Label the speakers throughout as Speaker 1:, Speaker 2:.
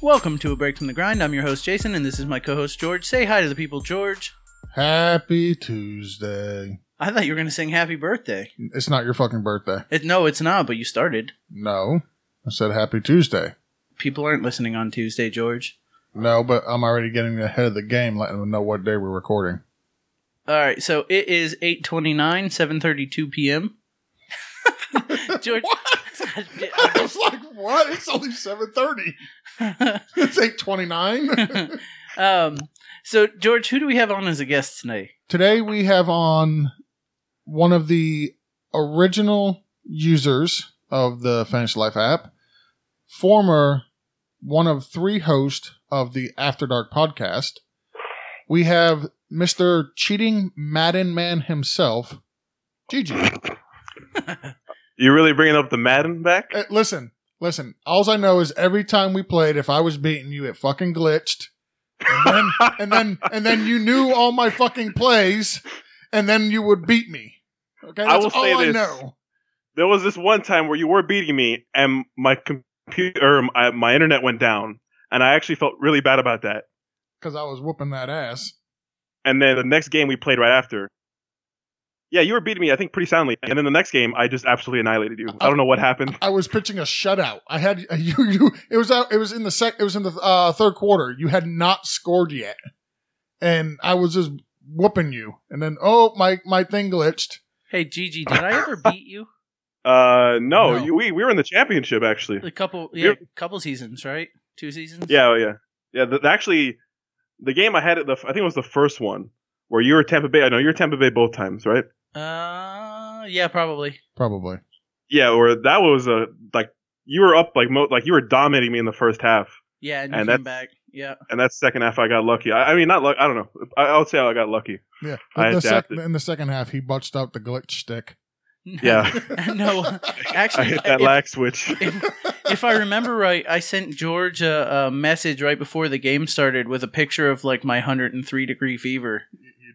Speaker 1: Welcome to A Break from the Grind. I'm your host, Jason, and this is my co host, George. Say hi to the people, George.
Speaker 2: Happy Tuesday.
Speaker 1: I thought you were going to sing happy birthday.
Speaker 2: It's not your fucking birthday.
Speaker 1: It, no, it's not, but you started.
Speaker 2: No. I said happy Tuesday.
Speaker 1: People aren't listening on Tuesday, George.
Speaker 2: No, but I'm already getting ahead of the game, letting them know what day we're recording.
Speaker 1: All right, so it is 8.29, 7.32 p.m. George, I did-
Speaker 2: I was like, what? It's only 7.30. It's 8.29.
Speaker 1: um, so, George, who do we have on as a guest today?
Speaker 2: Today we have on one of the original users of the Finish Life app, former one of three hosts of the After Dark podcast. We have Mr. Cheating Madden Man himself, Gigi.
Speaker 3: You really bringing up the Madden back?
Speaker 2: Uh, listen, listen. Alls I know is every time we played, if I was beating you, it fucking glitched, and then and then and then you knew all my fucking plays, and then you would beat me. Okay, that's
Speaker 3: I will
Speaker 2: all
Speaker 3: say
Speaker 2: I
Speaker 3: this.
Speaker 2: know.
Speaker 3: there was this one time where you were beating me, and my computer, or my, my internet went down, and I actually felt really bad about that.
Speaker 2: Because I was whooping that ass.
Speaker 3: And then the next game we played right after, yeah, you were beating me, I think, pretty soundly. And then the next game, I just absolutely annihilated you. I don't know what happened.
Speaker 2: I was pitching a shutout. I had you. you it was out. It was in the sec. It was in the uh, third quarter. You had not scored yet, and I was just whooping you. And then oh my my thing glitched.
Speaker 1: Hey, Gigi, did I ever beat you?
Speaker 3: Uh, no,
Speaker 2: No.
Speaker 3: You, we we were in the championship actually.
Speaker 1: A couple, yeah,
Speaker 3: You're-
Speaker 1: couple seasons, right? Two seasons?
Speaker 3: Yeah, oh, yeah, yeah. The, the- actually, the game I had, at the I think it was the first one where you were Tampa Bay. I know you were Tampa Bay both times, right?
Speaker 1: Uh, yeah, probably.
Speaker 2: Probably.
Speaker 3: Yeah, or that was a like you were up like mo- like you were dominating me in the first half,
Speaker 1: Yeah, and,
Speaker 3: And
Speaker 1: you came back. Yeah.
Speaker 3: and that second half I got lucky. I, I mean, not luck. I don't know. I, I would say I got lucky.
Speaker 2: Yeah.
Speaker 3: I
Speaker 2: The sec-
Speaker 3: adapted.
Speaker 2: in the second half, he butched up the glitch stick.
Speaker 3: Yeah.
Speaker 1: no,
Speaker 3: I
Speaker 1: actually,
Speaker 3: hit that
Speaker 1: if-
Speaker 3: lag switch.
Speaker 1: if, if I remember right, I sent George a, a message right before the game started with a picture of like my 103 degree fever.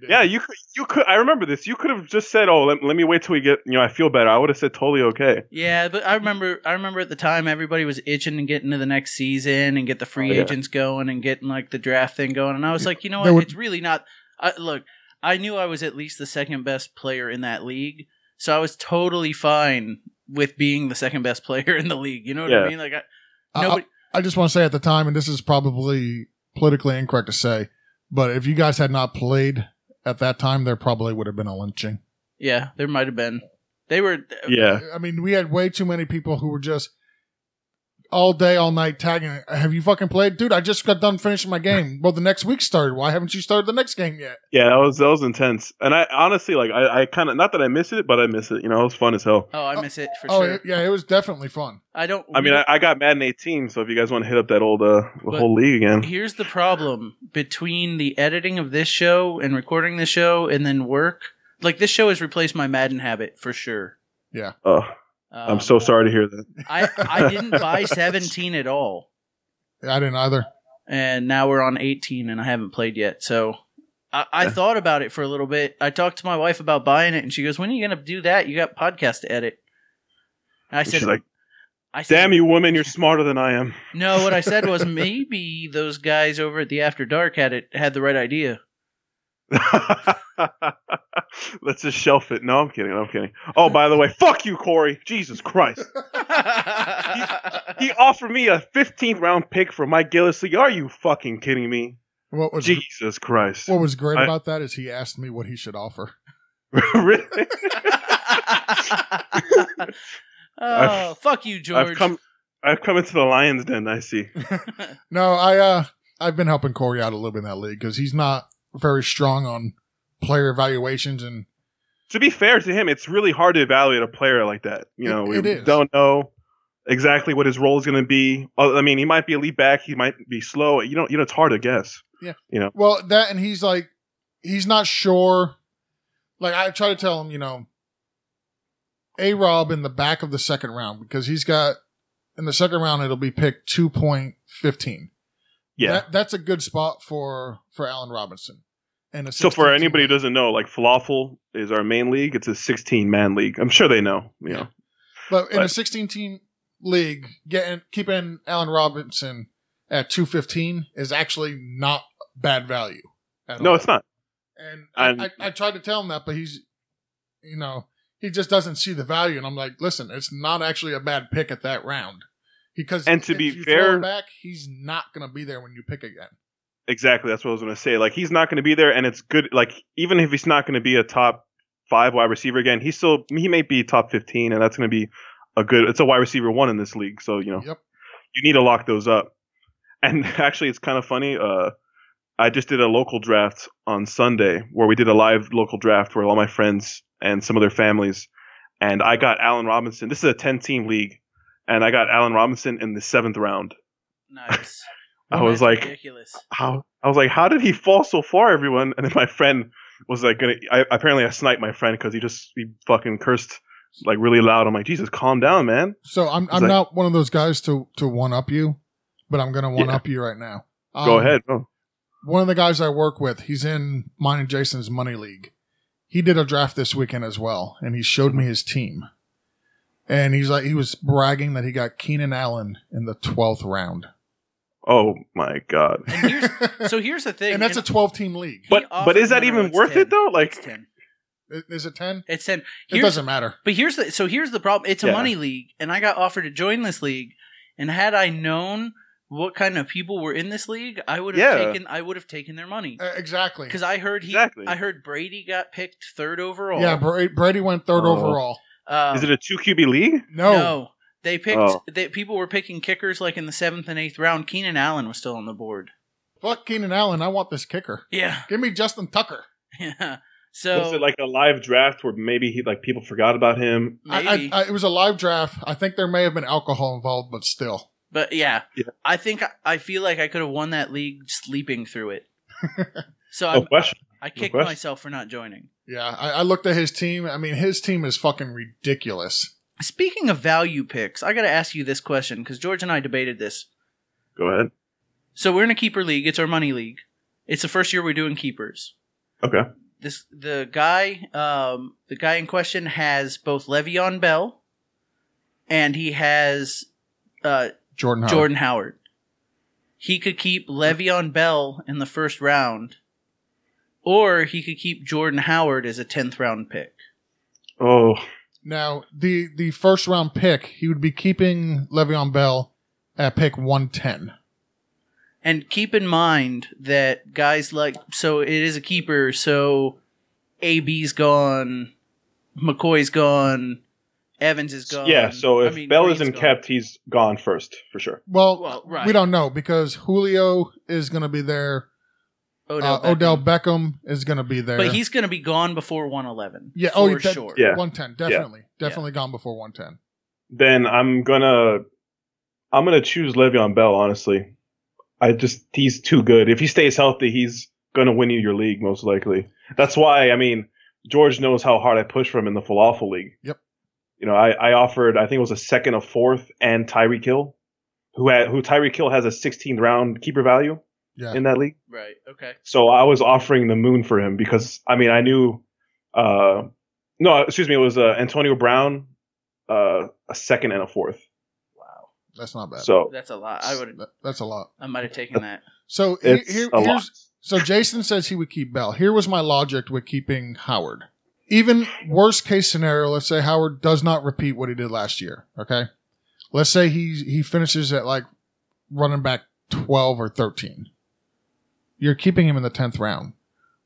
Speaker 3: yeah, you could. You could. I remember this. You could have just said, "Oh, let, let me wait till we get. You know, I feel better." I would have said totally okay.
Speaker 1: Yeah, but I remember I remember at the time everybody was itching to get into the next season and get the free
Speaker 3: Oh, yeah.
Speaker 1: agents going and getting like the draft thing going and I was like, you know
Speaker 2: There
Speaker 1: what?
Speaker 2: would-
Speaker 1: it's really not I, look, I knew I was at least the second best player in that league. So I was totally fine with being the second best player in the league. You know what I
Speaker 3: Yeah.
Speaker 1: mean? Like I,
Speaker 2: I-
Speaker 1: nobody
Speaker 2: I just want to say at the time, and this is probably politically incorrect to say, but if you guys had not played at that time, there probably would have been a lynching.
Speaker 1: Yeah, there might have been. They were
Speaker 3: Yeah,
Speaker 2: I mean, we had way too many people who were just all day, all night tagging. Have you fucking played, dude? I just got done finishing my game. Well, the next week started. Why haven't you started the next game yet?
Speaker 3: yeah. That was that was intense. And I honestly like I, I kind of not that I miss it, but I miss it. You know, it was fun as hell.
Speaker 1: Oh, I miss it for
Speaker 2: oh,
Speaker 1: sure.
Speaker 2: it- yeah, it was definitely fun.
Speaker 1: I don't.
Speaker 3: I mean,
Speaker 1: we
Speaker 3: I, I got Madden 18, so if you guys want to hit up that old uh, the whole league
Speaker 1: don't-
Speaker 3: again,
Speaker 1: here's the problem between the editing of this show and recording the show and then work. Like this show has replaced my Madden habit for sure.
Speaker 3: oh,
Speaker 1: Um,
Speaker 3: I'm so sorry to hear that.
Speaker 1: I I didn't buy 17 at all,
Speaker 2: I didn't either.
Speaker 1: and now we're on 18, and I haven't played yet. So. I, I
Speaker 3: Yeah.
Speaker 1: thought about it for a little bit. I talked to my wife about buying it, and she goes, "When are you going to do that? You got podcast to edit." And I
Speaker 3: And
Speaker 1: said,
Speaker 3: she's like,
Speaker 1: "I said,
Speaker 3: "Damn you, woman! You're smarter than I am."
Speaker 1: No, what I said was maybe those guys over at the After Dark had it had the right idea.
Speaker 3: Let's just shelf it. No, I'm kidding. I'm kidding. Oh, by the way, fuck you, Corey. Jesus Christ.
Speaker 1: Oh,
Speaker 3: He offered me a 15th round pick for Mike Gillis. Are you fucking kidding me?
Speaker 2: What was
Speaker 3: Jesus Christ.
Speaker 2: what was great
Speaker 3: I-
Speaker 2: about that is he asked me what he should offer.
Speaker 3: really?
Speaker 1: oh, fuck you, George.
Speaker 3: I've come. I've come into the lion's den. I see.
Speaker 2: No, I uh I've been helping Corey out a little bit in that league because he's not very strong on player evaluations and
Speaker 3: To be fair to him, it's really hard to evaluate a player like that. You
Speaker 2: It-
Speaker 3: know,
Speaker 2: it
Speaker 3: we
Speaker 2: is.
Speaker 3: don't know exactly what his role is going to be. Oh, I mean, he might be a lead back. He might be slow. You don't. You know, it's hard to guess.
Speaker 2: well that and he's like he's not sure. Like I try to tell him, you know, A Rob in the back of the second round because he's got in the second round it'll be picked two point fifteen.
Speaker 3: Yeah.
Speaker 2: that, that's a good spot for for Allen Robinson. And a
Speaker 3: So
Speaker 2: 16
Speaker 3: for
Speaker 2: team
Speaker 3: anybody who
Speaker 2: league.
Speaker 3: doesn't know, like Falafel is our main league. It's a 16 man league. I'm sure they know. You know.
Speaker 2: But in a
Speaker 3: But-
Speaker 2: 16 team league, getting keeping Allen Robinson at 215 is actually not bad value. At
Speaker 3: No,
Speaker 2: all.
Speaker 3: it's not.
Speaker 2: And I, I,
Speaker 3: I'm-
Speaker 2: I tried to tell him that, but he's, you know, he just doesn't see the value. And I'm like, listen, it's not actually a bad pick at that round. Because
Speaker 3: And to
Speaker 2: if
Speaker 3: be
Speaker 2: you throw him
Speaker 3: fair-
Speaker 2: back, he's not going to be there when you pick again.
Speaker 3: Exactly. That's what I was going to say. Like he's not going to be there, and it's good. Like even if he's not going to be a top five wide receiver again, he's still he may be top fifteen, and that's going to be a good. It's a wide receiver one in this league, so you know
Speaker 2: Yep.
Speaker 3: you need to lock those up. And actually, it's kind of funny. Uh, I just did a local draft on Sunday where we did a live local draft where all my friends and some of their families, and I got Allen Robinson. This is a ten-team league, and I got Allen Robinson in the seventh round.
Speaker 1: Nice.
Speaker 3: I was
Speaker 1: That's
Speaker 3: like,
Speaker 1: ridiculous.
Speaker 3: how I was like, how did he fall so far, everyone? And then my friend was like, gonna. I, apparently, I sniped my friend because he just he fucking cursed like really loud. I'm like, Jesus, calm down, man.
Speaker 2: So I'm, I'm
Speaker 3: like-
Speaker 2: not one of those guys to, to one up you, but I'm going to one up you right now.
Speaker 3: Go
Speaker 2: Um,
Speaker 3: ahead. Oh,
Speaker 2: one of the guys I work with, he's in mine and Jason's money league. He did a draft this weekend as well, and he showed me his team. And he's like, he was bragging that he got Keenan Allen in the twelfth round,
Speaker 3: oh my god.
Speaker 1: And here's,
Speaker 2: and
Speaker 1: so here's the thing.
Speaker 2: that's a
Speaker 1: and
Speaker 2: twelve team league.
Speaker 1: he
Speaker 3: But but is that
Speaker 1: often- no, no,
Speaker 3: even
Speaker 1: it's
Speaker 3: worth
Speaker 1: 10.
Speaker 3: it though?
Speaker 1: it's
Speaker 3: Like,
Speaker 1: ten.
Speaker 2: I- Is it ten?
Speaker 1: It's ten.
Speaker 2: It
Speaker 1: Here's-
Speaker 2: doesn't matter.
Speaker 1: But here's the so here's the problem. It's a
Speaker 3: Yeah.
Speaker 1: money league, and I got offered to join this league. And had I known what kind of people were in this league, I would have
Speaker 3: Yeah.
Speaker 1: taken I would have taken their money
Speaker 2: Uh, exactly.
Speaker 1: because I heard he
Speaker 3: Exactly.
Speaker 1: I heard Brady got picked third overall.
Speaker 2: Yeah, Bra- Brady went third
Speaker 3: Oh.
Speaker 2: overall.
Speaker 1: Um,
Speaker 3: is it a two QB league?
Speaker 2: No,
Speaker 1: No, they picked.
Speaker 3: Oh.
Speaker 1: They, people were picking kickers like in the seventh and eighth round. Keenan Allen was still on the board.
Speaker 2: fuck Keenan Allen. I want this kicker.
Speaker 1: Yeah,
Speaker 2: Give me Justin Tucker.
Speaker 1: yeah. So
Speaker 3: Was it like a live draft where maybe he like people forgot about him?
Speaker 2: I,
Speaker 1: maybe,
Speaker 2: I, I, it was a live draft. I think there may have been alcohol involved, but still.
Speaker 1: but yeah,
Speaker 3: Yeah.
Speaker 1: I think I, I feel like I could have won that league sleeping through it. so
Speaker 3: No
Speaker 1: I'm,
Speaker 3: Oh, question.
Speaker 1: I kicked
Speaker 3: question.
Speaker 1: myself for not joining.
Speaker 2: Yeah, I, I looked at his team. I mean, his team is fucking ridiculous.
Speaker 1: Speaking of value picks, I got to ask you this question because George and I debated this.
Speaker 3: Go ahead.
Speaker 1: So we're in a keeper league. It's our money league. It's the first year we're doing keepers.
Speaker 3: Okay.
Speaker 1: This the guy, um, the guy in question has both Le'Veon Bell, and he has uh,
Speaker 2: Jordan Howard.
Speaker 1: Jordan Howard. He could keep Le'Veon Bell in the first round, or he could keep Jordan Howard as a tenth round pick.
Speaker 3: Oh,
Speaker 2: Now, the the first round pick, he would be keeping Le'Veon Bell at pick one ten.
Speaker 1: And keep in mind that guys like so it is a keeper, so AB's gone, McCoy's gone, Evans is gone.
Speaker 3: yeah. So
Speaker 1: I
Speaker 3: if
Speaker 1: mean,
Speaker 3: Bell
Speaker 1: Green's
Speaker 3: isn't
Speaker 1: gone.
Speaker 3: kept, he's gone first for sure.
Speaker 2: Well,
Speaker 1: Well, right.
Speaker 2: we don't know because Julio is going to be there.
Speaker 1: Odell,
Speaker 2: Odell, uh, Odell
Speaker 1: Beckham.
Speaker 2: Beckham is going to be there.
Speaker 1: but he's going to be gone before one eleven.
Speaker 2: yeah,
Speaker 1: for
Speaker 2: oh, de-
Speaker 1: sure.
Speaker 3: Yeah.
Speaker 2: one ten, definitely, definitely gone before one ten.
Speaker 3: then I'm gonna I'm gonna choose Le'Veon Bell. Honestly, I just he's too good. If he stays healthy, he's gonna win you your league most likely. That's why I mean George knows how hard I push for him in the falafel league.
Speaker 2: Yep.
Speaker 3: You know, I, I offered I think it was a second, a fourth, and Tyreek Hill, who had, who Tyreek Hill has a 16th round keeper value
Speaker 2: Yeah,
Speaker 3: in that league.
Speaker 1: Right. Okay.
Speaker 3: So I was offering the moon for him because I mean I knew, uh, no, excuse me, it was uh, Antonio Brown, uh, a second and a fourth.
Speaker 1: Wow,
Speaker 2: that's not bad.
Speaker 3: So
Speaker 1: that's a lot. I would.
Speaker 2: That- that's a lot.
Speaker 1: I might have taken that.
Speaker 2: So he-
Speaker 3: it's
Speaker 2: here-
Speaker 3: a lot.
Speaker 2: here's So Jason says he would keep Bell. Here was my logic with keeping Howard. Even worst case scenario, let's say Howard does not repeat what he did last year. Okay, let's say he he finishes at like running back twelve or thirteen. You're keeping him in the tenth round.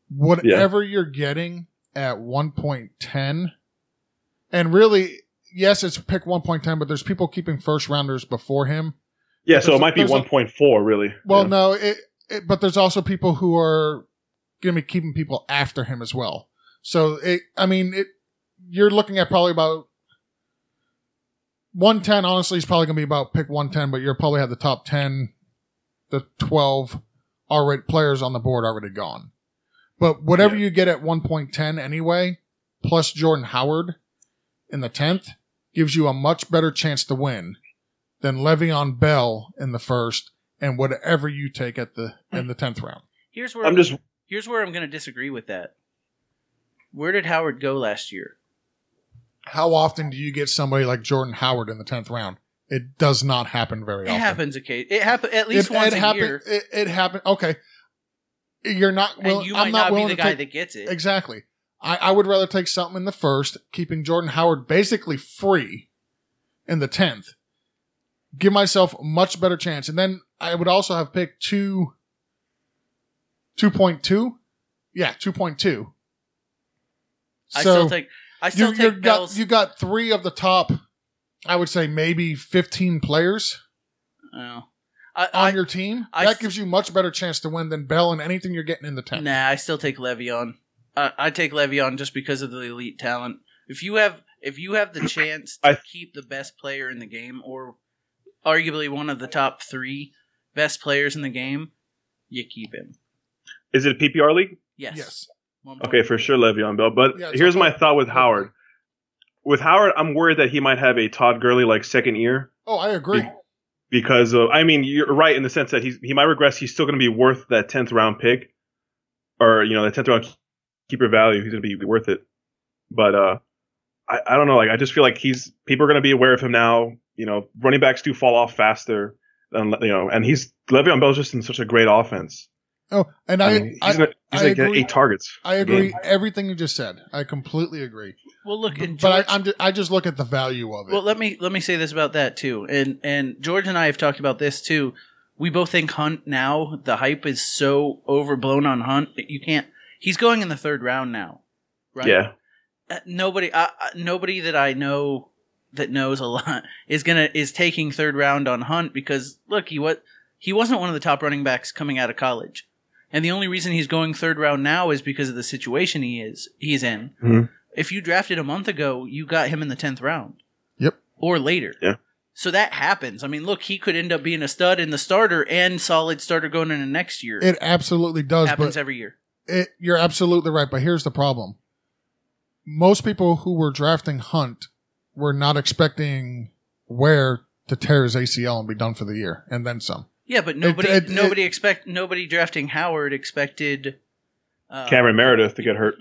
Speaker 2: Whatever you're getting at one point ten, and really, yes, it's pick one point ten, but there's people keeping first rounders before him.
Speaker 3: Yeah, so
Speaker 2: There's-
Speaker 3: it might be
Speaker 2: there's a-
Speaker 3: 1.4 really.
Speaker 2: Well,
Speaker 3: Yeah.
Speaker 2: no, it, it, but there's also people who are going to be keeping people after him as well. So it, I mean, it, you're looking at probably about 110. Honestly, is probably going to be about pick 110, but you'll probably have the top 10, the 12 already players on the board already gone. But whatever you get at 1.10 anyway, plus Jordan Howard in the 10th gives you a much better chance to win than Le'Veon Bell in the first and whatever you take at the
Speaker 1: Hmm.
Speaker 2: in the tenth round.
Speaker 1: Here's where
Speaker 3: I'm just
Speaker 1: here's where I'm going to disagree with that. Where did Howard go last year?
Speaker 2: How often do you get somebody like Jordan Howard in the tenth round? It does not happen very
Speaker 1: It
Speaker 2: often.
Speaker 1: happens occasion. It happens at least once a
Speaker 2: happen-
Speaker 1: year,
Speaker 2: It, it happened. Okay, you're not. Will,
Speaker 1: and you
Speaker 2: I'm
Speaker 1: might not,
Speaker 2: willing
Speaker 1: be the
Speaker 2: to
Speaker 1: guy
Speaker 2: take-
Speaker 1: that gets it.
Speaker 2: Exactly. I, I would rather take something in the first, keeping Jordan Howard basically free in the tenth. Give myself much better chance. And then I would also have picked two two point two? Yeah, two point two.
Speaker 1: I still take. I still
Speaker 2: you, you
Speaker 1: take
Speaker 2: got
Speaker 1: Bell's.
Speaker 2: you got three of the top I would say maybe fifteen players
Speaker 1: oh. I,
Speaker 2: on
Speaker 1: I,
Speaker 2: your team.
Speaker 1: I
Speaker 2: that
Speaker 1: s-
Speaker 2: gives you much better chance to win than Bell and anything you're getting in the tenth.
Speaker 1: Nah, I still take Le'Veon. I, I take Le'Veon just because of the elite talent. If you have if you have the chance to
Speaker 3: I-
Speaker 1: keep the best player in the game, or arguably one of the top three best players in the game, you keep him.
Speaker 3: Is it a PPR league?
Speaker 1: Yes.
Speaker 2: yes.
Speaker 1: One
Speaker 3: Okay,
Speaker 1: point.
Speaker 3: for sure, Le'Veon Bell. But
Speaker 2: Yeah, it's
Speaker 3: here's
Speaker 2: okay.
Speaker 3: my thought with Howard. With Howard, I'm worried that he might have a Todd Gurley like second year
Speaker 2: Oh, I agree.
Speaker 3: Be- because of. I mean, you're right in the sense that he's he might regress. He's still going to be worth that tenth round pick, or you know, that tenth round keeper value. He's going to be worth it. But uh, I I don't know. Like I just feel like he's people are going to be aware of him now. You know, running backs do fall off faster. Than, you know, and he's Le'Veon Bell's just in such a great offense.
Speaker 2: Oh, and I,
Speaker 3: I mean, he's
Speaker 2: I,
Speaker 3: gonna, he's
Speaker 2: I
Speaker 3: gonna get
Speaker 2: agree.
Speaker 3: eight targets.
Speaker 2: I agree everything you just said. I completely agree.
Speaker 1: Well, look, and
Speaker 2: But
Speaker 1: George-
Speaker 2: I, I'm just, I just look at the value of it.
Speaker 1: Well, let me let me say this about that too, and and George and I have talked about this too. We both think Hunt now the hype is so overblown on Hunt that you can't. He's going in the third round now, right?
Speaker 3: Yeah.
Speaker 1: Uh, nobody, I, I- nobody that I know that knows a lot is gonna is taking third round on Hunt because look, he what he wasn't one of the top running backs coming out of college, and the only reason he's going third round now is because of the situation he is he's in.
Speaker 2: Mm-hmm.
Speaker 3: Mhm.
Speaker 1: If you drafted a month ago, you got him in the tenth round
Speaker 2: yep.
Speaker 1: or later.
Speaker 3: Yeah.
Speaker 1: So that happens. I mean, look, he could end up being a stud in the starter and solid starter going into next year.
Speaker 2: It absolutely does.
Speaker 1: happens
Speaker 2: But
Speaker 1: every year.
Speaker 2: it, you're absolutely right. But here's the problem most people who were drafting Hunt were not expecting Ware to tear his ACL and be done for the year and then some.
Speaker 1: Yeah, but nobody,
Speaker 2: it-
Speaker 1: nobody expect nobody drafting Howard expected. Uh,
Speaker 3: Cameron Meredith to get hurt.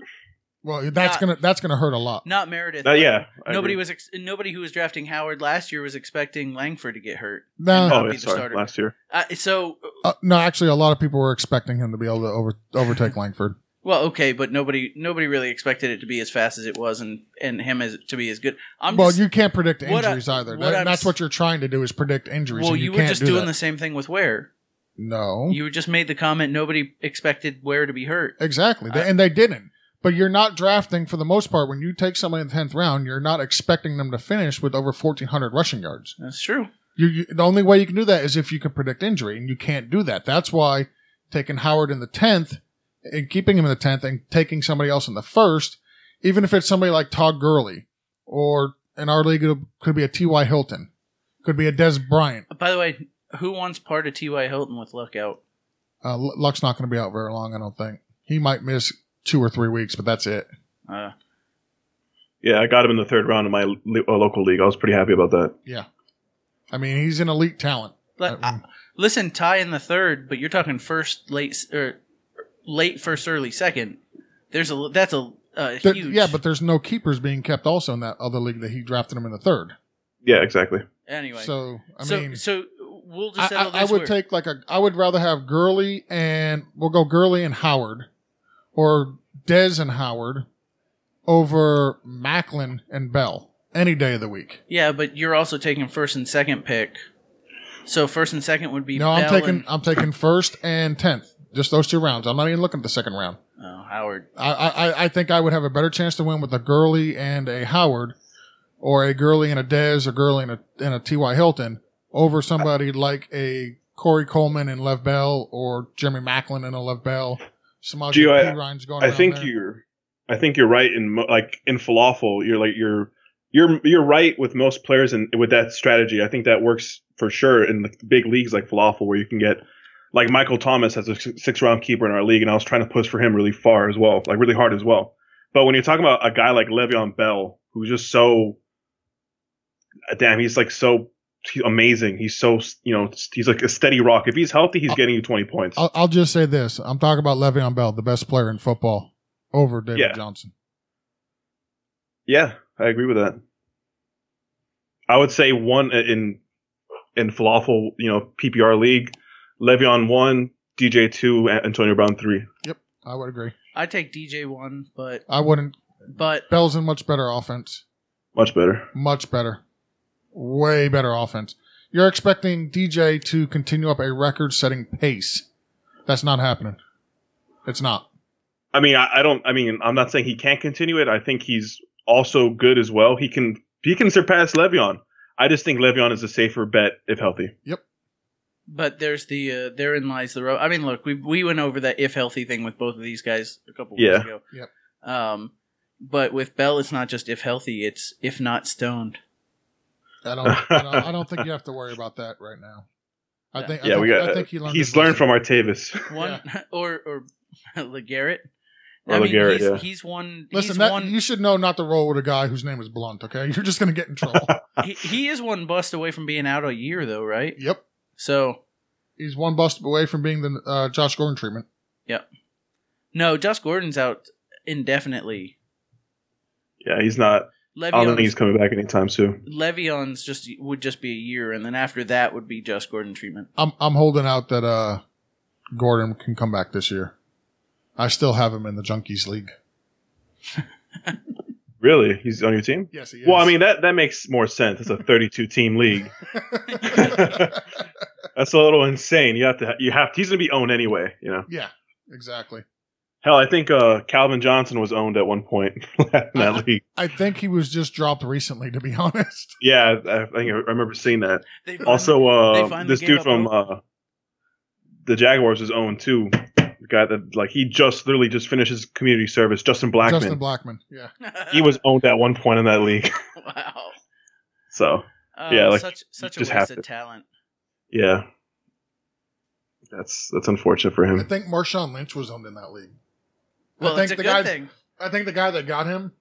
Speaker 2: Well, that's
Speaker 1: Not-
Speaker 2: gonna that's gonna hurt a lot.
Speaker 1: not Meredith.
Speaker 3: Uh, yeah, I
Speaker 1: nobody
Speaker 3: agree.
Speaker 1: was ex- nobody who was drafting Howard last year was expecting Langford to get hurt.
Speaker 2: No,
Speaker 1: not
Speaker 3: Oh,
Speaker 1: be
Speaker 3: yeah,
Speaker 1: the
Speaker 3: sorry,
Speaker 1: starter.
Speaker 3: last year.
Speaker 1: Uh, so,
Speaker 2: uh, no, actually, a lot of people were expecting him to be able to over, overtake Langford.
Speaker 1: well, okay, but nobody nobody really expected it to be as fast as it was, and and him as to be as good. I'm
Speaker 2: well,
Speaker 1: just,
Speaker 2: you can't predict
Speaker 1: what I-
Speaker 2: injuries either.
Speaker 1: what
Speaker 2: That-
Speaker 1: I'm
Speaker 2: that's
Speaker 1: s-
Speaker 2: what you're trying to do is predict injuries.
Speaker 1: well,
Speaker 2: and
Speaker 1: you,
Speaker 2: you,
Speaker 1: were
Speaker 2: can't
Speaker 1: just
Speaker 2: do
Speaker 1: doing
Speaker 2: that.
Speaker 1: the same thing with Ware.
Speaker 2: No,
Speaker 1: You just made the comment nobody expected Ware to be hurt.
Speaker 2: Exactly. They-
Speaker 1: I-
Speaker 2: and they didn't. But you're not drafting for the most part. When you take somebody in the 10th round, you're not expecting them to finish with over 1,400 rushing yards.
Speaker 1: That's true.
Speaker 2: You, you, the only way you can do that is if you can predict injury, and you can't do that. That's why taking Howard in the 10th and keeping him in the 10th and taking somebody else in the first, even if it's somebody like Todd Gurley or in our league, it could be a T.Y. Hilton, could be a Des Bryant.
Speaker 1: By the way, who wants part of T.Y. Hilton with luck out?
Speaker 2: Uh, Lu- Luck's not going to be out very long, I don't think. He might miss two or three weeks, but that's it.
Speaker 1: Uh,
Speaker 3: Yeah, I got him in the third round of my li- uh, local league. I was pretty happy about that.
Speaker 2: I mean, he's an elite talent.
Speaker 1: let-
Speaker 2: I mean-
Speaker 1: uh, listen, tie in the third, but you're talking first, late, s- or late first, early second. There's a that's a, a
Speaker 2: There-
Speaker 1: huge
Speaker 2: yeah, but there's no keepers being kept also in that other league that he drafted him in the third.
Speaker 3: Yeah, exactly.
Speaker 1: anyway. So
Speaker 2: So I
Speaker 1: so,
Speaker 2: mean,
Speaker 1: we'll
Speaker 2: I,
Speaker 1: just
Speaker 2: I,
Speaker 1: settle
Speaker 2: I
Speaker 1: this.
Speaker 2: would
Speaker 1: where-
Speaker 2: take like a I would rather have Gurley and we'll go Gurley and Howard, or Dez and Howard, over Macklin and Bell any day of the week.
Speaker 1: yeah, but you're also taking first and second pick. So first and second would be
Speaker 2: No, I'm
Speaker 1: Bell
Speaker 2: taking
Speaker 1: and-
Speaker 2: I'm taking first and tenth, just those two rounds. I'm not even looking at the second round.
Speaker 1: oh, Howard.
Speaker 2: I, I I think I would have a better chance to win with a Gurley and a Howard, or a Gurley and a Dez, or Gurley and a and a T.Y. Hilton over somebody like a Corey Coleman and Lev Bell, or Jeremy Macklin and a Lev Bell. Samaj P.
Speaker 3: Gio, I-
Speaker 2: Ryan's going.
Speaker 3: I
Speaker 2: around
Speaker 3: think
Speaker 2: there.
Speaker 3: you're, I think you're right in mo- like in falafel. You're like you're, you're you're right with most players and with that strategy. I think that works for sure in the big leagues like falafel where you can get. Like Michael Thomas has a six round keeper in our league, and I was trying to push for him really far as well, like really hard as well. But when you're talking about a guy like Le'Veon Bell, who's just so, uh, damn, he's like so he's amazing. He's so you know he's like a steady rock. If he's healthy, he's getting you 20 points.
Speaker 2: I'll, I'll just say this: I'm talking about Le'Veon Bell, the best player in football, over David
Speaker 3: Yeah.
Speaker 2: Johnson.
Speaker 3: Yeah, I agree with that. I would say one uh, in in falafel, you know, PPR league. Le'Veon one, DJ two, A- Antonio Brown three.
Speaker 2: I would agree.
Speaker 1: I take DJ one, but
Speaker 2: I wouldn't.
Speaker 1: but
Speaker 2: Bell's in much better offense.
Speaker 3: Much better.
Speaker 2: Much better. Way better offense. You're expecting DJ to continue up a record setting pace. That's not happening. It's not.
Speaker 3: I mean, I, I don't. I mean, I'm not saying he can't continue it. I think he's also good as well. He can he can surpass Le'Veon. I just think Le'Veon is a safer bet if healthy.
Speaker 1: but there's the uh, therein lies the road. I mean, look, we we went over that if healthy thing with both of these guys a couple weeks
Speaker 3: Yeah.
Speaker 1: ago.
Speaker 2: Yep.
Speaker 1: Um, but with Bell, it's not just if healthy; it's if not stoned.
Speaker 2: Oh, I don't. I don't, I don't think you have to worry about that right now. I think. I
Speaker 3: Yeah,
Speaker 2: think,
Speaker 3: we got.
Speaker 2: I think he learned
Speaker 3: he's
Speaker 2: his
Speaker 3: learned
Speaker 2: lesson.
Speaker 3: from Artavis.
Speaker 1: One or or Legarrette.
Speaker 3: Or LeGarrette,
Speaker 1: he's,
Speaker 3: yeah.
Speaker 1: he's one.
Speaker 2: Listen,
Speaker 1: he's
Speaker 2: that,
Speaker 1: one.
Speaker 2: you should know not to roll with a guy whose name is Blunt. Okay, you're just gonna get in trouble.
Speaker 1: he, he is one bust away from being out a year, though, right?
Speaker 2: yep.
Speaker 1: So
Speaker 2: He's one bust away from being the uh, Josh Gordon treatment.
Speaker 1: no, Josh Gordon's out indefinitely.
Speaker 3: Yeah, he's not. I don't think
Speaker 1: Le'Veon's,
Speaker 3: he's coming back anytime soon.
Speaker 1: Le'Veon's just would just be a year, and then after that would be Josh Gordon treatment.
Speaker 2: I'm I'm holding out that uh, Gordon can come back this year. I still have him in the Junkies League.
Speaker 3: Really, he's on your team.
Speaker 2: Yes, he
Speaker 3: Well, I mean that that makes more sense. It's a 32 team league. That's a little insane. You have to you have he's gonna be owned anyway. You know,
Speaker 2: yeah, exactly.
Speaker 3: hell, I think uh, Calvin Johnson was owned at one point in
Speaker 1: Uh-huh.
Speaker 3: that league.
Speaker 2: I think he was just dropped recently, to be honest.
Speaker 3: Yeah, I, I think I remember seeing that.
Speaker 1: They
Speaker 3: Also,
Speaker 1: they
Speaker 3: uh,
Speaker 1: finally
Speaker 3: this
Speaker 1: gave
Speaker 3: dude
Speaker 1: up
Speaker 3: from uh, the Jaguars is owned too. The guy that like he just literally just finished his community service. Justin Blackman.
Speaker 2: Justin Blackman. Yeah.
Speaker 3: he was owned at one point in that league.
Speaker 1: wow.
Speaker 3: So
Speaker 1: Uh,
Speaker 3: Yeah, like,
Speaker 1: such such a
Speaker 3: just
Speaker 1: waste
Speaker 3: have
Speaker 1: of
Speaker 3: to-
Speaker 1: talent.
Speaker 3: yeah, that's that's unfortunate for
Speaker 2: I
Speaker 3: him.
Speaker 2: think Marshawn Lynch was owned in that league.
Speaker 1: Well,
Speaker 2: I
Speaker 1: it's
Speaker 2: think
Speaker 1: a
Speaker 2: the
Speaker 1: good
Speaker 2: guy.
Speaker 1: thing.
Speaker 2: I think the guy that got him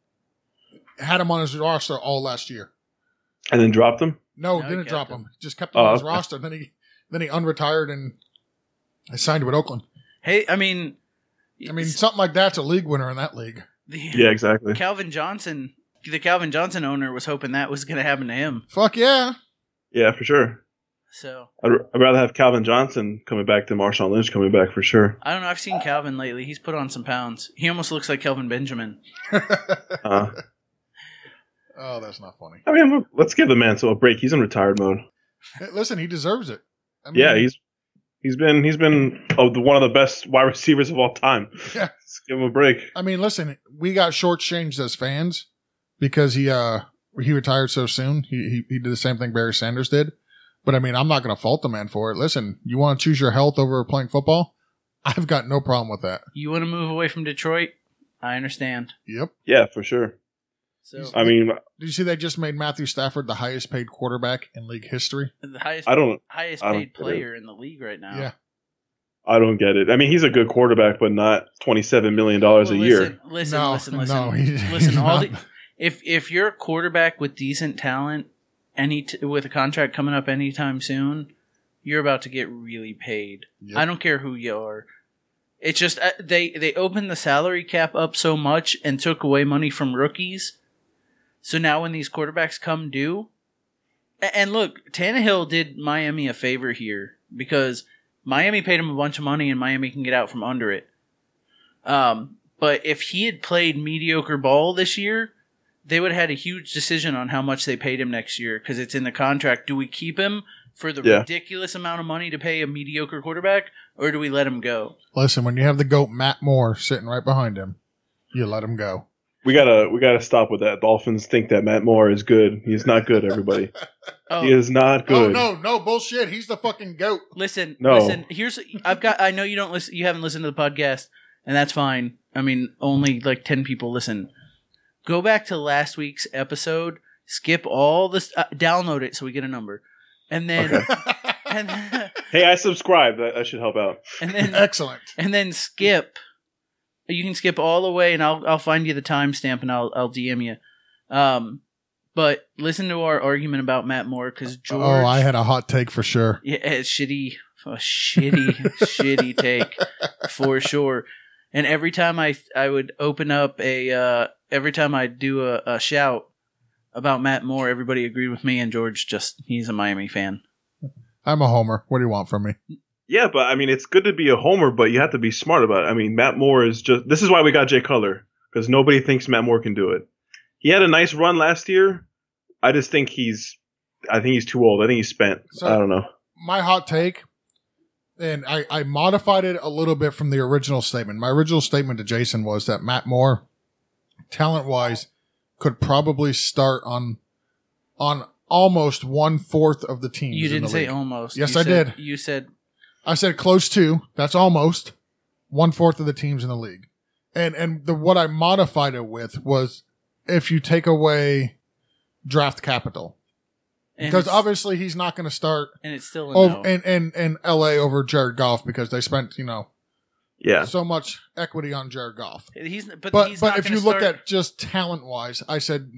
Speaker 2: had him on his roster all last year.
Speaker 3: And then dropped him.
Speaker 2: No,
Speaker 1: No, he
Speaker 2: didn't
Speaker 1: kept
Speaker 2: drop him.
Speaker 1: him.
Speaker 2: Just kept him
Speaker 3: Oh,
Speaker 2: on his
Speaker 3: okay.
Speaker 2: roster. Then he then he unretired and I signed with Oakland.
Speaker 1: Hey, I mean,
Speaker 2: I mean,
Speaker 1: it's-
Speaker 2: something like that's a league winner in that league.
Speaker 1: the,
Speaker 3: Yeah, exactly.
Speaker 1: Calvin Johnson, the Calvin Johnson owner was hoping that was going to happen to him.
Speaker 2: Fuck yeah.
Speaker 3: Yeah, for sure.
Speaker 1: So
Speaker 3: I'd, I'd rather have Calvin Johnson coming back than Marshawn Lynch coming back for sure.
Speaker 1: I don't know. I've seen Calvin lately. He's put on some pounds. He almost looks like Kelvin Benjamin.
Speaker 3: Uh,
Speaker 2: Oh, that's not funny.
Speaker 3: I mean, I'm- let's give the man some a break. He's in retired mode.
Speaker 2: Hey, Listen, he deserves it. I
Speaker 3: yeah, he's he's been he's been oh, the, one of the best wide receivers of all time.
Speaker 2: Yeah.
Speaker 3: Let's give him a break.
Speaker 2: I mean, listen, we got shortchanged as fans because he uh he retired so soon. He he, he did the same thing Barry Sanders did. But I mean, I'm not going to fault the man for it. Listen, you want to choose your health over playing football? I've got no problem with that.
Speaker 1: You want to move away from Detroit? I understand.
Speaker 2: Yep.
Speaker 3: Yeah, for sure.
Speaker 1: So
Speaker 3: I mean,
Speaker 2: Did you see they just made Matthew Stafford the highest paid quarterback in league history?
Speaker 1: the highest
Speaker 3: I don't
Speaker 1: highest
Speaker 3: I don't
Speaker 1: paid
Speaker 3: get it.
Speaker 1: player in the league right now.
Speaker 2: Yeah.
Speaker 3: I don't get it. I mean, he's a good quarterback, but not twenty seven million dollars
Speaker 1: Well,
Speaker 3: a year.
Speaker 1: Listen, listen,
Speaker 2: No,
Speaker 1: listen,
Speaker 2: no,
Speaker 1: listen.
Speaker 2: he- he's
Speaker 1: listen, all
Speaker 2: not.
Speaker 1: the, if if you're a quarterback with decent talent, any t- with a contract coming up anytime soon, you're about to get really paid.
Speaker 2: Yep.
Speaker 1: I don't care who you are. It's just uh, they they opened the salary cap up so much and took away money from rookies. So now when these quarterbacks come due, a- and look, Tannehill did Miami a favor here because Miami paid him a bunch of money and Miami can get out from under it. Um, but if he had played mediocre ball this year, they would have had a huge decision on how much they paid him next year because it's in the contract. Do we keep him for the
Speaker 3: Yeah.
Speaker 1: ridiculous amount of money to pay a mediocre quarterback, or do we let him go?
Speaker 2: Listen, when you have the goat Matt Moore sitting right behind him, you let him go.
Speaker 3: We gotta we gotta stop with that. Dolphins think that Matt Moore is good. He's not good. Everybody,
Speaker 1: Oh,
Speaker 3: he is not
Speaker 2: Oh
Speaker 3: good.
Speaker 2: no, no bullshit. He's the fucking goat.
Speaker 1: listen,
Speaker 3: No.
Speaker 1: listen. Here's I've got. I know you don't listen. You haven't listened to the podcast, and that's fine. I mean, only like ten people listen. Go back to last week's episode. Skip all this. Uh, download it so we get a number, and then and then-
Speaker 3: Hey, I subscribed. That, that should help out.
Speaker 1: and then
Speaker 2: Excellent.
Speaker 1: and then skip. You can skip all the way, and I'll I'll find you the timestamp, and I'll I'll DM you. Um, but listen to our argument about Matt Moore because George.
Speaker 2: Oh, I had a hot take for sure.
Speaker 1: Yeah, it's shitty, a shitty, shitty take for sure. And every time I I would open up a uh, every time I do a, a shout about Matt Moore, everybody agreed with me, and George just he's a Miami fan.
Speaker 2: I'm a homer. What do you want from me?
Speaker 3: Yeah, but I mean, it's good to be a homer, but you have to be smart about it. I mean, Matt Moore is just. This is why we got Jay Cutler because nobody thinks Matt Moore can do it. He had a nice run last year. I just think he's. I think he's too old. I think he's spent.
Speaker 2: So-
Speaker 3: I don't know.
Speaker 2: My hot take, and I, I modified it a little bit from the original statement. My original statement to Jason was that Matt Moore, talent wise, could probably start on on almost one fourth of the teams.
Speaker 1: You
Speaker 2: in
Speaker 1: didn't
Speaker 2: the
Speaker 1: say
Speaker 2: league.
Speaker 1: almost.
Speaker 2: Yes,
Speaker 1: You
Speaker 2: I
Speaker 1: said-
Speaker 2: did.
Speaker 1: You said
Speaker 2: I said close to. That's almost one fourth of the teams in the league. And and the what I modified it with was if you take away draft capital
Speaker 1: and
Speaker 2: because Oh,
Speaker 1: it's-
Speaker 2: obviously he's not going to start
Speaker 1: and it's still a
Speaker 2: over
Speaker 1: no.
Speaker 2: in, in in L.A. over Jared Goff because they spent you know
Speaker 3: Yeah.
Speaker 2: so much equity on Jared Goff.
Speaker 1: he's but
Speaker 2: But
Speaker 1: he's
Speaker 2: but
Speaker 1: not
Speaker 2: if
Speaker 1: gonna
Speaker 2: you look
Speaker 1: start-
Speaker 2: at just talent wise, I said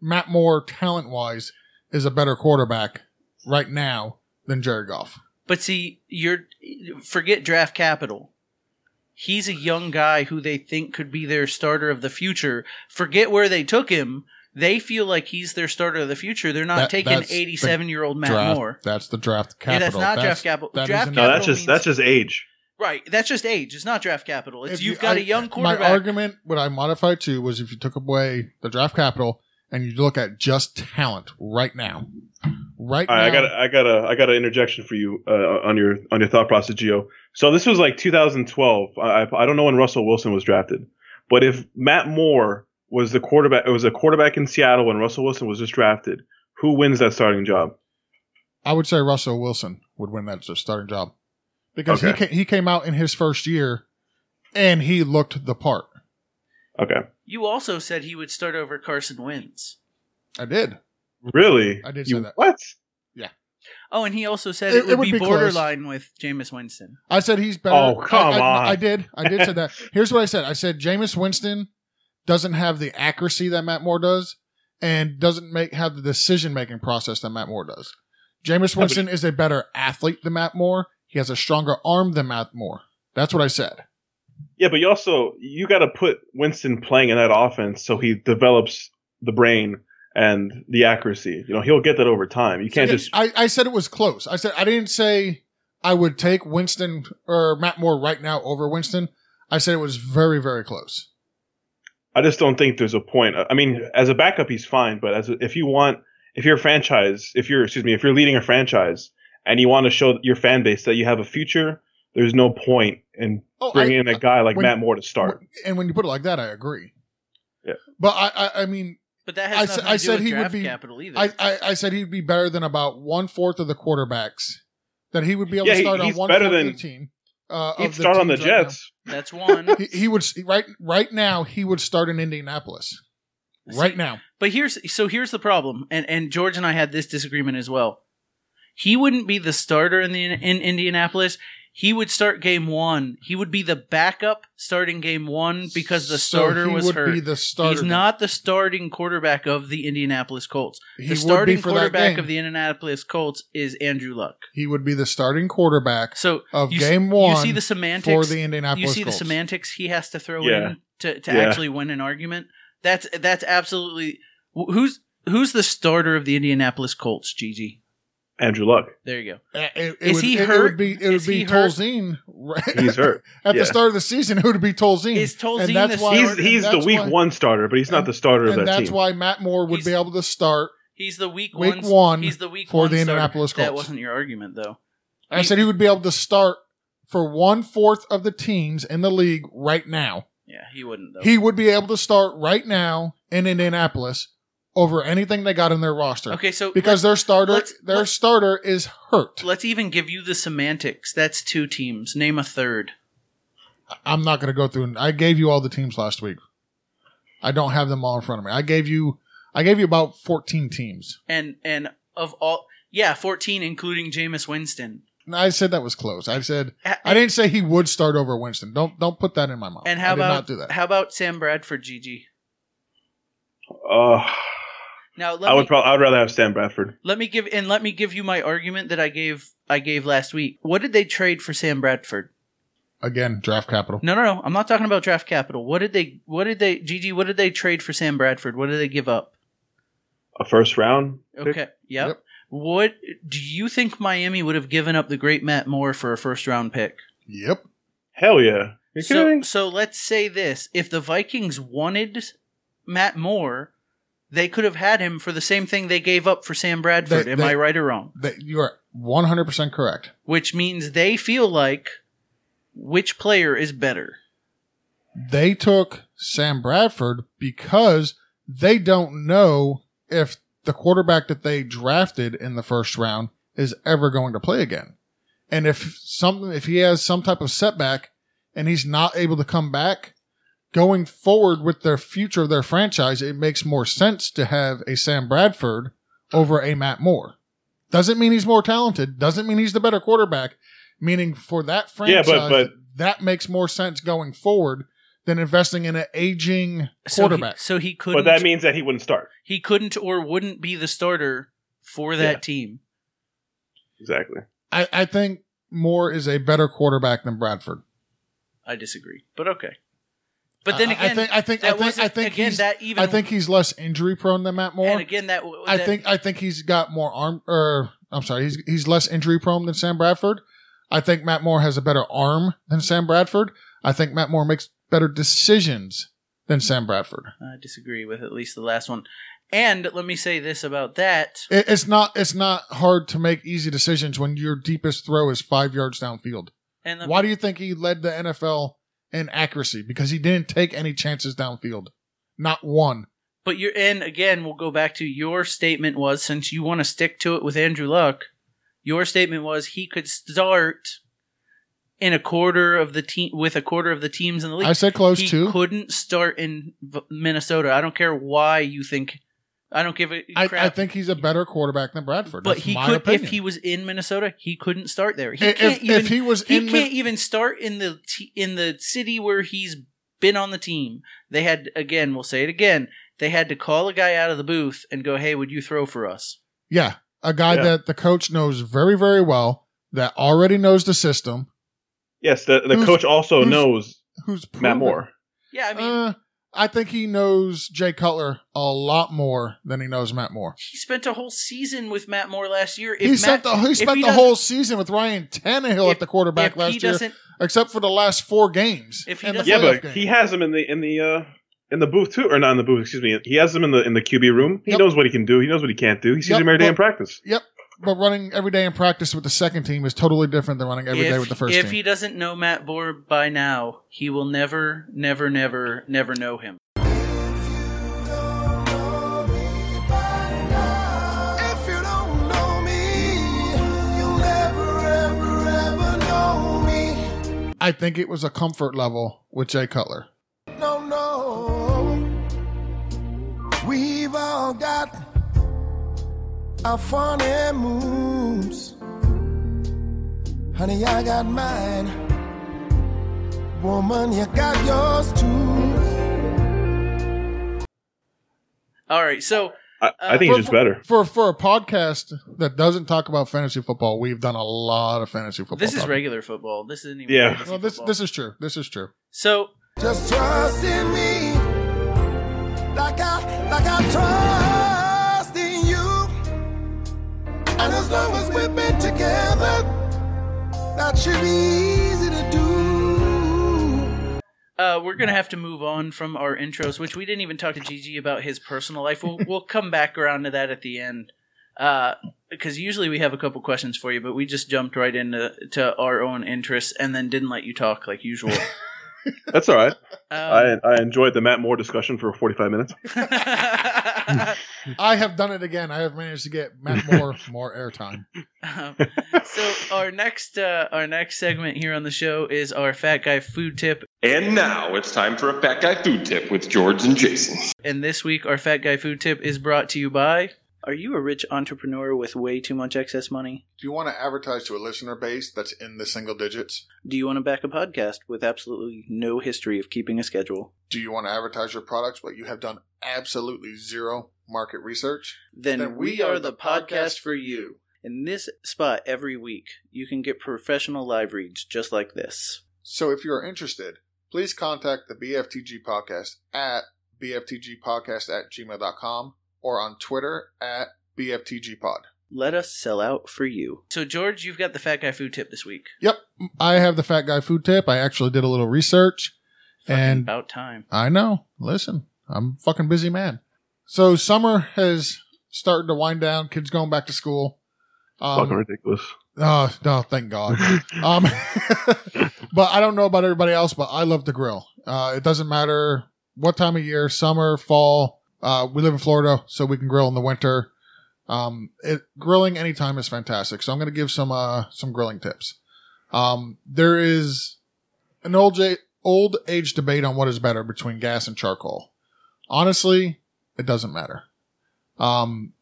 Speaker 2: Matt Moore talent wise is a better quarterback right now than Jared Goff.
Speaker 1: But see, you're forget draft capital. He's a young guy who they think could be their starter of the future. Forget where they took him. They feel like he's their starter of the future. They're not
Speaker 2: That-
Speaker 1: taking
Speaker 2: that's the
Speaker 1: eighty-seven-year-old Matt
Speaker 2: draft,
Speaker 1: Moore.
Speaker 2: That's the draft
Speaker 1: Yeah,
Speaker 2: capital.
Speaker 1: that's not draft capital.
Speaker 2: that
Speaker 1: Draft
Speaker 2: isn't-
Speaker 3: No, that's
Speaker 1: capital
Speaker 3: just that's
Speaker 1: means-
Speaker 3: just age.
Speaker 1: right. That's just age. It's not draft capital. It's
Speaker 2: If you-
Speaker 1: you've got
Speaker 2: I-
Speaker 1: a young
Speaker 2: My
Speaker 1: quarterback.
Speaker 2: argument, what I modified to, was if you took away the draft capital and you look at just talent right now, right
Speaker 3: All
Speaker 2: now,
Speaker 3: right, I got I got a I got an interjection for you uh, on your on your thought process, Gio. So this was like 2012. I I I don't know when Russell Wilson was drafted, but if Matt Moore was the quarterback, it was a quarterback in Seattle when Russell Wilson was just drafted. Who wins that starting job?
Speaker 2: I would say Russell Wilson would win that starting job because he
Speaker 3: Okay.
Speaker 2: ca- he came out in his first year and he looked the part.
Speaker 3: Okay,
Speaker 1: you also said he would start over Carson Wentz.
Speaker 2: I did.
Speaker 3: really?
Speaker 2: I did
Speaker 3: You-
Speaker 2: say that.
Speaker 3: What?
Speaker 1: Oh, and he also said
Speaker 2: It-
Speaker 1: it,
Speaker 2: it
Speaker 1: would,
Speaker 2: would
Speaker 1: be,
Speaker 2: be close.
Speaker 1: borderline with Jameis Winston.
Speaker 2: I said he's better.
Speaker 3: Oh, come
Speaker 2: I, I-
Speaker 3: on.
Speaker 2: I did. I did say that. Here's what I said. I said Jameis Winston doesn't have the accuracy that Matt Moore does, and doesn't make have the decision making process that Matt Moore does. Jameis
Speaker 3: but-
Speaker 2: Winston is a better athlete than Matt Moore. He has a stronger arm than Matt Moore. That's what I said.
Speaker 3: Yeah, but you also you got to put Winston playing in that offense so he develops the brain and the accuracy. You know, he'll get that over time. You can't
Speaker 2: Yeah,
Speaker 3: just
Speaker 2: I, I said it was close. I said I didn't say I would take Winston or Matt Moore right now over Winston. I said it was very, very close.
Speaker 3: I just don't think there's a point. I mean, as a backup, he's fine, but as a, if you want, if you're a franchise, if you're, excuse me, if you're leading a franchise and you want to show your fan base that you have a future, there's no point in
Speaker 2: Oh, I-
Speaker 3: bringing in a guy like
Speaker 2: when-
Speaker 3: Matt Moore to start.
Speaker 2: And when you put it like that, I agree.
Speaker 3: Yeah.
Speaker 2: But I, I, I mean,
Speaker 1: But that
Speaker 2: I
Speaker 1: has
Speaker 2: sa-
Speaker 1: nothing
Speaker 2: I
Speaker 1: to do
Speaker 2: said
Speaker 1: with
Speaker 2: he would
Speaker 1: draft
Speaker 2: be-
Speaker 1: capital either.
Speaker 2: I, I, I said he'd be better than about one fourth of the quarterbacks that he would be able
Speaker 3: Yeah,
Speaker 2: to
Speaker 3: he-
Speaker 2: start on
Speaker 3: he's
Speaker 2: one
Speaker 3: better
Speaker 2: fourth
Speaker 3: than-
Speaker 2: of the team. Uh,
Speaker 3: He'd
Speaker 2: of
Speaker 3: start on the
Speaker 2: teams right
Speaker 3: Jets.
Speaker 1: That's one.
Speaker 2: now. he, he would s- right right now. He would start in Indianapolis right now.
Speaker 1: But here's so here's the problem, and and George and I had this disagreement as well. He wouldn't be the starter in the in Indianapolis. He would start game one. He would be the backup starting game one because the
Speaker 2: So
Speaker 1: starter
Speaker 2: he
Speaker 1: was
Speaker 2: would
Speaker 1: hurt.
Speaker 2: Be the starter.
Speaker 1: He's not the starting quarterback of the Indianapolis Colts.
Speaker 2: He
Speaker 1: the
Speaker 2: would be
Speaker 1: starting
Speaker 2: for that
Speaker 1: quarterback
Speaker 2: game.
Speaker 1: of the Indianapolis Colts is Andrew Luck.
Speaker 2: He would be the starting quarterback
Speaker 1: So
Speaker 2: of
Speaker 1: you s-
Speaker 2: game
Speaker 1: you
Speaker 2: one.
Speaker 1: see the
Speaker 2: for
Speaker 1: semantics.
Speaker 2: the Indianapolis.
Speaker 1: you see
Speaker 2: Colts.
Speaker 1: the semantics he has to throw
Speaker 3: Yeah.
Speaker 1: in to, to
Speaker 3: Yeah.
Speaker 1: actually win an argument. That's that's absolutely wh- who's who's the starter of the Indianapolis Colts, Gigi.
Speaker 3: Andrew Luck.
Speaker 1: There you go.
Speaker 2: Uh, It, it
Speaker 1: Is
Speaker 2: would,
Speaker 1: he
Speaker 2: it, It would
Speaker 1: hurt?
Speaker 2: be. It
Speaker 1: Is
Speaker 2: would be
Speaker 1: he hurt?
Speaker 2: Tolzien. Right?
Speaker 3: He's hurt.
Speaker 2: At
Speaker 3: Yeah.
Speaker 2: the start of the season, it would be Tolzien.
Speaker 1: Is Tolzien
Speaker 2: And that's
Speaker 1: the
Speaker 2: why-
Speaker 3: He's
Speaker 1: starter?
Speaker 3: he's the
Speaker 2: that's
Speaker 3: week
Speaker 2: why-
Speaker 3: one starter, but he's not the starter
Speaker 2: and
Speaker 3: of that
Speaker 2: that's
Speaker 3: team.
Speaker 2: why Matt Moore would
Speaker 1: He's-
Speaker 2: be able to start.
Speaker 1: He's the week,
Speaker 2: Week
Speaker 1: one.
Speaker 2: one
Speaker 1: He's the week
Speaker 2: for
Speaker 1: one
Speaker 2: the
Speaker 1: starter.
Speaker 2: Indianapolis
Speaker 1: That
Speaker 2: Colts.
Speaker 1: wasn't your argument though.
Speaker 2: I said he would be able to start for one fourth of the teams in the league right now.
Speaker 1: Yeah, he wouldn't though.
Speaker 2: He would be able to start right now in Indianapolis over anything they got in their roster
Speaker 1: okay, so
Speaker 2: because their starter
Speaker 1: let's-
Speaker 2: their
Speaker 1: let's-
Speaker 2: starter is hurt.
Speaker 1: let's, let's even give you the semantics. That's two teams. Name a third.
Speaker 2: I'm not going to go through. and- I gave you all the teams last week. I don't have them all in front of me. I gave you I gave you about 14 teams.
Speaker 1: And and of all yeah, fourteen including Jameis Winston.
Speaker 2: And I said that was close. I said
Speaker 1: A-
Speaker 2: I didn't say he would start over Winston. Don't don't put that in my mouth.
Speaker 1: and how
Speaker 2: I did
Speaker 1: about
Speaker 2: not do that?
Speaker 1: how about Sam Bradford, Gigi?
Speaker 3: Uh,
Speaker 1: Now let
Speaker 3: I
Speaker 1: me,
Speaker 3: would probably I would rather have Sam Bradford.
Speaker 1: Let me give and let me give you my argument that I gave I gave last week. What did they trade for Sam Bradford?
Speaker 2: Again, draft capital.
Speaker 1: No, no, no. I'm not talking about draft capital. What did they what did they GG, what did they trade for Sam Bradford? What did they give up?
Speaker 3: A first round. pick?
Speaker 1: Okay. Yep.
Speaker 2: Yep.
Speaker 1: What do you think Miami would have given up the great Matt Moore for a first round pick?
Speaker 2: Yep.
Speaker 3: Hell yeah. You
Speaker 1: So,
Speaker 3: kidding?
Speaker 1: so let's say this: if the Vikings wanted Matt Moore, they could have had him for the same thing they gave up for Sam Bradford.
Speaker 2: They-
Speaker 1: Am
Speaker 2: they-
Speaker 1: I right or wrong?
Speaker 2: That you are 100% correct.
Speaker 1: Which means they feel like which player is better.
Speaker 2: They took Sam Bradford because they don't know if the quarterback that they drafted in the first round is ever going to play again. And if something, if he has some type of setback and he's not able to come back, going forward with their future of their franchise, it makes more sense to have a Sam Bradford over a Matt Moore. Doesn't mean he's more talented. Doesn't mean he's the better quarterback. Meaning for that
Speaker 3: Yeah,
Speaker 2: franchise,
Speaker 3: but- but-
Speaker 2: that makes more sense going forward than investing in an aging
Speaker 1: So he-
Speaker 2: quarterback.
Speaker 1: So he, couldn't.
Speaker 3: But that means that he wouldn't start.
Speaker 1: he couldn't or wouldn't be the starter for that
Speaker 3: Yeah.
Speaker 1: team.
Speaker 3: Exactly.
Speaker 2: I, I think Moore is a better quarterback than Bradford.
Speaker 1: I disagree, but okay. But then
Speaker 2: I-
Speaker 1: again,
Speaker 2: I think I think
Speaker 1: that
Speaker 2: I think I
Speaker 1: wasn't-
Speaker 2: think
Speaker 1: again
Speaker 2: he's,
Speaker 1: that even
Speaker 2: I think he's less injury prone than Matt Moore.
Speaker 1: and again that, w-
Speaker 2: I
Speaker 1: that-
Speaker 2: think I think he's got more arm or I'm sorry, he's he's less injury prone than Sam Bradford. I think Matt Moore has a better arm than Sam Bradford. I think Matt Moore makes better decisions than Sam Bradford.
Speaker 1: I disagree with at least the last one. And let me say this about that.
Speaker 2: It, it's not it's not hard to make easy decisions when your deepest throw is five yards downfield.
Speaker 1: And let
Speaker 2: Why do you think he led the NFL in accuracy? Because he didn't take any chances downfield. Not one.
Speaker 1: But you're and again, we'll go back to your statement was since you want to stick to it with Andrew Luck, your statement was he could start in a quarter of the team with a quarter of the teams in the league.
Speaker 2: I said close
Speaker 1: he
Speaker 2: to.
Speaker 1: couldn't start in v- Minnesota. I don't care why you think. I don't give a
Speaker 2: I,
Speaker 1: crap.
Speaker 2: I think he's a better quarterback than Bradford.
Speaker 1: but
Speaker 2: That's
Speaker 1: he
Speaker 2: my
Speaker 1: could
Speaker 2: opinion.
Speaker 1: if he was in Minnesota, he couldn't start there. He
Speaker 2: I- if,
Speaker 1: can't
Speaker 2: if
Speaker 1: even
Speaker 2: he was
Speaker 1: he
Speaker 2: in Min-
Speaker 1: can't even start in the t- in the city where he's been on the team. They had again, we'll say it again. They had to call a guy out of the booth and go, "Hey, would you throw for us?"
Speaker 2: yeah, a guy
Speaker 3: Yeah.
Speaker 2: that the coach knows very very well, that already knows the system,
Speaker 3: Yes, the, the
Speaker 2: Who's-
Speaker 3: coach also
Speaker 2: who's
Speaker 3: knows
Speaker 2: who's proven,
Speaker 3: Matt Moore.
Speaker 1: Yeah, I mean,
Speaker 2: Uh, I think he knows Jay Cutler a lot more than he knows Matt Moore.
Speaker 1: he spent a whole season with Matt Moore last year. If
Speaker 2: he
Speaker 1: Matt,
Speaker 2: spent the he
Speaker 1: if
Speaker 2: spent
Speaker 1: he
Speaker 2: the whole season with Ryan Tannehill
Speaker 1: If-
Speaker 2: at the quarterback
Speaker 1: if he
Speaker 2: last year,
Speaker 1: doesn't,
Speaker 2: except for the last four games.
Speaker 1: If he
Speaker 2: and the
Speaker 1: doesn't-
Speaker 3: Yeah,
Speaker 2: playoff
Speaker 3: but
Speaker 2: game.
Speaker 3: he has him in the in the uh in the booth too, or not in the booth. Excuse me. He has him in the in the QB room. He
Speaker 2: Yep.
Speaker 3: knows what he can do. He knows what he can't do. He sees
Speaker 2: Yep,
Speaker 3: him every day in
Speaker 2: but-
Speaker 3: practice.
Speaker 2: but running every day in practice with the second team is totally different than running every day
Speaker 1: if,
Speaker 2: with the first
Speaker 1: if
Speaker 2: team.
Speaker 1: he doesn't know Matt Moore by now, he will never, never, never, never know him.
Speaker 4: If you don't know me, you'll never, ever, ever know me.
Speaker 2: I think it was a comfort level with Jay Cutler.
Speaker 4: No, no. We've all got our funny moves. Honey, I got mine. Woman, you got yours too.
Speaker 1: All right, so
Speaker 3: I, I think
Speaker 2: Uh, for-
Speaker 3: he's just better.
Speaker 2: For for a podcast that doesn't talk about fantasy football, we've done a lot of fantasy football.
Speaker 1: this is
Speaker 2: talking.
Speaker 1: regular football. This isn't even
Speaker 3: Yeah.
Speaker 1: fantasy
Speaker 2: Well, this
Speaker 1: football.
Speaker 2: this is true. This is true.
Speaker 1: so
Speaker 4: Just trust in me. Like I, like I trust in you. And as long as we've been together, that should be easy to do.
Speaker 1: Uh, we're gonna have to move on from our intros, which we didn't even talk to Gigi about his personal life. We'll we'll come back around to that at the end, because usually we have a couple questions for you, but we just jumped right into to our own interests and then didn't let you talk like usual.
Speaker 3: That's all right.
Speaker 2: Oh.
Speaker 1: Um,
Speaker 3: I I enjoyed the Matt Moore discussion for 45 minutes.
Speaker 2: I have done it again. I have managed to get Matt Moore more airtime.
Speaker 1: Um, so our next uh, our next segment here on the show is our fat guy food tip,
Speaker 5: And now it's time for a Fat Guy Food Tip with George and Jason.
Speaker 1: and this week our fat guy food tip is brought to you by. Are you a rich entrepreneur with way too much excess money?
Speaker 2: Do you want to advertise to a listener base that's in the single digits?
Speaker 1: Do you want to back a podcast with absolutely no history of keeping a schedule?
Speaker 2: Do you want to advertise your products but you have done absolutely zero market research?
Speaker 1: Then,
Speaker 2: Then
Speaker 1: we, are, the podcast for you. In this spot every week, you can get professional live reads just like this.
Speaker 2: So if you are interested, please contact the BFTG podcast at bftgpodcast at gmail.com or on Twitter at bftgpod.
Speaker 6: Let us sell out for you.
Speaker 1: So, George, you've got the fat guy food tip this week.
Speaker 2: I have the fat guy food tip. I actually did a little research,
Speaker 1: Fucking
Speaker 2: and
Speaker 1: about time.
Speaker 2: I know. Listen, I'm a fucking busy man. So summer has started to wind down. Kids going back to school.
Speaker 3: Fucking
Speaker 2: Um,
Speaker 3: ridiculous.
Speaker 2: oh no, thank God. Um, but I don't know about everybody else, but I love to grill. Uh, it doesn't matter what time of year, summer, fall. Uh, we live in Florida, so we can grill in the winter. Um, it, grilling anytime is fantastic. So I'm going to give some uh, some grilling tips. Um, there is an old age, old age debate on what is better between gas and charcoal. Honestly, it doesn't matter. Um,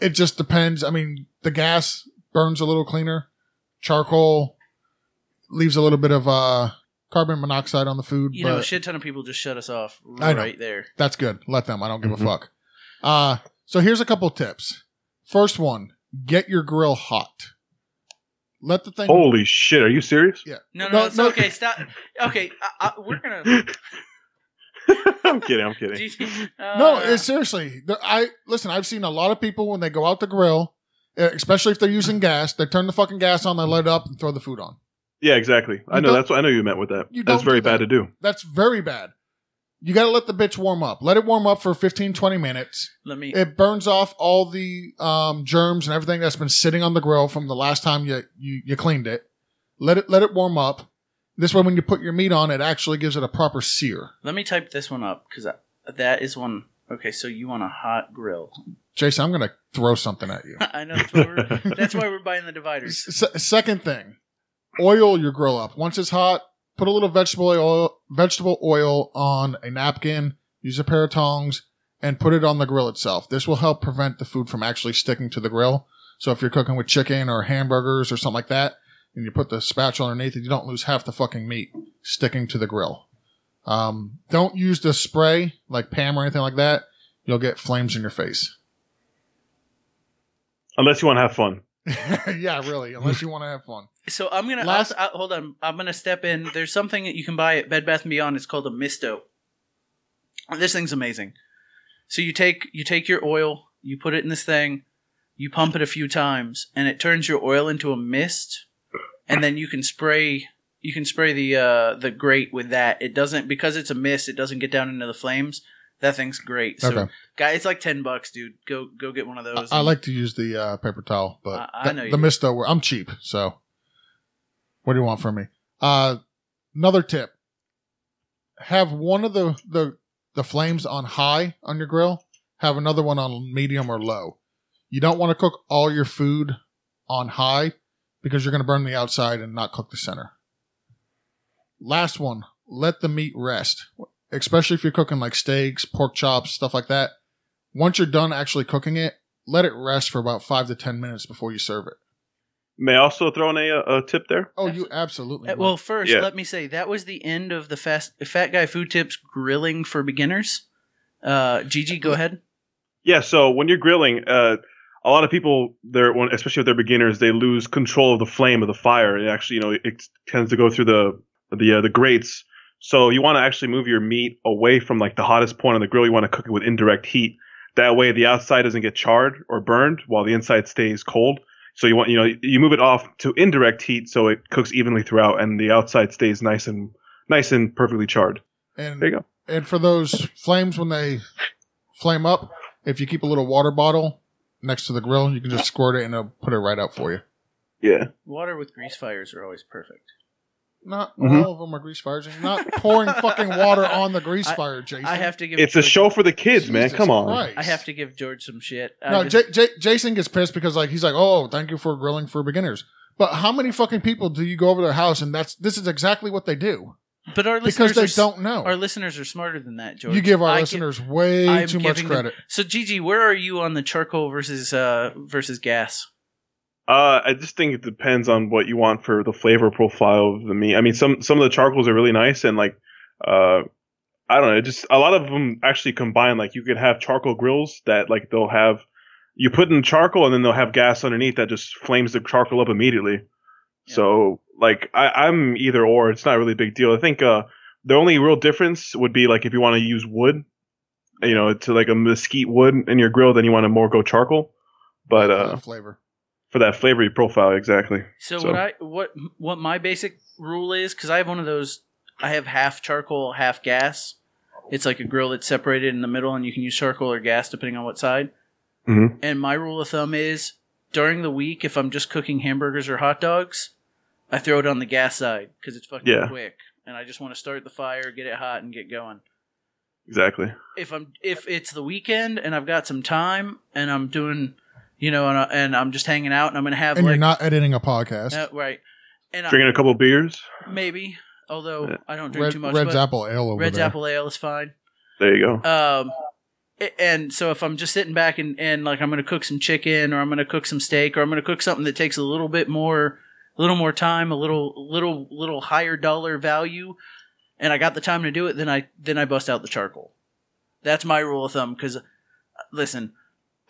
Speaker 2: it just depends. I mean, the gas burns a little cleaner. Charcoal leaves a little bit of uh, carbon monoxide on the food.
Speaker 1: You
Speaker 2: but
Speaker 1: know, a shit ton of people just shut us off
Speaker 2: I know.
Speaker 1: right there.
Speaker 2: that's good. Let them. I don't give
Speaker 3: Mhm.
Speaker 2: a fuck. Uh, so here's a couple tips. First one, get your grill hot. Let the thing.
Speaker 3: Holy shit! Are you serious?
Speaker 2: Yeah.
Speaker 1: No, no,
Speaker 2: No,
Speaker 1: it's
Speaker 2: no.
Speaker 1: okay. Stop. Okay, I, I, we're gonna.
Speaker 3: I'm kidding. I'm kidding.
Speaker 2: No,
Speaker 1: Uh,
Speaker 2: it's seriously. the- I listen. I've seen a lot of people when they go out to grill, uh, especially if they're using gas. They turn the fucking gas on, they light it up, and throw the food on.
Speaker 3: Yeah, exactly. I
Speaker 2: You
Speaker 3: know
Speaker 2: don't-
Speaker 3: that's what I know you meant with that.
Speaker 2: you
Speaker 3: That's
Speaker 2: don't
Speaker 3: very
Speaker 2: do that.
Speaker 3: bad to do.
Speaker 2: That's very bad. You got to let the bitch warm up. Let it warm up for 15, 20 minutes.
Speaker 1: Let me.
Speaker 2: It burns off all the um, germs and everything that's been sitting on the grill from the last time you, you you cleaned it. Let it let it warm up. This way, when you put your meat on, it actually gives it a proper sear.
Speaker 1: Let me type this one up because that is one. Okay, so you want a hot grill?
Speaker 2: Jason, I'm gonna throw something at you.
Speaker 1: I know. That's, what we're, that's why we're buying the dividers.
Speaker 2: S- second thing, oil your grill up. Once it's hot, put a little vegetable oil, vegetable oil on a napkin. Use a pair of tongs and put it on the grill itself. This will help prevent the food from actually sticking to the grill. So if you're cooking with chicken or hamburgers or something like that, and you put the spatula underneath it, you don't lose half the fucking meat sticking to the grill. Um, don't use the spray like Pam or anything like that. You'll get flames in your face.
Speaker 3: Unless you want to have fun.
Speaker 2: yeah, really. Unless you want to have fun.
Speaker 1: So I'm gonna.
Speaker 2: Last-
Speaker 1: I- I- hold on. I'm gonna step in. There's something that you can buy at Bed Bath and Beyond. It's called a Misto. This thing's amazing. So you take you take your oil, you put it in this thing, you pump it a few times, and it turns your oil into a mist, and then you can spray you can spray the uh, the grate with that. It doesn't because it's a mist. It doesn't get down into the flames. That thing's great. So,
Speaker 2: Okay.
Speaker 1: guy, it's like ten bucks, dude. Go go get one of those.
Speaker 2: I, I like to use the uh, paper towel, but
Speaker 1: I- I
Speaker 2: th-
Speaker 1: know you
Speaker 2: the
Speaker 1: do.
Speaker 2: mist though, I'm cheap, so what do you want from me? Uh, another tip: have one of the the the flames on high on your grill. Have another one on medium or low. You don't want to cook all your food on high because you're going to burn the outside and not cook the center. Last one: let the meat rest, especially if you're cooking like steaks, pork chops, stuff like that. Once you're done actually cooking it, let it rest for about five to ten minutes before you serve it.
Speaker 3: May I also throw in a, uh, a tip there?
Speaker 2: Oh, you absolutely.
Speaker 1: Uh,
Speaker 2: will.
Speaker 1: Well, first,
Speaker 3: Yeah.
Speaker 1: let me say that was the end of the fast, Fat Guy Food Tips grilling for beginners. Uh, Gigi, go ahead.
Speaker 3: Yeah. So when you're grilling, uh, a lot of people, they're when, especially if they're beginners, they lose control of the flame of the fire. It actually, you know, it tends to go through the the uh, the grates. So you want to actually move your meat away from like the hottest point on the grill. You want to cook it with indirect heat. That way, the outside doesn't get charred or burned, while the inside stays cold. So you want you know you move it off to indirect heat, so it cooks evenly throughout, and the outside stays nice and nice and perfectly charred.
Speaker 2: and
Speaker 3: There you go.
Speaker 2: and for those flames when they flame up, if you keep a little water bottle next to the grill, you can just squirt it and it'll put it right out for you.
Speaker 3: Yeah.
Speaker 1: Water with grease fires are always perfect.
Speaker 2: Not
Speaker 3: Mhm.
Speaker 2: all of them are grease fires. and You're not pouring fucking water on the grease fire, Jason.
Speaker 1: I have to give.
Speaker 3: It's a
Speaker 1: George-
Speaker 3: show for the kids, man.
Speaker 2: Jesus
Speaker 3: Come on.
Speaker 2: Christ.
Speaker 1: I have to give George some shit. I
Speaker 2: No,
Speaker 1: just-
Speaker 2: J- J- Jason gets pissed because like he's like, "Oh, thank you for grilling for beginners." But how many fucking people do you go over their house and that's this is exactly what they do
Speaker 1: but our listeners
Speaker 2: because they
Speaker 1: are s-
Speaker 2: don't know.
Speaker 1: Our listeners are smarter than that, George.
Speaker 2: you give our
Speaker 1: I gi-
Speaker 2: listeners way
Speaker 1: I'm
Speaker 2: too much
Speaker 1: giving them-
Speaker 2: credit.
Speaker 1: so, Gigi, where are you on the charcoal versus uh, versus gas?
Speaker 3: Uh, I just think it depends on what you want for the flavor profile of the meat. I mean, some some of the charcoals are really nice, and like, uh, I don't know, just a lot of them actually combine. Like, you could have charcoal grills that like they'll have you put in charcoal, and then they'll have gas underneath that just flames the charcoal up immediately.
Speaker 1: Yeah.
Speaker 3: So like, I, I'm either or. It's not really a big deal. I think uh, the only real difference would be like if you want to use wood, you know, to like a mesquite wood in your grill, then you want to more go charcoal. But
Speaker 2: for
Speaker 3: uh,
Speaker 2: the flavor.
Speaker 3: for that flavory profile, exactly.
Speaker 1: So,
Speaker 3: So-
Speaker 1: what I what what my basic rule is because I have one of those. I have half charcoal, half gas. It's like a grill that's separated in the middle, and you can use charcoal or gas depending on what side.
Speaker 2: Mm-hmm.
Speaker 3: Mhm.
Speaker 1: And my rule of thumb is during the week, if I'm just cooking hamburgers or hot dogs, I throw it on the gas side because it's fucking
Speaker 3: Yeah.
Speaker 1: quick, and I just want to start the fire, get it hot, and get going
Speaker 3: Exactly.
Speaker 1: if I'm if it's the weekend and I've got some time and I'm doing, you know, and, I, and I'm just hanging out and I'm gonna have
Speaker 2: And
Speaker 1: like
Speaker 2: you're not editing a podcast.
Speaker 1: uh, right, and I,
Speaker 3: Drinking a couple beers.
Speaker 1: maybe although
Speaker 3: Yeah.
Speaker 1: I don't drink
Speaker 2: Red,
Speaker 1: too much,
Speaker 2: Red's
Speaker 1: but
Speaker 2: apple ale over
Speaker 1: Red's
Speaker 2: there.
Speaker 1: apple ale is fine.
Speaker 3: There you go.
Speaker 1: Um, a- and so if I'm just sitting back and and like I'm gonna cook some chicken or I'm gonna cook some steak or I'm gonna cook something that takes a little bit more, a little more time, a little little little higher dollar value, and I got the time to do it, then I then I bust out the charcoal. That's my rule of thumb. Because listen,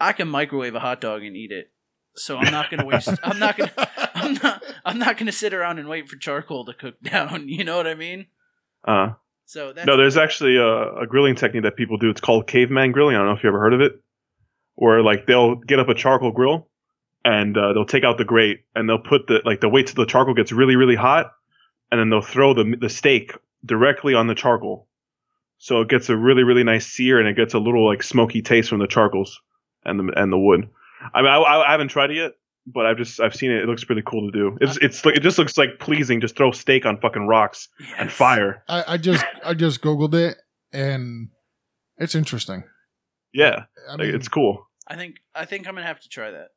Speaker 1: I can microwave a hot dog and eat it, so I'm not gonna waste. I'm not gonna. I'm not. I'm not gonna sit around and wait for charcoal to cook down. You know what I mean?
Speaker 3: Uh,
Speaker 1: So that's
Speaker 3: no, there's actually a, a grilling technique that people do. It's called caveman grilling. I don't know if you ever heard of it. Where like they'll get up a charcoal grill and uh, they'll take out the grate and they'll put the like they'll wait till the charcoal gets really really hot and then they'll throw the the steak directly on the charcoal. So it gets a really really nice sear and it gets a little like smoky taste from the charcoals and the and the wood. I mean I, I haven't tried it yet, but I've just I've seen it. It looks pretty cool to do. It's it's like it just looks like pleasing. Just throw steak on fucking rocks and
Speaker 1: Yes.
Speaker 3: fire.
Speaker 2: I, I just I just googled it and it's interesting.
Speaker 3: Yeah,
Speaker 2: I
Speaker 3: like,
Speaker 2: mean,
Speaker 3: it's cool.
Speaker 1: I think I think I'm gonna have to try that.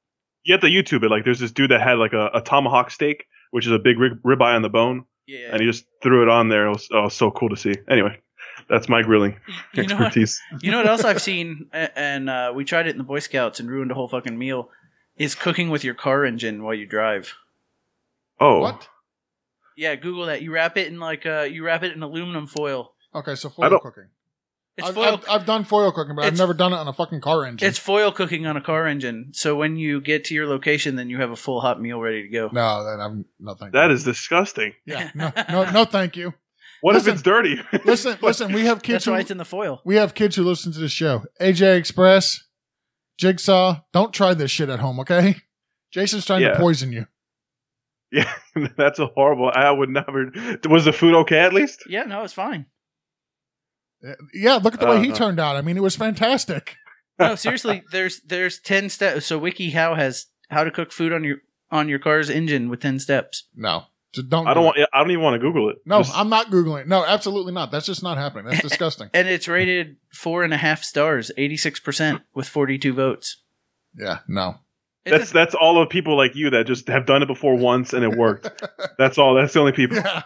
Speaker 3: you have to YouTube it. Like, there's this dude that had like a, a tomahawk steak, which is a big rib- ribeye on the bone,
Speaker 1: Yeah.
Speaker 3: and he just threw it on there. It was, oh, it was so cool to see. Anyway, that's my grilling
Speaker 1: you know what?
Speaker 3: expertise.
Speaker 1: You know what else I've seen, a- and uh, we tried it in the Boy Scouts and ruined a whole fucking meal. Is cooking with your car engine while you drive.
Speaker 3: Oh,
Speaker 2: what?
Speaker 1: Yeah, Google that. You wrap it in like uh, you wrap it in aluminum foil.
Speaker 2: Okay, so
Speaker 3: I
Speaker 2: foil
Speaker 3: don't-
Speaker 2: cooking.
Speaker 1: It's
Speaker 2: I've,
Speaker 1: foil.
Speaker 2: I've, I've done foil cooking, but I've
Speaker 1: It's-
Speaker 2: never done it on a fucking car engine.
Speaker 1: it's foil cooking on a car engine. So when you get to your location, then you have a full hot meal ready to go.
Speaker 2: no, that I'm no thank
Speaker 3: that
Speaker 2: you.
Speaker 3: is disgusting.
Speaker 2: yeah, no, no, no, thank you.
Speaker 3: What
Speaker 2: Listen.
Speaker 3: if it's dirty?
Speaker 2: Listen, listen, we have kids
Speaker 1: That's
Speaker 2: who,
Speaker 1: why it's in the foil.
Speaker 2: we have kids who listen to this show. AJ Express, Jigsaw, don't try this shit at home, okay? Jason's trying to
Speaker 3: Yeah.
Speaker 2: poison you.
Speaker 3: yeah, that's a horrible. I would never. Was the food okay at least?
Speaker 1: Yeah, no, it's fine.
Speaker 2: Yeah, look at the
Speaker 3: Uh,
Speaker 2: way he
Speaker 3: uh.
Speaker 2: turned out. I mean, it was fantastic.
Speaker 1: No, seriously, there's there's ten steps. So WikiHow has how to cook food on your on your car's engine with ten steps.
Speaker 2: No, just don't. do
Speaker 3: I don't
Speaker 2: it.
Speaker 3: want. I don't even want to Google it.
Speaker 2: No,
Speaker 3: Just-
Speaker 2: I'm not googling. it. No, absolutely not. That's just not happening. That's disgusting.
Speaker 1: And it's rated four and a half stars, eighty six percent with forty two votes.
Speaker 2: yeah, no.
Speaker 1: It's a-
Speaker 3: that's that's all of people like you that just have done it before once and it worked. that's all. That's the only people.
Speaker 2: Yeah.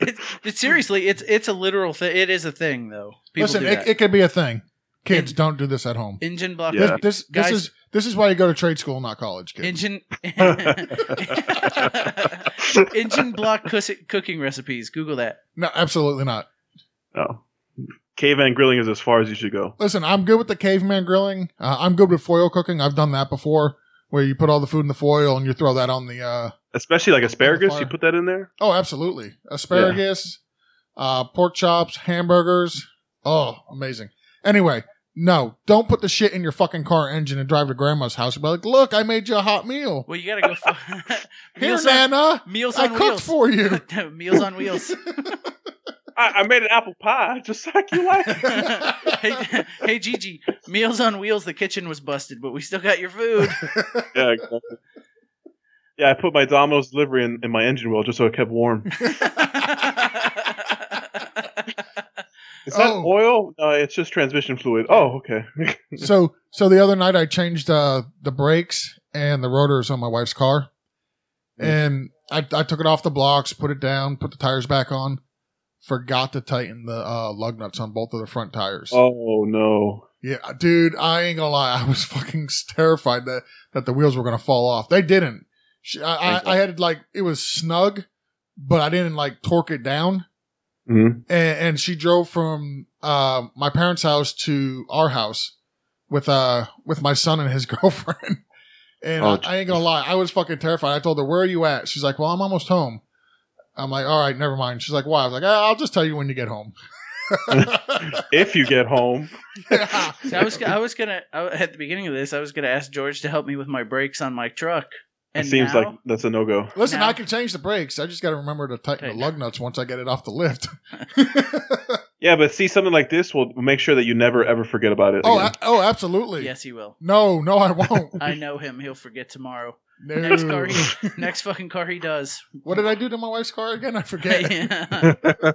Speaker 1: it's, it's seriously, it's it's a literal thing. It is a thing, though. People
Speaker 2: Listen,
Speaker 1: do
Speaker 2: it,
Speaker 1: that.
Speaker 2: it could be a thing. Kids,
Speaker 1: It-
Speaker 2: don't do this at home.
Speaker 1: engine block.
Speaker 3: Yeah.
Speaker 2: This, this, this
Speaker 1: Guys-
Speaker 2: is this is why you go to trade school, not college, kids.
Speaker 1: Engine. engine block cus- cooking recipes. Google that.
Speaker 2: No, absolutely not.
Speaker 3: No. Oh. Caveman grilling is as far as you should go.
Speaker 2: Listen, I'm good with the caveman grilling. Uh, I'm good with foil cooking. I've done that before, where you put all the food in the foil and you throw that on the. Uh,
Speaker 3: Especially like asparagus.
Speaker 2: fire.
Speaker 3: You put that in there.
Speaker 2: oh, absolutely, asparagus, uh, pork chops, hamburgers. Oh, amazing. Anyway, no, don't put the shit in your fucking car engine and drive to grandma's house and be like, "Look, I made you a hot meal."
Speaker 1: Well, you gotta go. For-
Speaker 2: Here,
Speaker 1: meals on,
Speaker 2: Nana,
Speaker 1: meals
Speaker 2: I
Speaker 1: on
Speaker 2: cooked
Speaker 1: wheels.
Speaker 2: for you.
Speaker 1: meals on wheels.
Speaker 3: I, I made an apple pie just like you like. it.
Speaker 1: hey, hey, Gigi. Meals on wheels. The kitchen was busted, but we still got your food.
Speaker 3: yeah, exactly. yeah. I put my Domino's delivery in, in my engine wheel just so it kept warm. Is that
Speaker 2: Oh.
Speaker 3: oil? No, it's just transmission fluid. Oh, okay.
Speaker 2: so, so the other night I changed uh, the brakes and the rotors on my wife's car,
Speaker 3: Mm.
Speaker 2: and I, I took it off the blocks, put it down, put the tires back on. Forgot to tighten the uh, lug nuts on both of the front tires.
Speaker 3: oh no.
Speaker 2: Yeah, dude, I ain't gonna lie, I was fucking terrified that that the wheels were gonna fall off. They didn't. She, I, I,
Speaker 3: Thank
Speaker 2: I had like it was snug, but I didn't like torque it down.
Speaker 3: Mhm.
Speaker 2: and, and she drove from uh, my parents' house to our house with uh with my son and his girlfriend. And
Speaker 3: Oh,
Speaker 2: I, I ain't gonna lie, I was fucking terrified. I told her, "Where are you at?" She's like, "Well, I'm almost home." I'm like, "All right, never mind." She's like, "Why?" I was like, "Ah, "I'll just tell you when you get home."
Speaker 3: if you get home.
Speaker 2: Yeah.
Speaker 1: So I was I was gonna I, at the beginning of this I was gonna ask George to help me with my brakes on my truck.
Speaker 3: It
Speaker 1: And
Speaker 3: seems
Speaker 1: now-
Speaker 3: like that's a no go.
Speaker 2: Listen,
Speaker 1: Now-
Speaker 2: I can change the brakes. I just got to remember to tighten the
Speaker 1: Tighten
Speaker 2: lug nuts once I get it off the lift. Oh,
Speaker 3: Yeah, but see, something like this will make sure that you never ever forget about it.
Speaker 2: oh,
Speaker 3: again.
Speaker 2: a- oh, absolutely.
Speaker 1: yes, he will.
Speaker 2: No, no, I won't.
Speaker 1: I know him. He'll forget tomorrow.
Speaker 2: No.
Speaker 1: Next car he next fucking car he does.
Speaker 2: What did I do to my wife's car again? I forget.
Speaker 1: Yeah.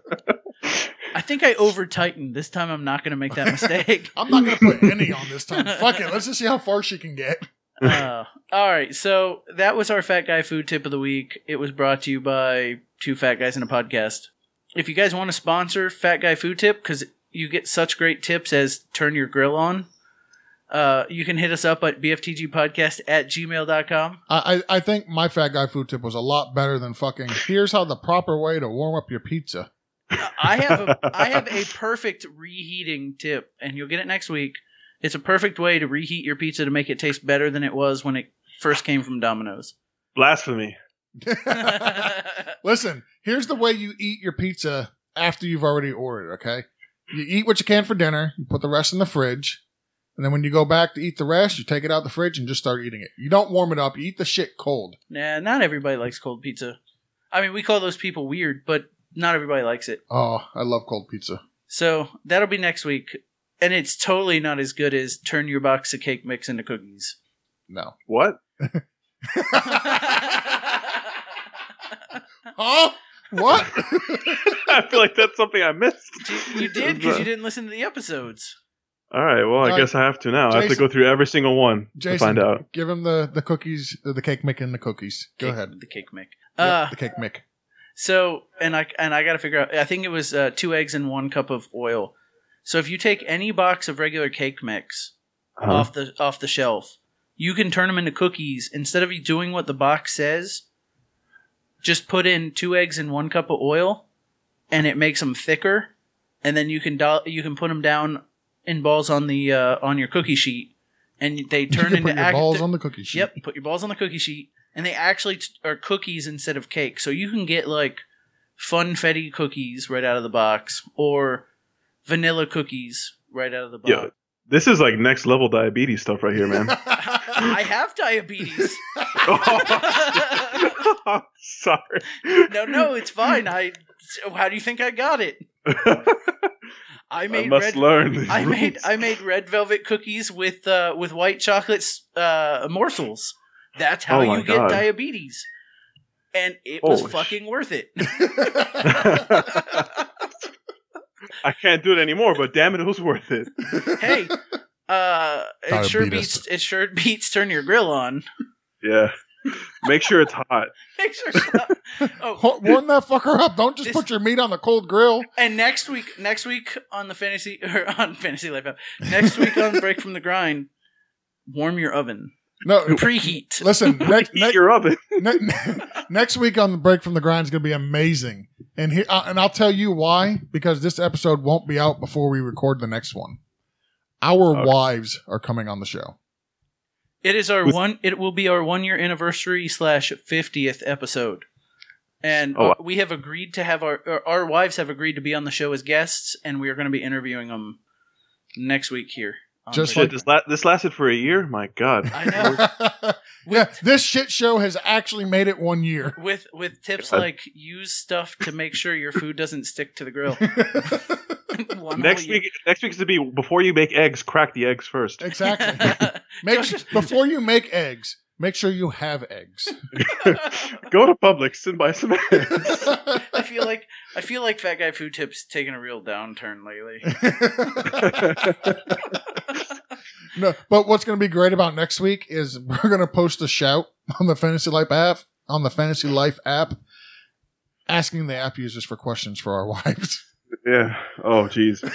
Speaker 1: I think I over tightened. This time I'm not gonna make that mistake.
Speaker 2: I'm not going to put any on this time. Fuck it. Let's just see how far she can get.
Speaker 1: Uh, all right, so that was our fat guy food tip of the week. It was brought to you by two fat guys in a podcast. If you guys want to sponsor Fat Guy Food Tip, because you get such great tips as turn your grill on, uh, you can hit us up at bftgpodcast at gmail.com.
Speaker 2: I, I I think my fat guy food tip was a lot better than fucking. Here's how the proper way to warm up your pizza.
Speaker 1: I have a, I have a perfect reheating tip, and you'll get it next week. It's a perfect way to reheat your pizza to make it taste better than it was when it first came from Domino's.
Speaker 3: Blasphemy.
Speaker 2: Listen, here's the way you eat your pizza after you've already ordered, okay? You eat what you can for dinner, you put the rest in the fridge, and then when you go back to eat the rest, you take it out of the fridge and just start eating it. You don't warm it up, you eat the shit cold.
Speaker 1: Nah, not everybody likes cold pizza. I mean, we call those people weird, but not everybody likes it.
Speaker 2: Oh, I love cold pizza.
Speaker 1: So that'll be next week. And it's totally not as good as turn your box of cake mix into cookies.
Speaker 2: No.
Speaker 3: What?
Speaker 2: Huh? What?
Speaker 3: I feel like that's something I missed.
Speaker 1: you did because you didn't listen to the episodes.
Speaker 3: All right. Well, I
Speaker 2: All
Speaker 3: guess I have to now. I have to
Speaker 2: Jason.
Speaker 3: go through every single one
Speaker 2: Jason,
Speaker 3: to find out.
Speaker 2: Give him the, the cookies, the cake making the cookies. Go
Speaker 1: Cake-
Speaker 2: ahead.
Speaker 1: The cake mix.
Speaker 2: Yep,
Speaker 1: Uh,
Speaker 2: the cake make.
Speaker 1: So and I and I got to figure out. I think it was uh, two eggs and one cup of oil. So if you take any box of regular cake mix
Speaker 2: Uh-huh.
Speaker 3: Huh.
Speaker 1: off the off the shelf, you can turn them into cookies instead of you doing what the box says. Just put in two eggs and one cup of oil, and it makes them thicker. And then you can do- you can put them down in balls on the uh, on your cookie sheet, and they turn
Speaker 2: you can
Speaker 1: into
Speaker 2: put your
Speaker 1: act-
Speaker 2: balls on the cookie sheet.
Speaker 1: Yep, put your balls on the cookie sheet, and they actually t- are cookies instead of cake. So you can get like funfetti cookies right out of the box, or vanilla cookies right out of the box.
Speaker 3: Yeah. This is like next level diabetes stuff right here, man.
Speaker 1: I have diabetes.
Speaker 3: Oh. Sorry.
Speaker 1: no, no, it's fine. I. How do you think I got it? I
Speaker 3: I
Speaker 1: made
Speaker 3: must
Speaker 1: red.
Speaker 3: learn. these
Speaker 1: I made
Speaker 3: rules.
Speaker 1: I made red velvet cookies with uh, with white chocolate uh, morsels. That's how
Speaker 3: Oh my
Speaker 1: you get
Speaker 3: God.
Speaker 1: diabetes, and it was
Speaker 3: Holy sh-
Speaker 1: fucking worth it.
Speaker 3: I can't do it anymore, but damn it, it was worth it.
Speaker 1: hey, uh, it sure
Speaker 2: Diabetes.
Speaker 1: beats it sure beats turn your grill on.
Speaker 3: Yeah. Make sure it's hot.
Speaker 1: Make sure it's not- oh,
Speaker 2: Wa- Warm that fucker up. Don't just
Speaker 1: This-
Speaker 2: put your meat on the cold grill.
Speaker 1: and next week, next week on the fantasy or on fantasy life app, next week on break from the grind, warm your oven,
Speaker 2: No,
Speaker 1: preheat.
Speaker 2: listen. Next,
Speaker 3: Eat your oven.
Speaker 2: next week on the break from the grind is going to be amazing, and here uh, and I'll tell you why because this episode won't be out before we record the next one. Our
Speaker 3: Okay.
Speaker 2: wives are coming on the show.
Speaker 1: It is our
Speaker 3: With-
Speaker 1: one. It will be our one year anniversary slash fiftieth episode, and
Speaker 3: Oh,
Speaker 1: uh,
Speaker 3: wow.
Speaker 1: we have agreed to have our or our wives have agreed to be on the show as guests, and we are going to be interviewing them next week here. on
Speaker 2: Just
Speaker 1: the
Speaker 3: Shit, this, la- this lasted for a year? My God.
Speaker 1: show. I know.
Speaker 2: yeah, this shit show has actually made it one year.
Speaker 1: with with tips
Speaker 3: God.
Speaker 1: like use stuff to make sure your food doesn't stick to the grill. One
Speaker 3: Next
Speaker 1: whole year.
Speaker 3: week, next week's to be before you make eggs, crack the eggs first.
Speaker 2: Exactly. Make su- before you make eggs, make sure you have eggs.
Speaker 3: Go to Publix and buy some eggs.
Speaker 1: I feel like I feel like Fat Guy Food Tips taking a real downturn lately.
Speaker 2: No, but what's going to be great about next week is we're going to post a shout on the Fantasy Life app on the Fantasy Life app, asking the app users for questions for our wives.
Speaker 3: yeah. Oh, jeez.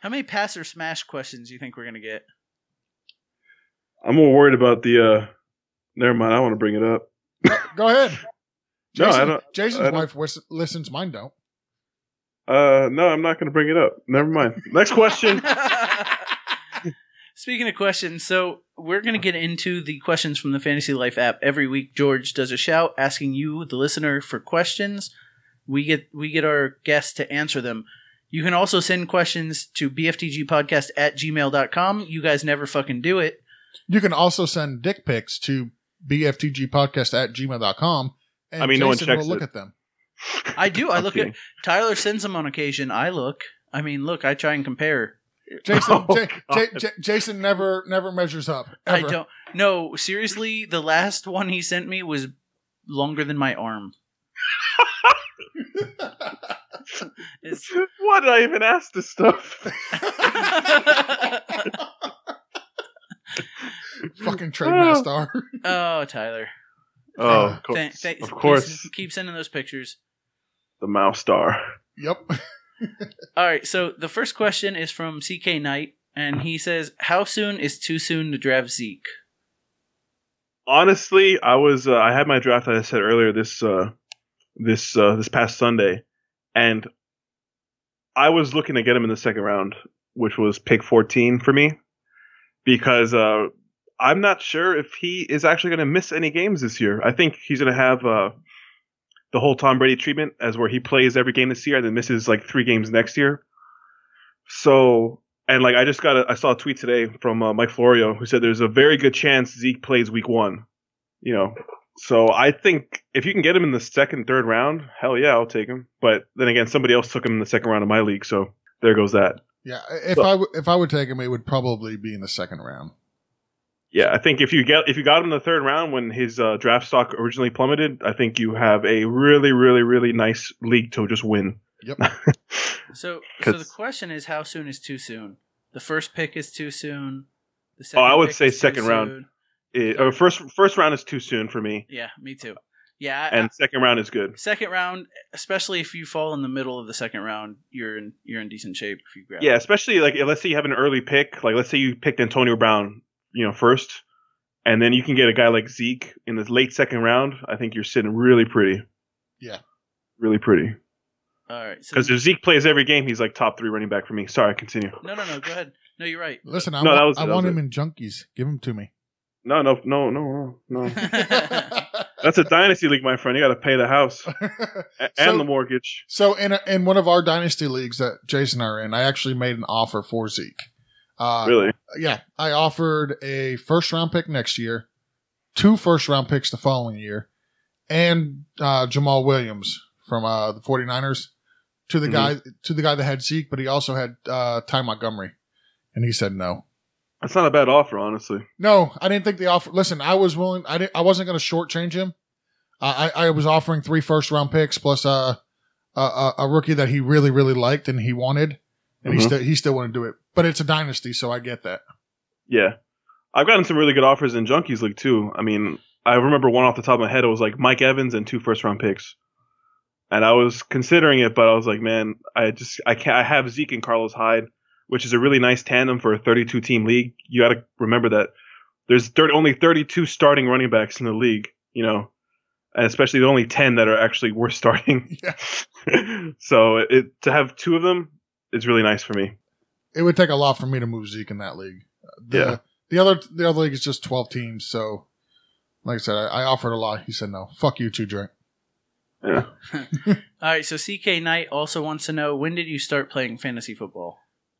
Speaker 1: How many pass or smash questions do you think we're gonna get?
Speaker 3: I'm more worried about the. uh Never mind. I want to bring it up.
Speaker 2: Go ahead.
Speaker 3: No, I
Speaker 2: Jason,
Speaker 3: don't-
Speaker 2: Jason's
Speaker 3: I don't-
Speaker 2: wife wis- listens. Mine don't.
Speaker 3: Uh, no, I'm not going to bring it up. Never mind. Next question.
Speaker 1: Speaking of questions, so we're going to get into the questions from the Fantasy Life app every week. George does a shout asking you, the listener, for questions. We get we get our guests to answer them. You can also send questions to bftgpodcast at gmail.com. You guys never fucking do it.
Speaker 2: You can also send dick pics to bftgpodcast at gmail.com. And
Speaker 3: I mean, no one
Speaker 2: Jason
Speaker 3: checks
Speaker 2: will look
Speaker 3: it.
Speaker 2: at them.
Speaker 1: I do. I
Speaker 3: I'm
Speaker 1: look
Speaker 3: kidding.
Speaker 1: at Tyler sends them on occasion. I look. I mean, look, I try and compare.
Speaker 2: Jason,
Speaker 3: Oh,
Speaker 2: Ja- Ja-
Speaker 3: God.
Speaker 2: Ja- Jason never never measures up. Ever.
Speaker 1: I don't. No, seriously, the last one he sent me was longer than my arm. It's-
Speaker 3: Why did I even ask this stuff? Ah.
Speaker 2: Fucking trademark star.
Speaker 1: oh, Tyler.
Speaker 3: Oh, of course.
Speaker 1: Thank- thank-
Speaker 3: of
Speaker 1: please
Speaker 3: course,
Speaker 1: Keep sending those pictures.
Speaker 3: the mouse star.
Speaker 2: yep.
Speaker 1: All right, so the first question is from CK Knight, and he says, How soon is too soon to draft Zeke?
Speaker 3: Honestly, I was uh, I had my draft as I said earlier this uh, this uh, this past Sunday, and I was looking to get him in the second round, which was pick 14 for me, because uh, I'm not sure if he is actually going to miss any games this year. I think he's going to have uh, the whole Tom Brady treatment, as where he plays every game this year and then misses like three games next year. So, and like I just got, a, I saw a tweet today from uh, Mike Florio who said there's a very good chance Zeke plays Week One. You know, so I think if you can get him in the second, third round, hell yeah, I'll take him. But then again, somebody else took him in the second round of my league, so there goes that.
Speaker 2: Yeah. If I w- if I would take him, it would probably be in the second round.
Speaker 3: Yeah, I think if you get if you got him in the third round when his uh, draft stock originally plummeted, I think you have a really, really, really nice league to just win.
Speaker 2: Yep.
Speaker 1: So, so the
Speaker 3: 'Cause-
Speaker 1: question is, How soon is too soon? The first pick is too soon. The
Speaker 3: Oh, I would
Speaker 1: pick
Speaker 3: say
Speaker 1: is too
Speaker 3: second round.
Speaker 1: soon.
Speaker 3: It, or first first round is too soon for me,
Speaker 1: Yeah, me too. Yeah, I-
Speaker 3: and second round is good.
Speaker 1: second round, especially if you fall in the middle of the second round, you're in you're in decent shape if you grab.
Speaker 3: Yeah, especially like let's say you have an early pick, like let's say you picked Antonio Brown, you know, first, and then you can get a guy like Zeke in the late second round. I think you're sitting really pretty.
Speaker 2: Yeah.
Speaker 3: really pretty.
Speaker 1: All right. So
Speaker 3: Because if Zeke plays every game, he's like top three running back for me. Sorry, continue.
Speaker 1: no, no, no. Go ahead. No, you're right.
Speaker 2: Listen, I,
Speaker 3: No,
Speaker 2: wa-
Speaker 3: that was-
Speaker 2: I
Speaker 3: that
Speaker 2: want
Speaker 3: was
Speaker 2: him
Speaker 3: it.
Speaker 2: in junkies. Give him to me.
Speaker 3: No, no, no, no, no, no. That's a dynasty league, my friend. You got to pay the house a-
Speaker 2: So-
Speaker 3: and the mortgage.
Speaker 2: So in a, in one of our dynasty leagues that Jason are in, I actually made an offer for Zeke. Uh,
Speaker 3: Really?
Speaker 2: Yeah, I offered a first round pick next year, two first round picks the following year, and uh, Jamal Williams from uh, the 49ers to the
Speaker 3: Mhm.
Speaker 2: guy to the guy that had Zeke, but he also had uh, Ty Montgomery, and he said no.
Speaker 3: That's not a bad offer, honestly.
Speaker 2: No, I didn't think the offer. Listen, I was willing. I didn't. I wasn't going to shortchange him. I, I I was offering three first round picks plus uh, a a, a rookie that he really really liked and he wanted, and he
Speaker 3: Mhm.
Speaker 2: still he still wanted to do it. But it's a dynasty, so I get that.
Speaker 3: Yeah. I've gotten some really good offers in Junkies League, too. I mean, I remember one off the top of my head. It was like Mike Evans and two first round picks. And I was considering it, but I was like, man, I just, I can't, I have Zeke and Carlos Hyde, which is a really nice tandem for a 32 team league. You got to remember that there's 30, only 32 starting running backs in the league, you know, and especially the only 10 that are actually worth starting.
Speaker 2: Yeah.
Speaker 3: so it, to have two of them is really nice for me.
Speaker 2: It would take a lot for me to move Zeke in that league. The,
Speaker 3: Yeah.
Speaker 2: The other the other league is just twelve teams, so like I said, I, I offered a lot. He said no. Fuck you, two drink.
Speaker 1: All right. So CK Knight also wants to know when did you start playing fantasy football?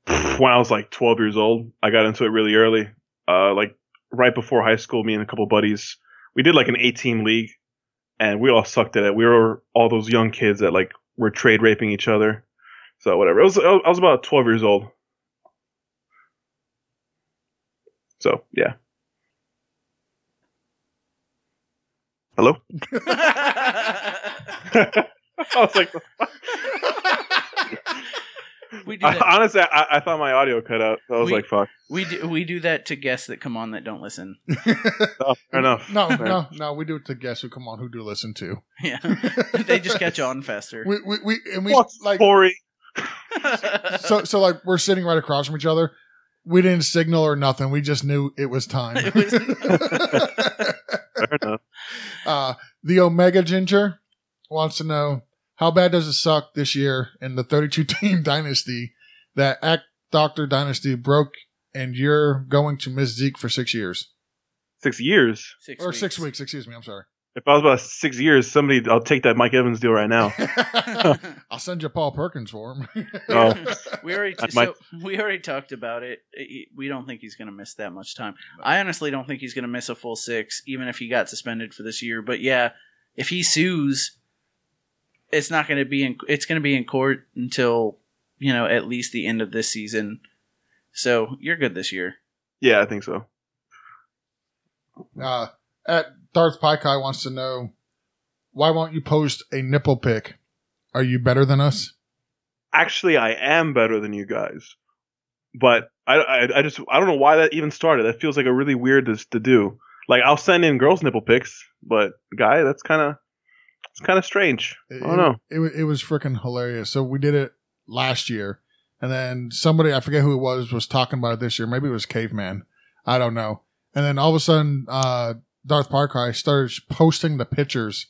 Speaker 3: when I was like 12 years old. I got into it really early. Uh, like right before high school, me and a couple buddies, we did like an 18 league, and we all sucked at it. We were all those young kids that like were trade raping each other. So whatever. It was I was about 12 years old. So yeah. Hello. I was like,
Speaker 1: we do that.
Speaker 3: I, honestly, I, I thought my audio cut out. So I was
Speaker 1: We-
Speaker 3: like, fuck.
Speaker 1: We do we do that to guests that come on that don't listen.
Speaker 3: Oh, fair enough.
Speaker 2: No,
Speaker 3: Fair
Speaker 2: no, no. We do it to guess who come on, who do listen to.
Speaker 1: Yeah, they just catch on faster.
Speaker 2: We we, we and we
Speaker 3: Fuck
Speaker 2: like
Speaker 3: Corey.
Speaker 2: so so like we're sitting right across from each other. We didn't signal or nothing. We just knew it was time.
Speaker 1: It was-
Speaker 3: Fair enough.
Speaker 2: uh, the Omega Ginger wants to know how bad does it suck this year in the 32 team dynasty that Act Doctor Dynasty broke and you're going to miss Zeke for six years
Speaker 3: Six years.
Speaker 1: six
Speaker 2: or six weeks. Excuse me. I'm sorry.
Speaker 3: If I was about six years, somebody I'll take that Mike Evans deal right now.
Speaker 2: I'll send you Paul Perkins for him.
Speaker 3: Oh.
Speaker 1: we already
Speaker 3: I might-
Speaker 1: so we already talked about it. He- We don't think he's going to miss that much time. I honestly don't think he's going to miss a full six, even if he got suspended for this year. But yeah, if he sues, it's not going to be in. It's going to be in court until you know at least the end of this season. So you're good this year.
Speaker 3: Yeah, I think so.
Speaker 2: Uh, at Darth Pykai wants to know why won't you post a nipple pic? Are you better than us?
Speaker 3: Actually, I am better than you guys, but I, I, I just I don't know why that even started. That feels like a really weird to, to do. Like I'll send in girls' nipple pics, but guy, that's kind of it's kind of strange. I don't know.
Speaker 2: It, wa- it was freaking hilarious. So we did it last year, and then somebody I forget who it was was talking about it this year. Maybe it was Caveman. I don't know. And then all of a sudden, uh, Darth Parkai started posting the pictures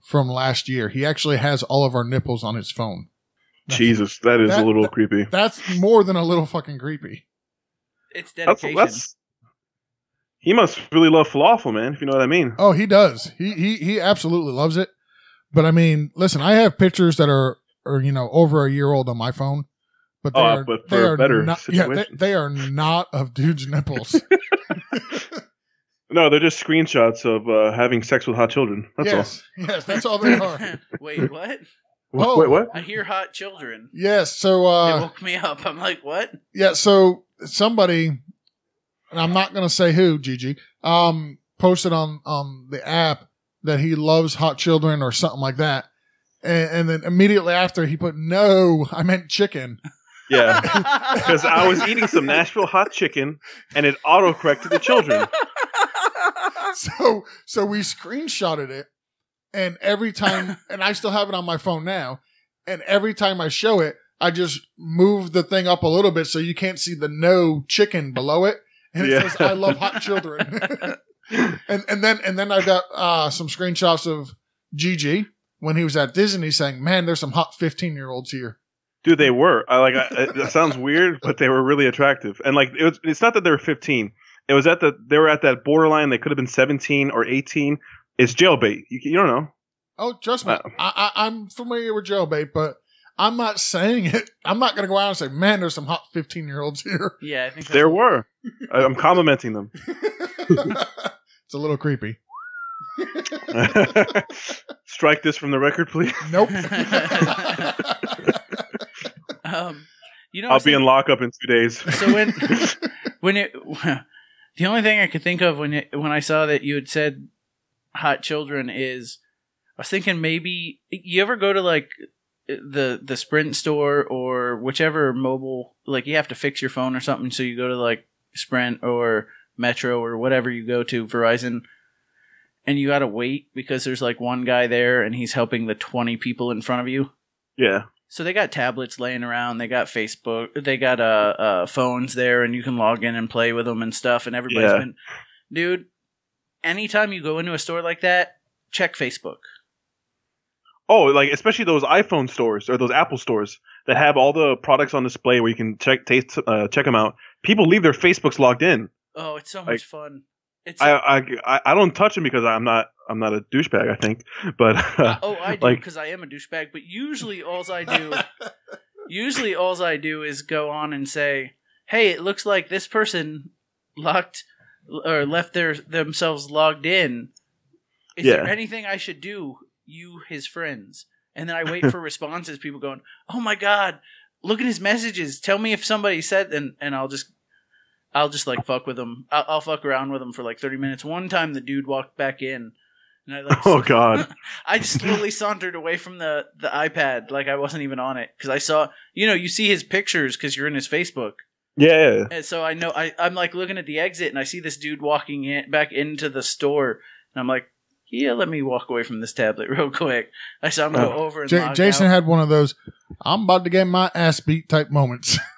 Speaker 2: from last year. He actually has all of our nipples on his phone. That's-
Speaker 3: Jesus, that is
Speaker 2: That-
Speaker 3: a little
Speaker 2: that-
Speaker 3: creepy.
Speaker 2: That's more than a little fucking creepy.
Speaker 1: It's
Speaker 3: That's
Speaker 1: dedication.
Speaker 3: that's. He must really love falafel, man. If you know what I mean.
Speaker 2: Oh, he does. He he he absolutely loves it. But I mean, listen, I have pictures that are are you know over a year old on my phone, but they
Speaker 3: Oh,
Speaker 2: are
Speaker 3: but
Speaker 2: they
Speaker 3: for
Speaker 2: are
Speaker 3: better
Speaker 2: not, yeah, they,
Speaker 3: situations.
Speaker 2: they are not of dude's nipples.
Speaker 3: No, they're just screenshots of uh, having sex with hot children. That's
Speaker 2: yes, yes, that's all they are.
Speaker 1: Wait, what?
Speaker 3: all.
Speaker 2: Oh.
Speaker 3: Wait, what?
Speaker 1: I hear hot children.
Speaker 2: Yes, so
Speaker 1: it
Speaker 2: uh,
Speaker 1: woke me up. I'm like, what?
Speaker 2: yeah, so somebody, and I'm not gonna say who, Gigi, um, posted on on the app that he loves hot children or something like that, and, and then immediately after he put, no, I meant chicken.
Speaker 3: Yeah, because I was eating some Nashville hot chicken, and it autocorrected the children.
Speaker 2: so so we screenshotted it and every time and i still have it on my phone now and every time i show it i just move the thing up a little bit so you can't see the no chicken below it and it
Speaker 3: Yeah.
Speaker 2: says i love hot children and and then and then i got uh some screenshots of gg when he was at disney saying man there's some hot 15 year olds here
Speaker 3: Dude, they were. I like. I, it it sounds weird, but they were really attractive. And like, it was. It's not that they were 15. It was at the. They were at that borderline. They could have been 17 or 18. It's jailbait. You, you don't know.
Speaker 2: oh trust me
Speaker 3: Uh.
Speaker 2: I, I i'm familiar with jailbait but i'm not saying it i'm not gonna go out and say man there's some hot 15 year olds here
Speaker 1: yeah, I think that's
Speaker 3: There were. I, I'm complimenting them.
Speaker 2: it's a little creepy.
Speaker 3: Strike this from the record, please.
Speaker 2: Nope.
Speaker 1: Um, you know, I
Speaker 3: I'll
Speaker 1: was
Speaker 3: be in lockup in two days.
Speaker 1: thinking- so when when it the only thing I could think of when it, when I saw that you had said hot children is I was thinking maybe you ever go to like the the Sprint store or whichever mobile like you have to fix your phone or something so you go to like Sprint or Metro or whatever you go to Verizon and you got to wait because there's like one guy there and he's helping the 20 people in front of you
Speaker 3: yeah.
Speaker 1: So they got tablets laying around. They got Facebook. They got uh, uh phones there, and you can log in and play with them and stuff. And everybody's
Speaker 3: Yeah.
Speaker 1: been, dude. Anytime you go into a store like that, check Facebook.
Speaker 3: Oh, like especially those iPhone stores or those Apple stores that have all the products on display where you can check taste, uh, check them out. People leave their Facebooks logged in.
Speaker 1: Oh, it's so much
Speaker 3: Like-
Speaker 1: fun. It's
Speaker 3: I I, I- I don't touch them because I'm not I'm not a douchebag. I think, but uh,
Speaker 1: oh, I do
Speaker 3: like-
Speaker 1: because I am a douchebag. But usually, alls I do, usually alls I do is go on and say, "Hey, it looks like this person locked or left their themselves logged in. Is there
Speaker 3: Yeah.
Speaker 1: anything I should do? You, his friends." And then I wait for responses. People going, "Oh my god, look at his messages. Tell me if somebody said." And and I'll just, I'll just like fuck with them. I'll, I'll fuck around with them for like thirty minutes. One time, the dude walked back in, and I like,
Speaker 3: oh god,
Speaker 1: I just slowly sauntered away from the, the iPad like I wasn't even on it because I saw, you know, you see his pictures because you're in his Facebook.
Speaker 3: yeah,
Speaker 1: And so I know, I, I'm like looking at the exit and I see this dude walking in, back into the store. And I'm like, yeah, let me walk away from this tablet real quick. I saw him go over and
Speaker 2: J-
Speaker 1: log
Speaker 2: Oh. Jason
Speaker 1: out.
Speaker 2: had one of those "I'm about to get my ass beat" type moments.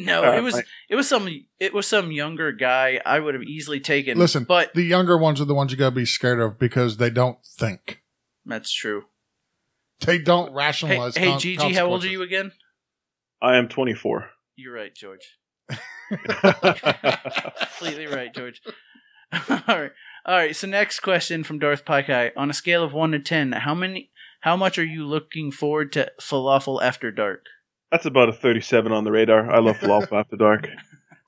Speaker 1: No,
Speaker 2: Oh,
Speaker 3: Uh,
Speaker 1: it was
Speaker 3: like-
Speaker 1: it was some it was some younger guy I would have easily taken.
Speaker 2: Listen.
Speaker 1: but
Speaker 2: the younger ones are the ones you gotta be scared of because they don't think,
Speaker 1: that's true.
Speaker 2: they don't
Speaker 1: Hey,
Speaker 2: rationalize.
Speaker 1: hey
Speaker 2: con-
Speaker 1: Gigi, how old are you again?
Speaker 3: I am 24.
Speaker 1: You're right, George.
Speaker 3: yeah,
Speaker 1: completely right, George. All right. All right. So next question from Darth Paikai. On a scale of one to ten, how many, how much are you looking forward to falafel after dark?
Speaker 3: That's about a 37 on the radar. I love Falafel After Dark.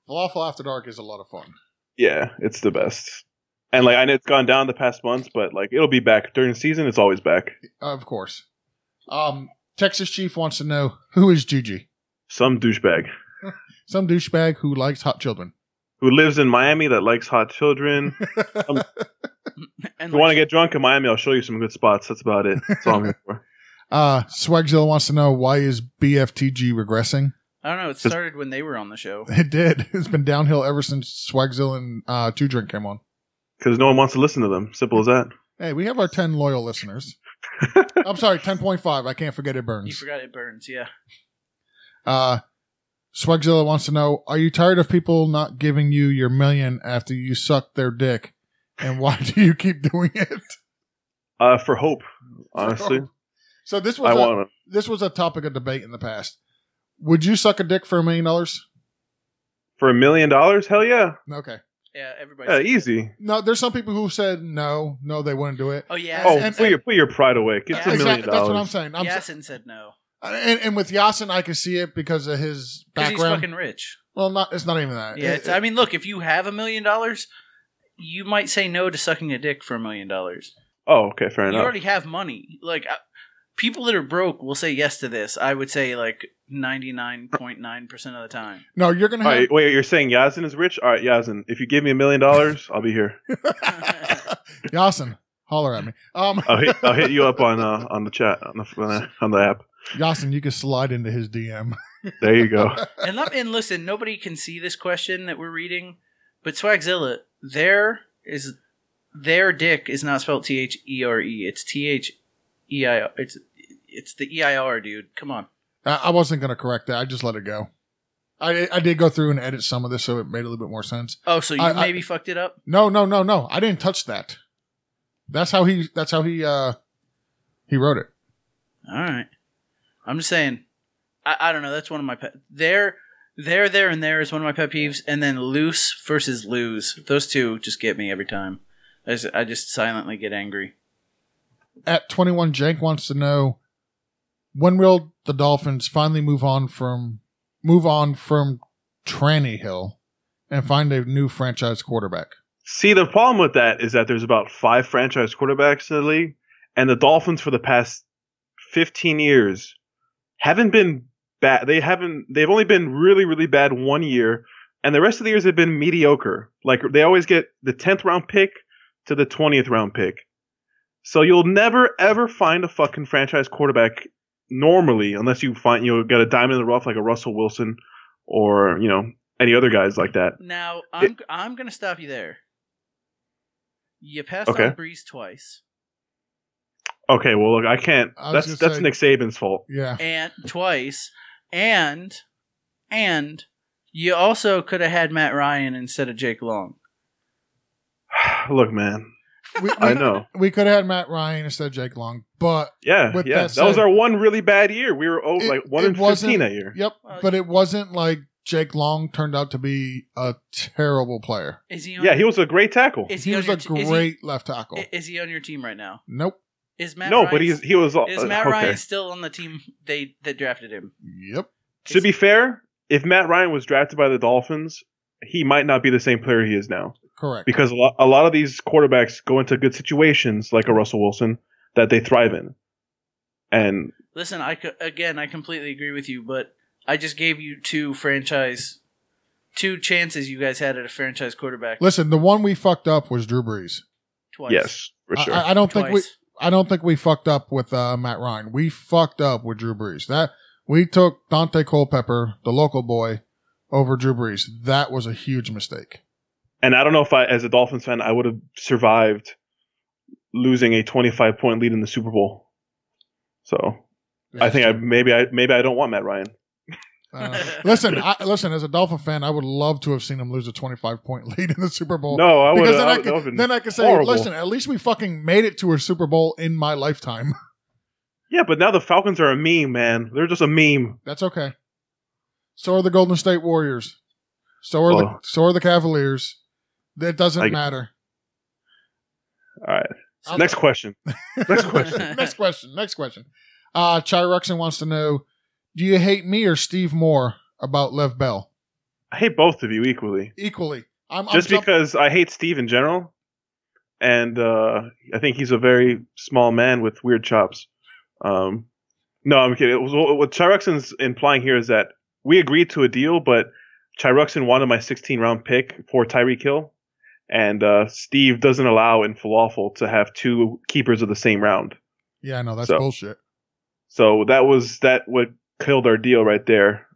Speaker 2: Falafel After Dark is a lot of fun.
Speaker 3: Yeah, it's the best. And like I know it's gone down the past months, but like it'll be back during the season. It's always back.
Speaker 2: Of course. Um, Texas Chief wants to know who is Gigi?
Speaker 3: Some douchebag
Speaker 2: Some douchebag who likes hot children.
Speaker 3: who lives in Miami that likes hot children.
Speaker 1: And
Speaker 3: If you want to get drunk in Miami, I'll show you some good spots. That's about it. That's all I'm here for.
Speaker 2: Uh, Swagzilla wants to know why is BFTG regressing?
Speaker 1: I don't know. It started when they were on the show.
Speaker 2: It did. It's been downhill ever since Swagzilla and uh, Two Drink came on.
Speaker 3: Because no one wants to listen to them. Simple as that.
Speaker 2: Hey, we have our 10 loyal listeners. I'm sorry, 10.5. I can't forget
Speaker 1: You
Speaker 2: it burns.
Speaker 1: forgot it burns. Yeah.
Speaker 2: Uh, Swagzilla wants to know Are you tired of people not giving you your million after you suck their dick? And why do you keep doing it?
Speaker 3: Uh, for hope, honestly,
Speaker 2: So this was
Speaker 3: I
Speaker 2: a-
Speaker 3: want to.
Speaker 2: this was a topic of debate in the past. Would you suck a dick for a million dollars?
Speaker 3: For a million dollars, hell yeah,
Speaker 2: Okay.
Speaker 1: Yeah. Everybody.
Speaker 3: Uh, yeah easy.
Speaker 2: No, there's some people who said no, no, they wouldn't do it.
Speaker 1: oh yeah.
Speaker 3: Oh,
Speaker 2: and-
Speaker 3: put your put your pride away. It's
Speaker 1: Yeah,
Speaker 3: a million
Speaker 2: That's what I'm
Speaker 3: dollars.
Speaker 2: saying. I'm s-
Speaker 1: Yasin said no
Speaker 2: and, and with Yasin, I can see it because of his
Speaker 1: because he's
Speaker 2: background.
Speaker 1: fucking rich.
Speaker 2: well, not it's not even
Speaker 3: Uh,
Speaker 2: that.
Speaker 1: Yeah,
Speaker 2: It-
Speaker 1: it's, I mean, look, if you have a million dollars, you might say no to sucking a dick for a million dollars.
Speaker 3: Oh, okay, fair
Speaker 1: You
Speaker 3: enough.
Speaker 1: already have money. Like I, people that are broke will say yes to this. I would say like ninety nine point nine percent of the time.
Speaker 2: no, you're gonna
Speaker 3: All
Speaker 2: have.
Speaker 3: right, wait, you're saying Yazin is rich? All right, Yazin, if you give me a million dollars, I'll be here.
Speaker 2: Yasin, holler at me. Um,
Speaker 3: I'll hit, I'll hit you up on uh, on the chat on the on the app.
Speaker 2: Yasin, you can slide into his DM.
Speaker 3: There you go.
Speaker 1: and let, and listen, nobody can see this question that we're reading, but Swagzilla, there is their dick is not spelled T H E R E. It's T H E I R. It's it's the E I R, dude. Come on.
Speaker 2: I, I wasn't gonna correct that. I just let it go. I I did go through and edit some of this, so it made a little bit more sense.
Speaker 1: Oh, so you
Speaker 2: I- I-
Speaker 1: maybe fucked it up.
Speaker 2: No, no, no, no. I didn't touch that. That's how he. That's how he. uh He wrote it.
Speaker 1: All right. I'm just saying. I, I don't know. That's one of my pet. There, there, there, and there is one of my pet peeves. And then loose versus lose. Those two just get me every time. I just, I just silently get angry.
Speaker 2: At twenty one, Jank wants to know when will the Dolphins finally move on from move on from Tranny Hill and find a new franchise quarterback.
Speaker 3: See, the problem with that is that there's about five franchise quarterbacks in the league, and the Dolphins for the past 15 years haven't been bad. They haven't. They've only been really, really bad one year, and the rest of the years have been mediocre. Like they always get the 10th round pick to the 20th round pick. So you'll never ever find a fucking franchise quarterback normally, unless you find you know, got a diamond in the rough like a Russell Wilson or you know any other guys like that.
Speaker 1: Now I'm, I'm gonna stop you there. You passed
Speaker 3: Okay.
Speaker 1: on Breeze twice,
Speaker 3: Okay, well, look, I can't.
Speaker 2: I was
Speaker 3: that's
Speaker 2: gonna
Speaker 3: that's
Speaker 2: say-
Speaker 3: Nick Saban's fault.
Speaker 2: Yeah,
Speaker 1: and twice, and and you also could have had Matt Ryan instead of Jake Long.
Speaker 3: look, man,
Speaker 2: we, we,
Speaker 3: I know.
Speaker 2: we could have had Matt Ryan instead of Jake Long, but
Speaker 3: Yeah,
Speaker 2: With
Speaker 3: yeah.
Speaker 2: that
Speaker 3: That, was
Speaker 2: said-
Speaker 3: our one really bad year. We were oh,
Speaker 2: It-
Speaker 3: like one
Speaker 2: it
Speaker 3: in
Speaker 2: wasn't-
Speaker 3: fifteen that year.
Speaker 2: yep.
Speaker 1: Well,
Speaker 2: But it wasn't like Jake Long turned out to be a terrible player.
Speaker 1: Is he? On
Speaker 3: Yeah,
Speaker 1: your-
Speaker 3: he was a great tackle.
Speaker 1: Is
Speaker 2: He
Speaker 1: he
Speaker 2: was
Speaker 1: on
Speaker 2: a
Speaker 1: your t- is he-
Speaker 2: great left tackle.
Speaker 1: i- Is he on your team right now?
Speaker 2: nope.
Speaker 1: Is Matt
Speaker 3: No,
Speaker 1: Ryan
Speaker 3: but he's he was. uh,
Speaker 1: Is Matt
Speaker 3: okay.
Speaker 1: Ryan still on the team they that drafted him?
Speaker 2: Yep.
Speaker 3: To be fair, if Matt Ryan was drafted by the Dolphins, he might not be the same player he is now
Speaker 2: Correct.
Speaker 3: because a lot, a lot of these quarterbacks go into good situations like a Russell Wilson that they thrive in. And
Speaker 1: Listen, I co- again, I completely agree with you, but I just gave you two franchise, two chances you guys had at a franchise quarterback
Speaker 2: Listen, the one we fucked up was Drew Brees.
Speaker 1: twice.
Speaker 3: yes, for
Speaker 2: I-
Speaker 3: sure.
Speaker 2: I, I don't
Speaker 1: twice.
Speaker 2: think we. I don't think we fucked up with uh, Matt Ryan. We fucked up with Drew Brees. That we took Dante Culpepper, the local boy, over Drew Brees. That was a huge mistake.
Speaker 3: And I don't know if I, as a Dolphins fan, I would have survived losing a 25 point lead in the Super Bowl. So I think I maybe I maybe I don't want Matt Ryan.
Speaker 2: Uh, listen, I, listen. As a Dolphin fan, I would love to have seen him lose a twenty-five point lead in the Super Bowl.
Speaker 3: No, I would.
Speaker 2: because then
Speaker 3: I
Speaker 2: I,
Speaker 3: would- that
Speaker 2: could,
Speaker 3: would've been-
Speaker 2: then I could say,
Speaker 3: horrible.
Speaker 2: listen, at least we fucking made it to a Super Bowl in my lifetime.
Speaker 3: yeah, but now the Falcons are a meme, man. They're just a meme.
Speaker 2: That's okay. So are the Golden State Warriors. So are the
Speaker 3: Oh.
Speaker 2: so are the Cavaliers. That doesn't
Speaker 3: I-
Speaker 2: matter.
Speaker 3: All right.
Speaker 2: I'll-
Speaker 3: Next question. Next question.
Speaker 2: next question. Next question. Uh, Chai Ruxin wants to know Do you hate me or Steve Moore about Lev Bell?
Speaker 3: I hate both of you equally.
Speaker 2: Equally. I'm, I'm
Speaker 3: Just
Speaker 2: jump-
Speaker 3: because I hate Steve in general, and uh, I think he's a very small man with weird chops. Um, no, I'm kidding. It was, what Chiruxin's implying here is that we agreed to a deal, but Chiruxin wanted my 16 round pick for Tyreek Hill, and uh, Steve doesn't allow in Falafel to have two keepers of the same round.
Speaker 2: Yeah, no, that's
Speaker 3: So.
Speaker 2: bullshit.
Speaker 3: So that was that what killed our deal right there.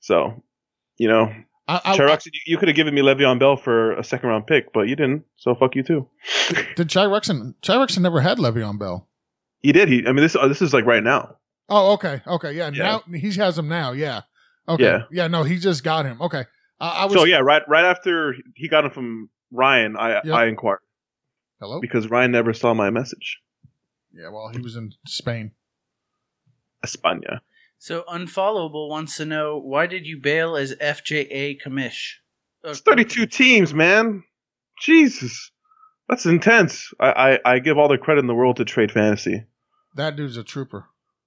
Speaker 3: So, you know,
Speaker 2: I, I,
Speaker 3: Chirox, you- you could have given me Le'Veon Bell for a second round pick, but you didn't. So fuck you too.
Speaker 2: did Chai Ruxin? Chai Ruxin never had Le'Veon Bell.
Speaker 3: He did. He. I mean, this uh, this is like right now.
Speaker 2: Oh, okay, okay, yeah.
Speaker 3: Yeah.
Speaker 2: Now he has him now. Yeah. Okay. Yeah.
Speaker 3: Yeah.
Speaker 2: no, he just got him. Okay. Uh, I was.
Speaker 3: So yeah, right right after he got him from Ryan, I
Speaker 2: Yep. Oh.
Speaker 3: I inquired
Speaker 2: Hello.
Speaker 3: because Ryan never saw my message.
Speaker 2: Yeah. Well, he was in Spain.
Speaker 3: España.
Speaker 1: So unfollowable wants to know why did you bail as FJA commish? Uh,
Speaker 3: It's thirty two teams, man. Jesus, that's intense. I, I I give all the credit in the world to Trade Fantasy.
Speaker 2: That dude's a trooper.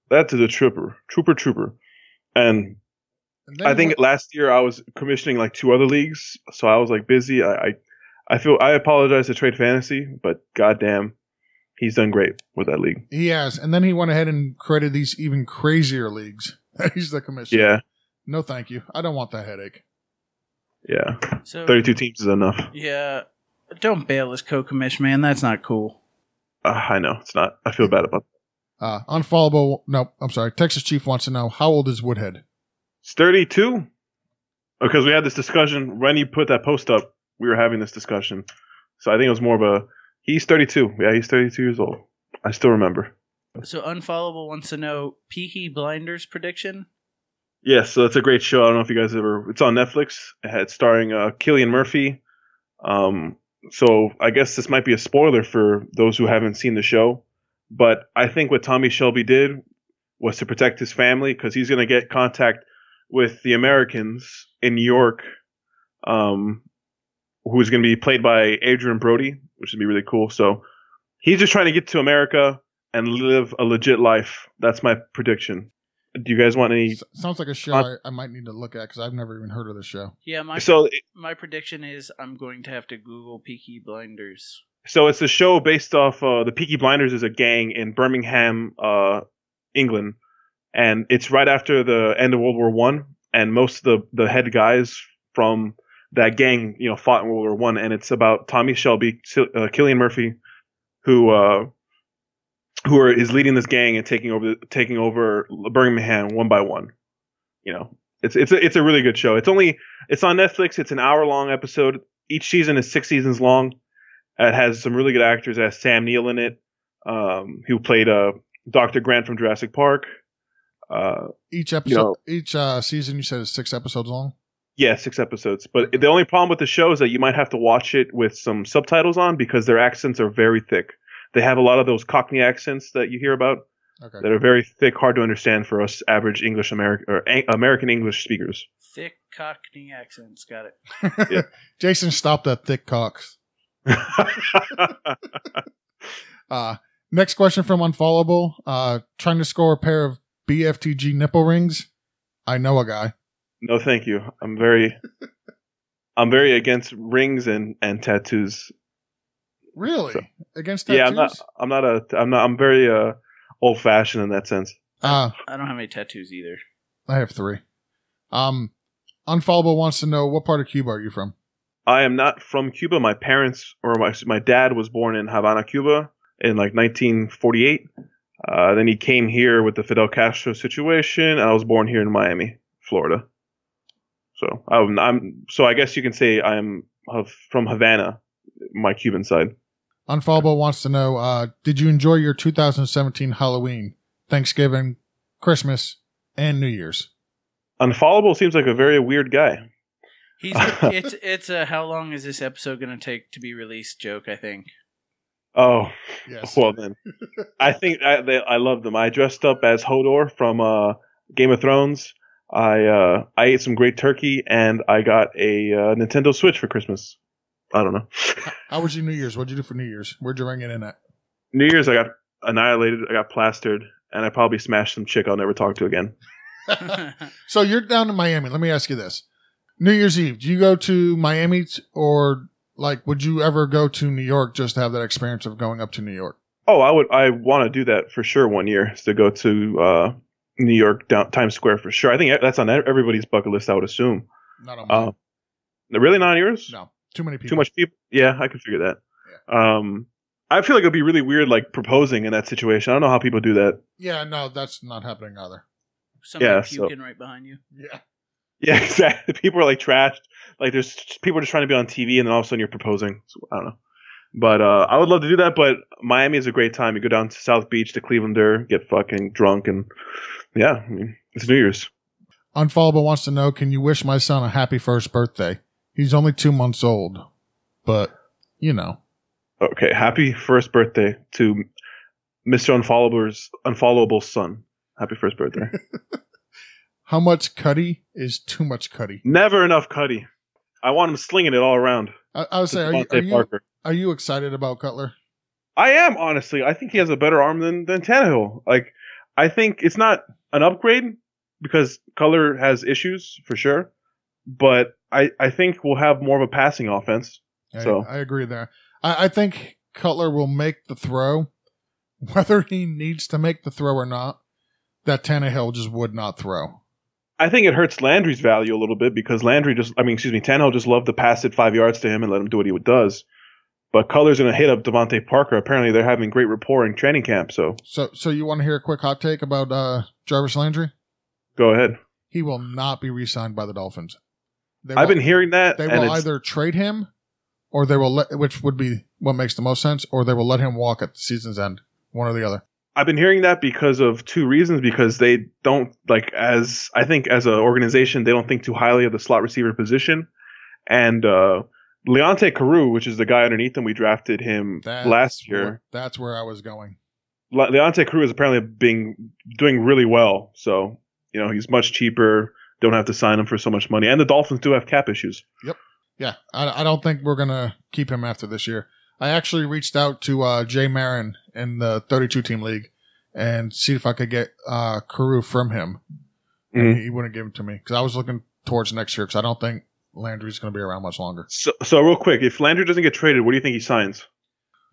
Speaker 3: That is a trooper, trooper, trooper, and
Speaker 2: And then
Speaker 3: I
Speaker 2: he
Speaker 3: think
Speaker 2: went-
Speaker 3: last year I was commissioning like two other leagues, so I was like busy. I, I, I feel I apologize to Trade Fantasy, but goddamn, he's done great with that league.
Speaker 2: he has, and then he went ahead and created these even crazier leagues. He's the commissioner.
Speaker 3: Yeah,
Speaker 2: No, thank you. I don't want that headache.
Speaker 3: yeah.
Speaker 1: So
Speaker 3: Thirty-two teams is enough.
Speaker 1: yeah, don't bail as co-commish, man. That's not cool.
Speaker 3: Uh, I know it's not. I feel bad about. It.
Speaker 2: Uh, unfollowable. No, I'm sorry. Texas Chief wants to know how old is Woodhead.
Speaker 3: It's thirty-two, because we had this discussion when you put that post up. We were having this discussion, so I think it was more of a he's thirty-two. Yeah, he's thirty-two years old. I still remember.
Speaker 1: So unfollowable wants to know Peaky Blinders prediction.
Speaker 3: Yes, so that's a great show. I don't know if you guys ever. It's on Netflix. It's starring uh, Killian Murphy. Um, so I guess this might be a spoiler for those who haven't seen the show, but I think what Tommy Shelby did was to protect his family because he's going to get contact with the Americans in New York, um, who's going to be played by Adrian Brody, which would be really cool. So he's just trying to get to America and live a legit life. That's my prediction. Do you guys want any
Speaker 2: S- sounds like a show
Speaker 3: Uh,
Speaker 2: I, I might need to look at because I've never even heard of this show.
Speaker 1: Yeah, my
Speaker 3: so
Speaker 1: my prediction is I'm going to have to Google Peaky Blinders.
Speaker 3: so it's a show based off uh, the Peaky Blinders is a gang in Birmingham, uh, England, and it's right after the end of World War One, and most of the the head guys from that gang, you know, fought in World War One, and it's about Tommy Shelby, Sil- uh, Killian Murphy, who uh, who are, is leading this gang and taking over taking over Birmingham one by one. You know, it's it's a, it's a really good show. It's only it's on Netflix. It's an hour long episode. Each season is six seasons long. It has some really good actors. It has Sam Neill in it, um, who played uh, Doctor Grant from Jurassic Park. Uh,
Speaker 2: Each episode, each uh, season, you said is six episodes long.
Speaker 3: yeah, six episodes. But the only problem with the show is that you might have to watch it with some subtitles on because their accents are very thick. They have a lot of those Cockney accents that you hear about
Speaker 2: Okay.
Speaker 3: that are very thick, hard to understand for us average English American or a- American English speakers.
Speaker 1: Thick Cockney accents. Got it.
Speaker 3: Yeah.
Speaker 2: Jason, stop that thick cock. Uh, next question from Unfollowable. Uh, trying to score a pair of BFTG nipple rings. I know a guy.
Speaker 3: No, thank you. I'm very, I'm very against rings and and tattoos.
Speaker 2: Really?
Speaker 3: So-
Speaker 2: Against tattoos?
Speaker 3: Yeah, I'm not. I'm not a. I'm not. I'm very uh, old fashioned in that sense.
Speaker 2: uh,
Speaker 1: I don't have any tattoos either.
Speaker 2: I have three. Um, Unfollowable wants to know what part of Cuba are you from?
Speaker 3: I am not from Cuba. My parents or my my dad was born in Havana, Cuba, in like 1948. Uh, then he came here with the Fidel Castro situation, and I was born here in Miami, Florida. So I'm, I'm so I guess you can say I'm of- from Havana, my Cuban side.
Speaker 2: Unfollowable wants to know uh, Did you enjoy your 2017 Halloween, Thanksgiving, Christmas, and New Year's?
Speaker 3: Unfollowable seems like a very weird guy.
Speaker 1: He's it's it's a how long is this episode going to take to be released joke. I think.
Speaker 3: Oh,
Speaker 2: Yes.
Speaker 3: well then, I think I they, I love them. I dressed up as Hodor from uh, Game of Thrones. I uh, I ate some great turkey and I got a uh, Nintendo Switch for Christmas I don't know.
Speaker 2: How was your New Year's? What'd you do for New Year's? Where'd you ring it in at?
Speaker 3: New Year's, I got annihilated. I got plastered, and I probably smashed some chick I'll never talk to again.
Speaker 2: So you're down in Miami. Let me ask you this: New Year's Eve, do you go to Miami t- or like would you ever go to New York just to have that experience of going up to New York?
Speaker 3: Oh, I would. I want to do that for sure. One year is to go to uh, New York down, Times Square for sure. I think e, that's on everybody's bucket list. I would assume.
Speaker 2: Not on mine.
Speaker 3: Uh, really, not on yours?
Speaker 2: no, too many people.
Speaker 3: Too much people. Yeah, I can figure that. Um, I feel like it'd be really weird, like proposing in that situation. I don't know how people do that.
Speaker 2: Yeah, no, that's not happening either.
Speaker 1: Somebody
Speaker 3: Yeah, so-
Speaker 1: puking right behind you.
Speaker 2: Yeah.
Speaker 3: Yeah, exactly. People are like trashed. Like there's people are just trying to be on TV, and then all of a sudden you're proposing. So, I don't know. But uh, I would love to do that. But Miami is a great time. You go down to South Beach to Clevelander, get fucking drunk, and yeah, I mean, it's New Year's.
Speaker 2: Unfollowable wants to know: Can you wish my son a happy first birthday? He's only two months old, but you know,
Speaker 3: Okay, happy first birthday to Mr. Unfollowable's unfollowable son. Happy first birthday.
Speaker 2: how much cuddy is too much cuddy?
Speaker 3: Never enough Cuddy. I want him slinging it all around.
Speaker 2: I, I would say, are you,
Speaker 3: Devontae
Speaker 2: are you
Speaker 3: Parker.
Speaker 2: are you excited about Cutler?
Speaker 3: I am honestly. I think he has a better arm than than Tannehill. Like, I think it's not an upgrade because Color has issues for sure, but I I think we'll have more of a passing offense.
Speaker 2: I,
Speaker 3: So-
Speaker 2: I agree there. I, I think Cutler will make the throw, whether he needs to make the throw or not. That Tannehill just would not throw.
Speaker 3: I think it hurts Landry's value a little bit because Landry just I mean excuse me Tannehill just loved to pass it five yards to him and let him do what he does. But Color's gonna hit up Devontae Parker. Apparently they're having great rapport in training camp. So
Speaker 2: So, so you want to hear a quick hot take about uh, Jarvis Landry?
Speaker 3: go ahead.
Speaker 2: He will not be re-signed by the Dolphins. They
Speaker 3: I've
Speaker 2: will-
Speaker 3: been hearing that.
Speaker 2: They
Speaker 3: and
Speaker 2: will
Speaker 3: it's-
Speaker 2: either trade him, or they will let, which would be what makes the most sense, or they will let him walk at the season's end. One or the other.
Speaker 3: I've been hearing that because of two reasons. Because they don't like as I think as an organization, they don't think too highly of the slot receiver position. And uh, Leonte Carew, which is the guy underneath him, we drafted him
Speaker 2: That's
Speaker 3: last year.
Speaker 2: where- that's where I was going.
Speaker 3: Le- Leonte Carew is apparently being doing really well. So you know he's much cheaper. Don't have to sign him for so much money. And the Dolphins do have cap issues.
Speaker 2: Yeah, I, I don't think we're gonna keep him after this year. I actually reached out to uh, Jay Marin in the 32 team league and see if I could get uh, Carew from him.
Speaker 3: Mm-hmm.
Speaker 2: And he wouldn't give him to me because I was looking towards next year because I don't think Landry's gonna be around much longer.
Speaker 3: So, so real quick, if Landry doesn't get traded, what do you think he signs?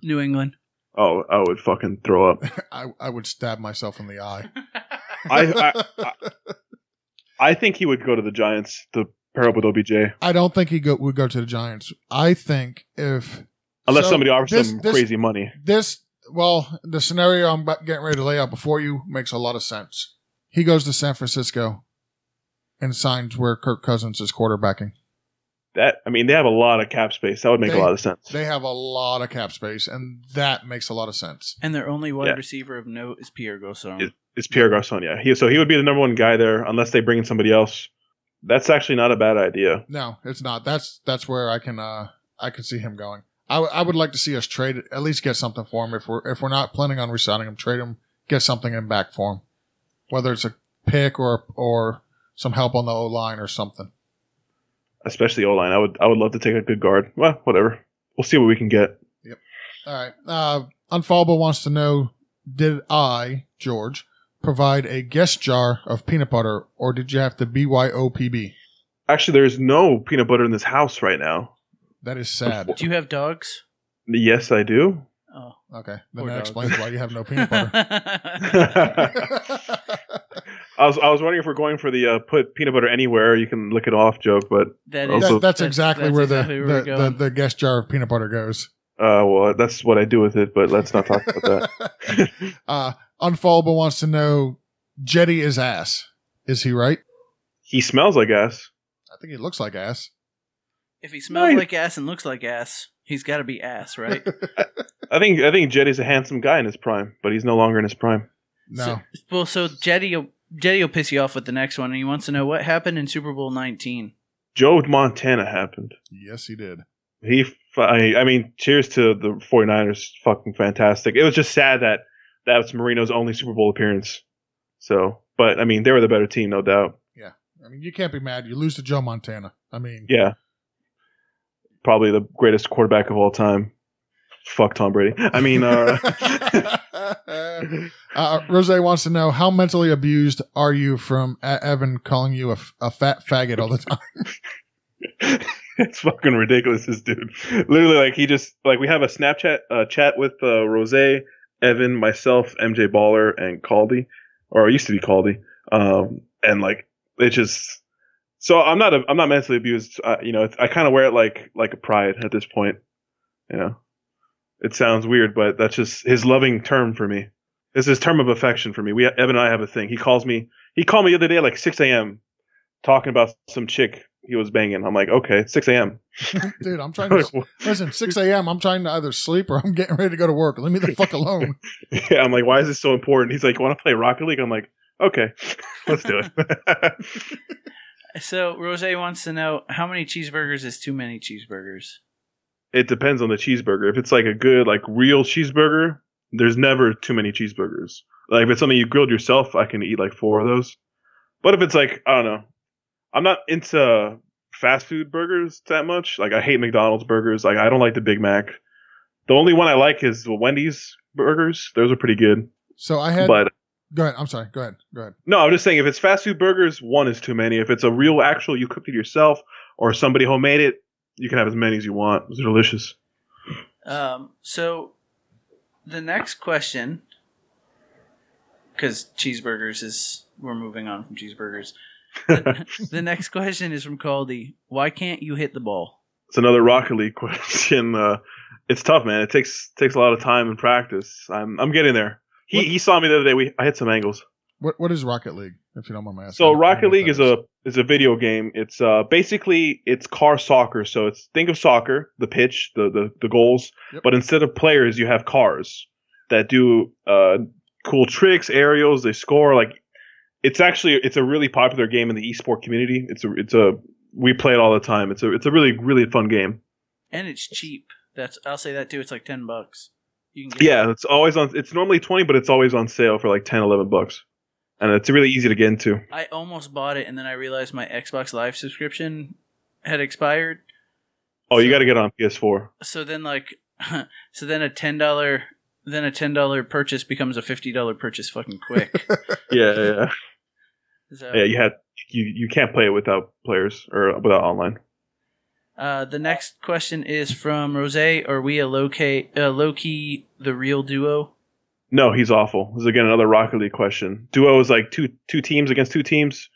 Speaker 1: New England.
Speaker 3: Oh, I would fucking throw up.
Speaker 2: I, I would stab myself in the eye.
Speaker 3: I, I I think he would go to the Giants to pair up with OBJ.
Speaker 2: I don't think he go, would go to the Giants. I think if
Speaker 3: Unless
Speaker 2: So
Speaker 3: somebody offers
Speaker 2: this-
Speaker 3: them
Speaker 2: this-
Speaker 3: crazy money.
Speaker 2: this, well, the scenario I'm about- getting ready to lay out before you makes a lot of sense. He goes to San Francisco and signs where Kirk Cousins is quarterbacking.
Speaker 3: That I mean, they have a lot of cap space. That would make
Speaker 2: They-
Speaker 3: a lot of sense.
Speaker 2: They have a lot of cap space, and that makes a lot of sense.
Speaker 1: And their only wide
Speaker 3: Yeah.
Speaker 1: receiver of note is Pierre Garcon.
Speaker 3: It- it's Pierre Garçon, yeah. He, so he would be the number one guy there, unless they bring in somebody else. That's actually not a bad idea.
Speaker 2: No, it's not. That's that's where I can uh I can see him going. I, w- I would like to see us trade at least get something for him if we're if we're not planning on resigning him, trade him, get something in back for him, whether it's a pick or or some help on the O line or something.
Speaker 3: Especially O line. I would I would love to take a good guard. Well, whatever. We'll see what we can get.
Speaker 2: All right. Uh, Unfallable wants to know Did I, George, provide a guest jar of peanut butter or did you have to BYOPB?
Speaker 3: Actually there's no peanut butter in this house right now.
Speaker 2: That is sad.
Speaker 1: Do you have dogs?
Speaker 3: Yes, I do.
Speaker 1: Oh.
Speaker 2: Okay. Then
Speaker 1: Poor
Speaker 2: that
Speaker 1: dog.
Speaker 2: explains why you have no peanut butter.
Speaker 1: butter.
Speaker 3: I was I was wondering if we're going for the uh, put peanut butter anywhere, you can lick it off joke, but
Speaker 1: that
Speaker 2: That-
Speaker 1: is,
Speaker 3: Also-
Speaker 2: that's exactly
Speaker 1: that's
Speaker 2: where,
Speaker 1: exactly
Speaker 2: the,
Speaker 1: where we're
Speaker 2: the, the,
Speaker 1: going.
Speaker 2: the guest jar of peanut butter goes.
Speaker 3: uh well that's what I do with it, but let's not talk about that.
Speaker 2: uh, Unfallable wants to know Jetty is ass. Is he right?
Speaker 3: He smells like ass.
Speaker 2: I think he looks like ass.
Speaker 1: if he smells
Speaker 3: Nice.
Speaker 1: like ass and looks like ass, he's got to be ass, right?
Speaker 3: I think I think Jetty's a handsome guy in his prime, but he's no longer in his prime.
Speaker 2: No.
Speaker 1: So- well, so Jetty, will- Jetty will piss you off with the next one, and he wants to know what happened in Super Bowl 19.
Speaker 3: Joe Montana happened.
Speaker 2: yes, he did.
Speaker 3: He, f- I, I mean, cheers to the 49ers. Fucking fantastic. It was just sad that that was Marino's only Super Bowl appearance. So, but I mean, they were the better team, no doubt.
Speaker 2: I mean, you can't be mad. You lose to Joe Montana. I mean,
Speaker 3: Yeah. probably the greatest quarterback of all time. Fuck Tom Brady. I mean, uh,
Speaker 2: uh, Rose wants to know how mentally abused are you from A- Evan calling you a, f- a fat faggot all the time?
Speaker 3: it's fucking ridiculous, this dude. Literally, like he just like we have a Snapchat uh, chat with uh, Rose, Evan, myself, MJ Baller, and Caldy, or it used to be Caldy. Um, and like it just so I'm not a, I'm not mentally abused. Uh, you know, it's, I kind of wear it like like a pride at this point. You know, it sounds weird, but that's just his loving term for me. It's his term of affection for me. We Evan and I have a thing. He calls me. He called me the other day at like 6 a.m. talking about some chick he was banging. I'm like, okay, it's 6 a.m.
Speaker 2: Dude, I'm trying to
Speaker 3: Like, wh-
Speaker 2: listen. 6 a.m. I'm trying to either sleep or I'm getting ready to go to work. Leave me the fuck alone.
Speaker 3: yeah, I'm like, why is this so important? He's like, want to play Rocket League? I'm like, okay, let's do it.
Speaker 1: So Rose wants to know how many cheeseburgers is too many cheeseburgers.
Speaker 3: it depends on the cheeseburger. If it's like a good, like real cheeseburger, there's never too many cheeseburgers. Like if it's something you grilled yourself, I can eat like four of those. But if it's like I don't know, I'm not into fast food burgers that much. Like I hate McDonald's burgers. Like I don't like the Big Mac. The only one I like is the Wendy's burgers. Those are pretty good.
Speaker 2: So I had.
Speaker 3: But
Speaker 2: go ahead. I'm sorry. Go ahead. Go ahead.
Speaker 3: no, I'm just saying if it's fast food burgers, one is too many. If it's a real actual you cooked it yourself or somebody homemade it, you can have as many as you want. It's delicious.
Speaker 1: Um, so the next question, because cheeseburgers is we're moving on from cheeseburgers. the next question is from Caldy. Why can't you hit the ball?
Speaker 3: it's another Rocket League question. Uh, it's tough, man. It takes takes a lot of time and practice. I'm I'm getting there. He
Speaker 2: What-
Speaker 3: he saw me the other day. We I hit some angles.
Speaker 2: What What is Rocket League? If you don't mind my asking. I
Speaker 3: So
Speaker 2: don't know
Speaker 3: Rocket
Speaker 2: what
Speaker 3: League
Speaker 2: that
Speaker 3: is a is a video game. It's uh basically it's car soccer. So it's think of soccer, the pitch, the the, the goals,
Speaker 2: Yep.
Speaker 3: but instead of players, you have cars that do uh cool tricks, aerials. They score like it's actually it's a really popular game in the esport community. It's a it's a we play it all the time. It's a it's a really really fun game.
Speaker 1: And it's cheap. That's I'll say that too. It's like ten bucks. You can get
Speaker 3: Yeah, it's always on. It's normally twenty, but it's always on sale for like 10, 11 bucks, and it's really easy to get into.
Speaker 1: I almost bought it, and then I realized my Xbox Live subscription had expired.
Speaker 3: Oh, you
Speaker 1: So-
Speaker 3: got to get on PS4.
Speaker 1: So then, like, so then a ten dollar, then a ten dollar purchase becomes a fifty dollar purchase, fucking quick.
Speaker 3: Yeah, yeah,
Speaker 1: So,
Speaker 3: yeah. yeah you had you you can't play it without players or without online.
Speaker 1: Uh, the next question is from Rose. Are we a low key, uh, low key the real duo?
Speaker 3: No, he's awful. This is again another Rocket League question. Duo is like two two teams against two teams.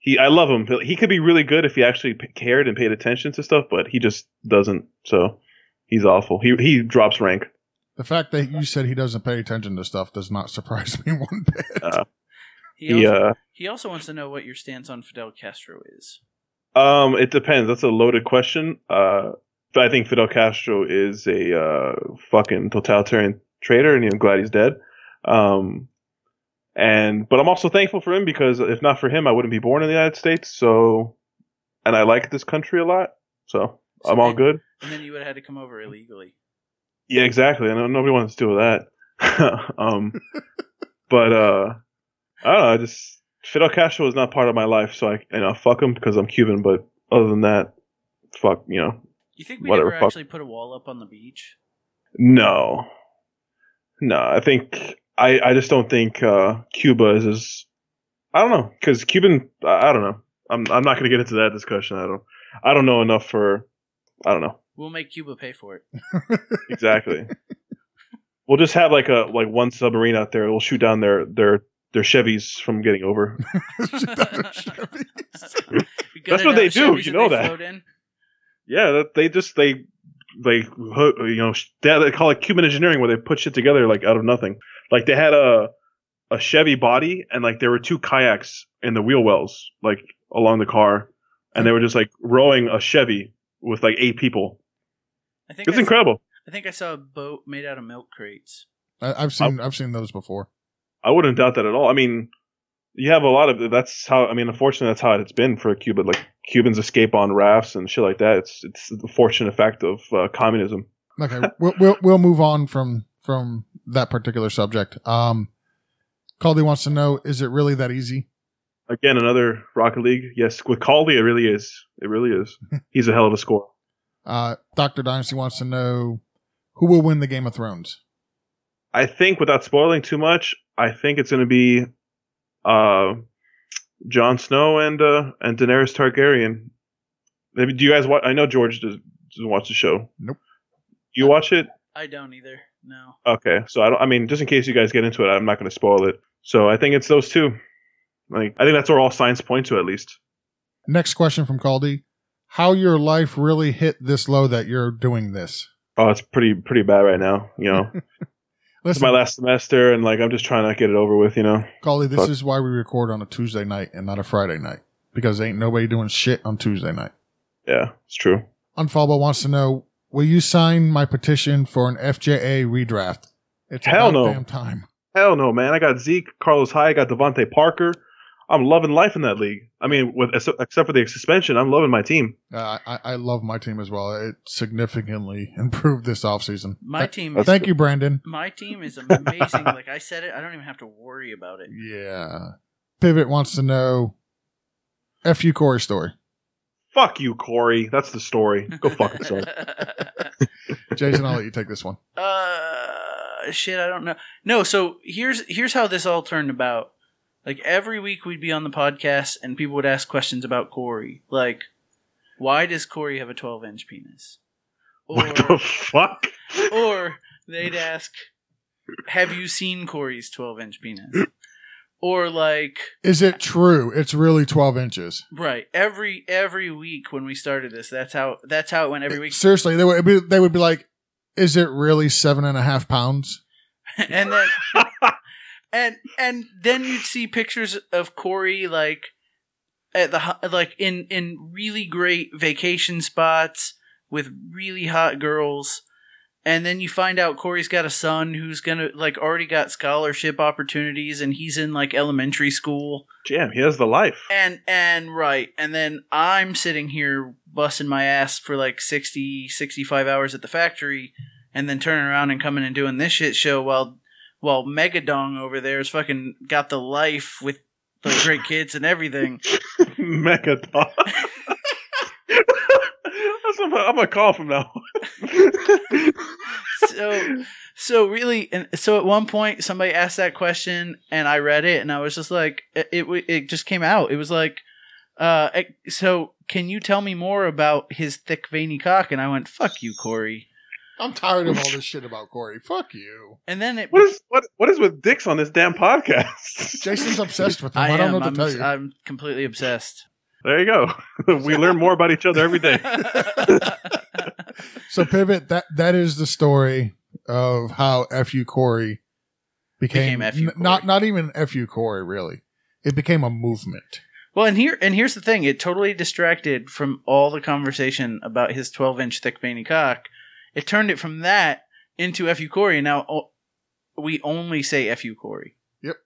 Speaker 3: He, I love him. He could be really good if he actually p- cared and paid attention to stuff, but he just doesn't. So he's awful. He he drops rank.
Speaker 2: The fact that you said he doesn't pay attention to stuff does not surprise me one bit.
Speaker 1: He also,
Speaker 3: He uh,
Speaker 1: he also wants to know what your stance on Fidel Castro is.
Speaker 3: Um, it depends. That's a loaded question. Uh, but I think Fidel Castro is a uh, fucking totalitarian traitor, and I'm glad he's dead. Um, and but I'm also thankful for him because if not for him, I wouldn't be born in the United States. So, and I like this country a lot. So I'm all good.
Speaker 1: And then you would have had to come over illegally.
Speaker 3: Yeah, exactly. I know nobody wants to deal with that. um, but uh, I don't know. I just Fidel Castro is not part of my life, so I you know fuck him because I'm Cuban. But other than that, fuck you know
Speaker 1: You think we
Speaker 3: Whatever,
Speaker 1: never
Speaker 3: fuck.
Speaker 1: actually put a wall up on the beach?
Speaker 3: no, no. I think I I just don't think uh, Cuba is as I don't know because Cuban I, I don't know. I'm I'm not gonna get into that discussion. I don't I don't know enough for I don't know.
Speaker 1: We'll make Cuba pay for it.
Speaker 3: Exactly. we'll just have like a like one submarine out there. We'll shoot down their their their Chevys from getting over.
Speaker 1: We got
Speaker 3: That's what
Speaker 1: it
Speaker 3: they
Speaker 1: out,
Speaker 3: do,
Speaker 1: Chevys
Speaker 3: you
Speaker 1: that
Speaker 3: know
Speaker 1: they
Speaker 3: that.
Speaker 1: float in.
Speaker 3: yeah, that, they just they they ho- you know sh- they, they call it Cuban engineering where they put shit together like out of nothing. Like they had a a Chevy body and like there were two kayaks in the wheel wells like along the car, and they were just like rowing a Chevy with like eight people.
Speaker 1: I think
Speaker 3: It's
Speaker 1: I,
Speaker 3: incredible.
Speaker 1: I think I saw a boat made out of milk crates.
Speaker 2: I, I've seen I've seen those before.
Speaker 3: I wouldn't doubt that at all. I mean, you have a lot of that's how I mean, unfortunately, that's how it's been for Cuba. Like Cubans escape on rafts and shit like that. It's it's the fortunate effect of uh, communism.
Speaker 2: Okay, we'll, we'll we'll move on from from that particular subject. Um, Caldy wants to know: Is it really that easy?
Speaker 3: Again, another Rocket League. Yes, with Caldy, it really is. It really is. He's a hell of a scorer.
Speaker 2: Uh, Dr. Dynasty wants to know who will win the Game of Thrones.
Speaker 3: I think without spoiling too much, I think it's going to be uh, Jon Snow and uh, and Daenerys Targaryen. Maybe- Do you guys watch? I know George does, doesn't watch the show.
Speaker 2: Nope.
Speaker 3: You watch it?
Speaker 1: I don't either. No.
Speaker 3: Okay. So I don't. I mean, just in case you guys get into it, I'm not going to spoil it. So I think it's those two. Like I think that's where all signs point to at least.
Speaker 2: Next question from Caldy. How your life really hit this low that you're doing this?
Speaker 3: Oh, it's pretty pretty bad right now. You know, it's my
Speaker 2: Listen,
Speaker 3: last semester, and like I'm just trying to get it over with. You know.
Speaker 2: Caldy, this
Speaker 3: Fuck.
Speaker 2: is why we record on a Tuesday night and not a Friday night because ain't nobody doing shit on Tuesday night.
Speaker 3: Yeah, it's true.
Speaker 2: Unfallable wants to know Will you sign my petition for an FJA redraft? It's
Speaker 3: Hell
Speaker 2: about
Speaker 3: no.
Speaker 2: damn time.
Speaker 3: Hell no, man. I got Zeke, Carlos High, I got Devontae Parker. I'm loving life in that league. I mean, with except for the suspension, I'm loving my team.
Speaker 2: Uh, I, I love my team as well. It significantly improved this offseason.
Speaker 1: My
Speaker 2: Th- uh,
Speaker 1: team.
Speaker 3: that's
Speaker 1: Is,
Speaker 2: Thank you, Brandon.
Speaker 1: my team is amazing. like I said, it. I don't even have to worry about it.
Speaker 2: Yeah. Pivot wants to know F you Corey story.
Speaker 3: Fuck you, Corey. That's the story. Go fuck yourself.
Speaker 2: Jason, I'll let you take this one.
Speaker 1: uh, shit. I don't know. No. So here's here's how this all turned about. Like every week we'd be on the podcast and people would ask questions about Corey. Like, why does Corey have a 12 inch penis? Or,
Speaker 3: what the fuck?
Speaker 1: or they'd ask, "Have you seen Corey's 12 inch penis?" Or like,
Speaker 2: Is it true? It's really 12 inches.
Speaker 1: right? Every every week when we started this, that's how that's how it went every week.
Speaker 2: Seriously, they would, be, they would be like, is it really seven and a half pounds?
Speaker 1: and then and and then you'd see pictures of Corey like at the ho- like in in really great vacation spots with really hot girls. And then you find out Corey's got a son who's gonna like already got scholarship opportunities, and he's in like elementary school.
Speaker 3: Jam, he has the life.
Speaker 1: and and right and then i'm sitting here busting my ass for like 60 65 hours at the factory and then turning around and coming and doing this shit show while while megadong over there is fucking got the life with the great kids and everything
Speaker 3: Mega dog. That's what I'm, I'm gonna call from now. on.
Speaker 1: so so really and so at one point somebody asked that question and i read it and i was just like it it, w- it just came out it was like uh it- so can you tell me more about his thick veiny cock and i went fuck you corey
Speaker 2: I'm tired of all this shit about Corey. Fuck you.
Speaker 1: and then it
Speaker 3: what is what what is with dicks on this damn podcast?
Speaker 2: Jason's obsessed with him. I, don't know what
Speaker 1: am.
Speaker 2: to tell
Speaker 1: I'm,
Speaker 2: you.
Speaker 1: I'm completely obsessed.
Speaker 3: There you go. we learn more about each other every day.
Speaker 2: so pivot that that is the story of how fu corey became,
Speaker 1: Became F.U.
Speaker 2: n- not
Speaker 1: Corey.
Speaker 2: not even fu corey really it became a movement
Speaker 1: well, and here and here's the thing: it totally distracted from all the conversation about his 12 inch thick veiny cock. It turned it from that into Fu Corey, and now o- we only say Fu Corey.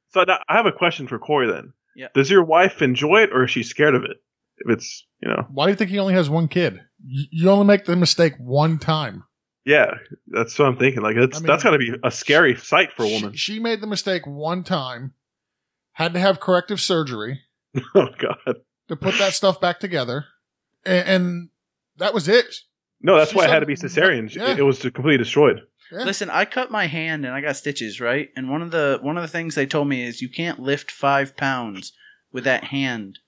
Speaker 3: So now, I have a question for Corey then.
Speaker 1: Yeah.
Speaker 3: Does your wife enjoy it or is she scared of it? If it's you know,
Speaker 2: why do you think he only has one kid Y- you only make the mistake one time
Speaker 3: yeah, that's what I'm thinking. Like that's
Speaker 2: I mean-
Speaker 3: that's got to be a scary sight for a
Speaker 2: She-
Speaker 3: woman.
Speaker 2: she, made the mistake one time had to have corrective surgery
Speaker 3: oh god,
Speaker 2: to put that stuff back together and, and that was it
Speaker 3: no, that's
Speaker 2: She
Speaker 3: why it had
Speaker 2: said-
Speaker 3: to be cesarean.
Speaker 2: Yeah.
Speaker 3: It, it was completely destroyed.
Speaker 2: Yeah.
Speaker 1: Listen, I cut my hand and I got stitches, right? And one of the one of the things they told me is you can't lift five pounds with that hand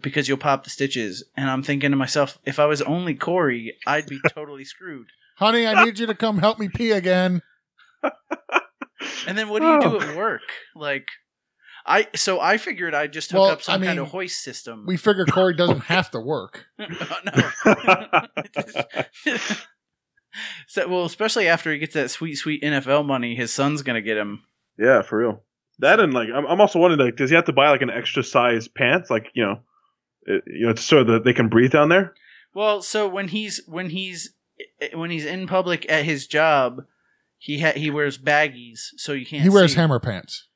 Speaker 1: because you'll pop the stitches. And I'm thinking to myself, if I was only Corey, I'd be totally screwed.
Speaker 2: honey i need you to come help me pee again
Speaker 1: And then what do you do
Speaker 3: Oh.
Speaker 1: at work? Like, I so I figured I'd just hook
Speaker 2: Well,
Speaker 1: up some
Speaker 2: I mean,
Speaker 1: kind of hoist system.
Speaker 2: we figure corey doesn't have to work
Speaker 1: no. so, well, especially after he gets that sweet, sweet NFL money, his son's gonna get him.
Speaker 3: yeah, for real. That and like I'm, I'm also wondering like, does he have to buy like an extra size pants? Like you know, it, you know, so that they can breathe down there.
Speaker 1: Well, so when he's when he's eh, when he's in public at his job, he ha- he wears baggies, so you can't.
Speaker 2: he wears
Speaker 1: see.
Speaker 2: hammer pants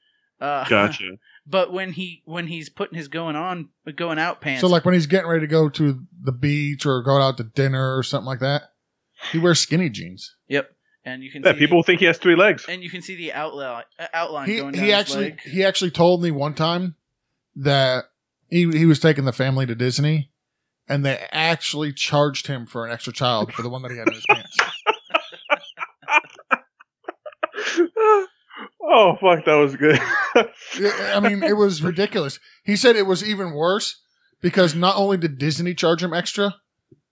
Speaker 1: Uh,
Speaker 3: Gotcha.
Speaker 1: But when he when he's putting his going on going out pants,
Speaker 2: So like when he's getting ready to go to the beach or go out to dinner or something like that, he wears skinny jeans.
Speaker 1: yep, and you can
Speaker 3: yeah,
Speaker 1: see
Speaker 3: people think he has three legs.
Speaker 1: and you can see the outline outline
Speaker 2: He,
Speaker 1: going down
Speaker 2: he
Speaker 1: his
Speaker 2: actually
Speaker 1: leg.
Speaker 2: he actually told me one time that he he was taking the family to Disney and they actually charged him for an extra child for the one that he had in his pants.
Speaker 3: oh fuck, that was good.
Speaker 2: Yeah, I mean, it was ridiculous. He said it was even worse because not only did Disney charge him extra,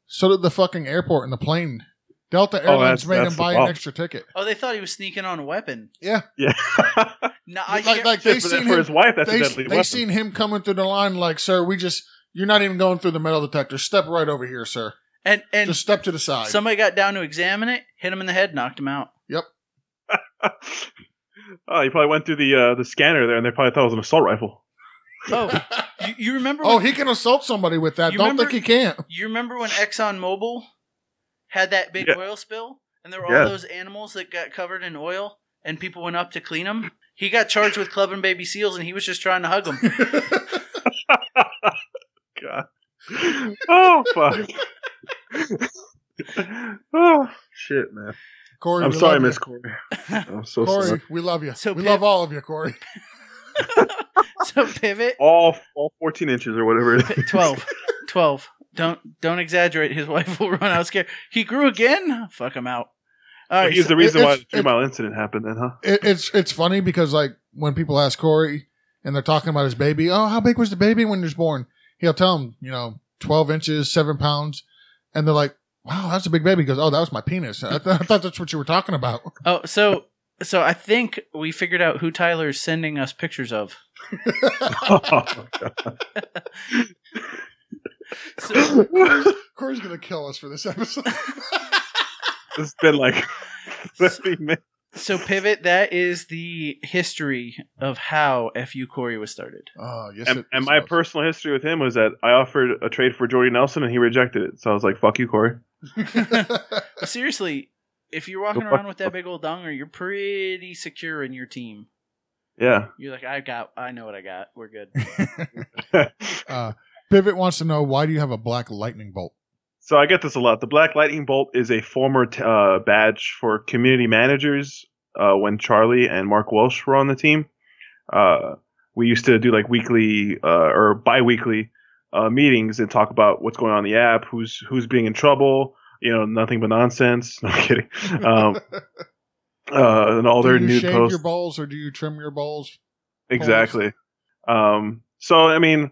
Speaker 2: so did the fucking airport and the plane. Delta
Speaker 3: Oh,
Speaker 2: Airlines
Speaker 3: that's-
Speaker 2: made
Speaker 3: that's
Speaker 2: him
Speaker 3: the
Speaker 2: buy an
Speaker 3: problem.
Speaker 2: extra ticket.
Speaker 1: Oh, they thought he was sneaking on a weapon.
Speaker 3: yeah,
Speaker 1: No, I
Speaker 2: Like-
Speaker 1: get-
Speaker 2: like-
Speaker 3: Shit,
Speaker 2: They
Speaker 3: for,
Speaker 2: seen
Speaker 3: that, for
Speaker 2: him-
Speaker 3: his wife, that's
Speaker 2: they
Speaker 3: a deadly
Speaker 2: they
Speaker 3: weapon.
Speaker 2: seen him coming through the line like, sir, we just you're not even going through the metal detector. Step right over here, sir.
Speaker 1: and and
Speaker 2: just step to the side.
Speaker 1: somebody got down to examine it, hit him in the head, knocked him out.
Speaker 3: oh, he probably went through the uh, the scanner there, and they probably thought it was an assault rifle.
Speaker 1: Oh, you, you remember?
Speaker 2: oh,
Speaker 1: when,
Speaker 2: he can assault somebody with that.
Speaker 1: You
Speaker 2: Don't
Speaker 1: remember-
Speaker 2: think he can't.
Speaker 1: you remember when ExxonMobil had that big
Speaker 3: Yeah.
Speaker 1: oil spill, and there were
Speaker 3: Yeah.
Speaker 1: all those animals that got covered in oil, and people went up to clean them. He got charged with clubbing baby seals, and he was just trying to hug them.
Speaker 3: God. oh fuck. oh shit, man.
Speaker 2: Corey,
Speaker 3: I'm
Speaker 2: we
Speaker 3: sorry,
Speaker 2: love
Speaker 3: Miss
Speaker 2: you.
Speaker 3: Corey. I'm so sorry.
Speaker 2: Corey, we love you.
Speaker 1: So
Speaker 2: we
Speaker 1: Pip-
Speaker 2: love all of you, Corey.
Speaker 1: so pivot
Speaker 3: All all 14 inches or whatever. It is.
Speaker 1: 12. 12. Don't don't exaggerate. His wife will run out scared. He grew again. Fuck him out. All right.
Speaker 3: He's
Speaker 1: so-
Speaker 3: the reason why
Speaker 2: it's-
Speaker 3: the three mile incident happened, then, huh?
Speaker 2: It, it's it's funny because like when people ask Corey and they're talking about his baby, oh, how big was the baby when he was born? He'll tell them, you know, twelve inches, seven pounds, and they're like, wow, that's a big baby. He goes, oh, that was my penis. I, th- I thought that's what you were talking about.
Speaker 1: oh, so so I think we figured out who Tyler's sending us pictures of. So,
Speaker 2: Corey's gonna kill us for this episode.
Speaker 3: it's been like 50 minutes.
Speaker 1: so pivot. That is the history of how FU Corey was started.
Speaker 2: oh yes,
Speaker 3: And,
Speaker 2: it-
Speaker 3: and
Speaker 2: yes,
Speaker 3: my
Speaker 2: it was.
Speaker 3: personal history with him was that I offered a trade for Jordy Nelson and he rejected it. So I was like, fuck you, Corey.
Speaker 1: But seriously, if you're walking around with that big old donger, you're pretty secure in your team.
Speaker 3: Yeah.
Speaker 1: You're like, I got, I know what I got. We're good.
Speaker 2: uh, Pivot wants to know why do you have a black lightning bolt?
Speaker 3: So I get this a lot. The Black Lightning Bolt is a former t- uh, badge for community managers uh, when Charlie and Mark Welsh were on the team. Uh, we used to do like weekly uh, or bi-weekly uh, meetings and talk about what's going on in the app, who's who's being in trouble, you know, nothing but nonsense. No I'm kidding. Um, uh, and all
Speaker 2: do
Speaker 3: their
Speaker 2: you
Speaker 3: nude
Speaker 2: shave
Speaker 3: posts.
Speaker 2: your balls or do you trim your balls?
Speaker 3: Exactly. Um, so I mean,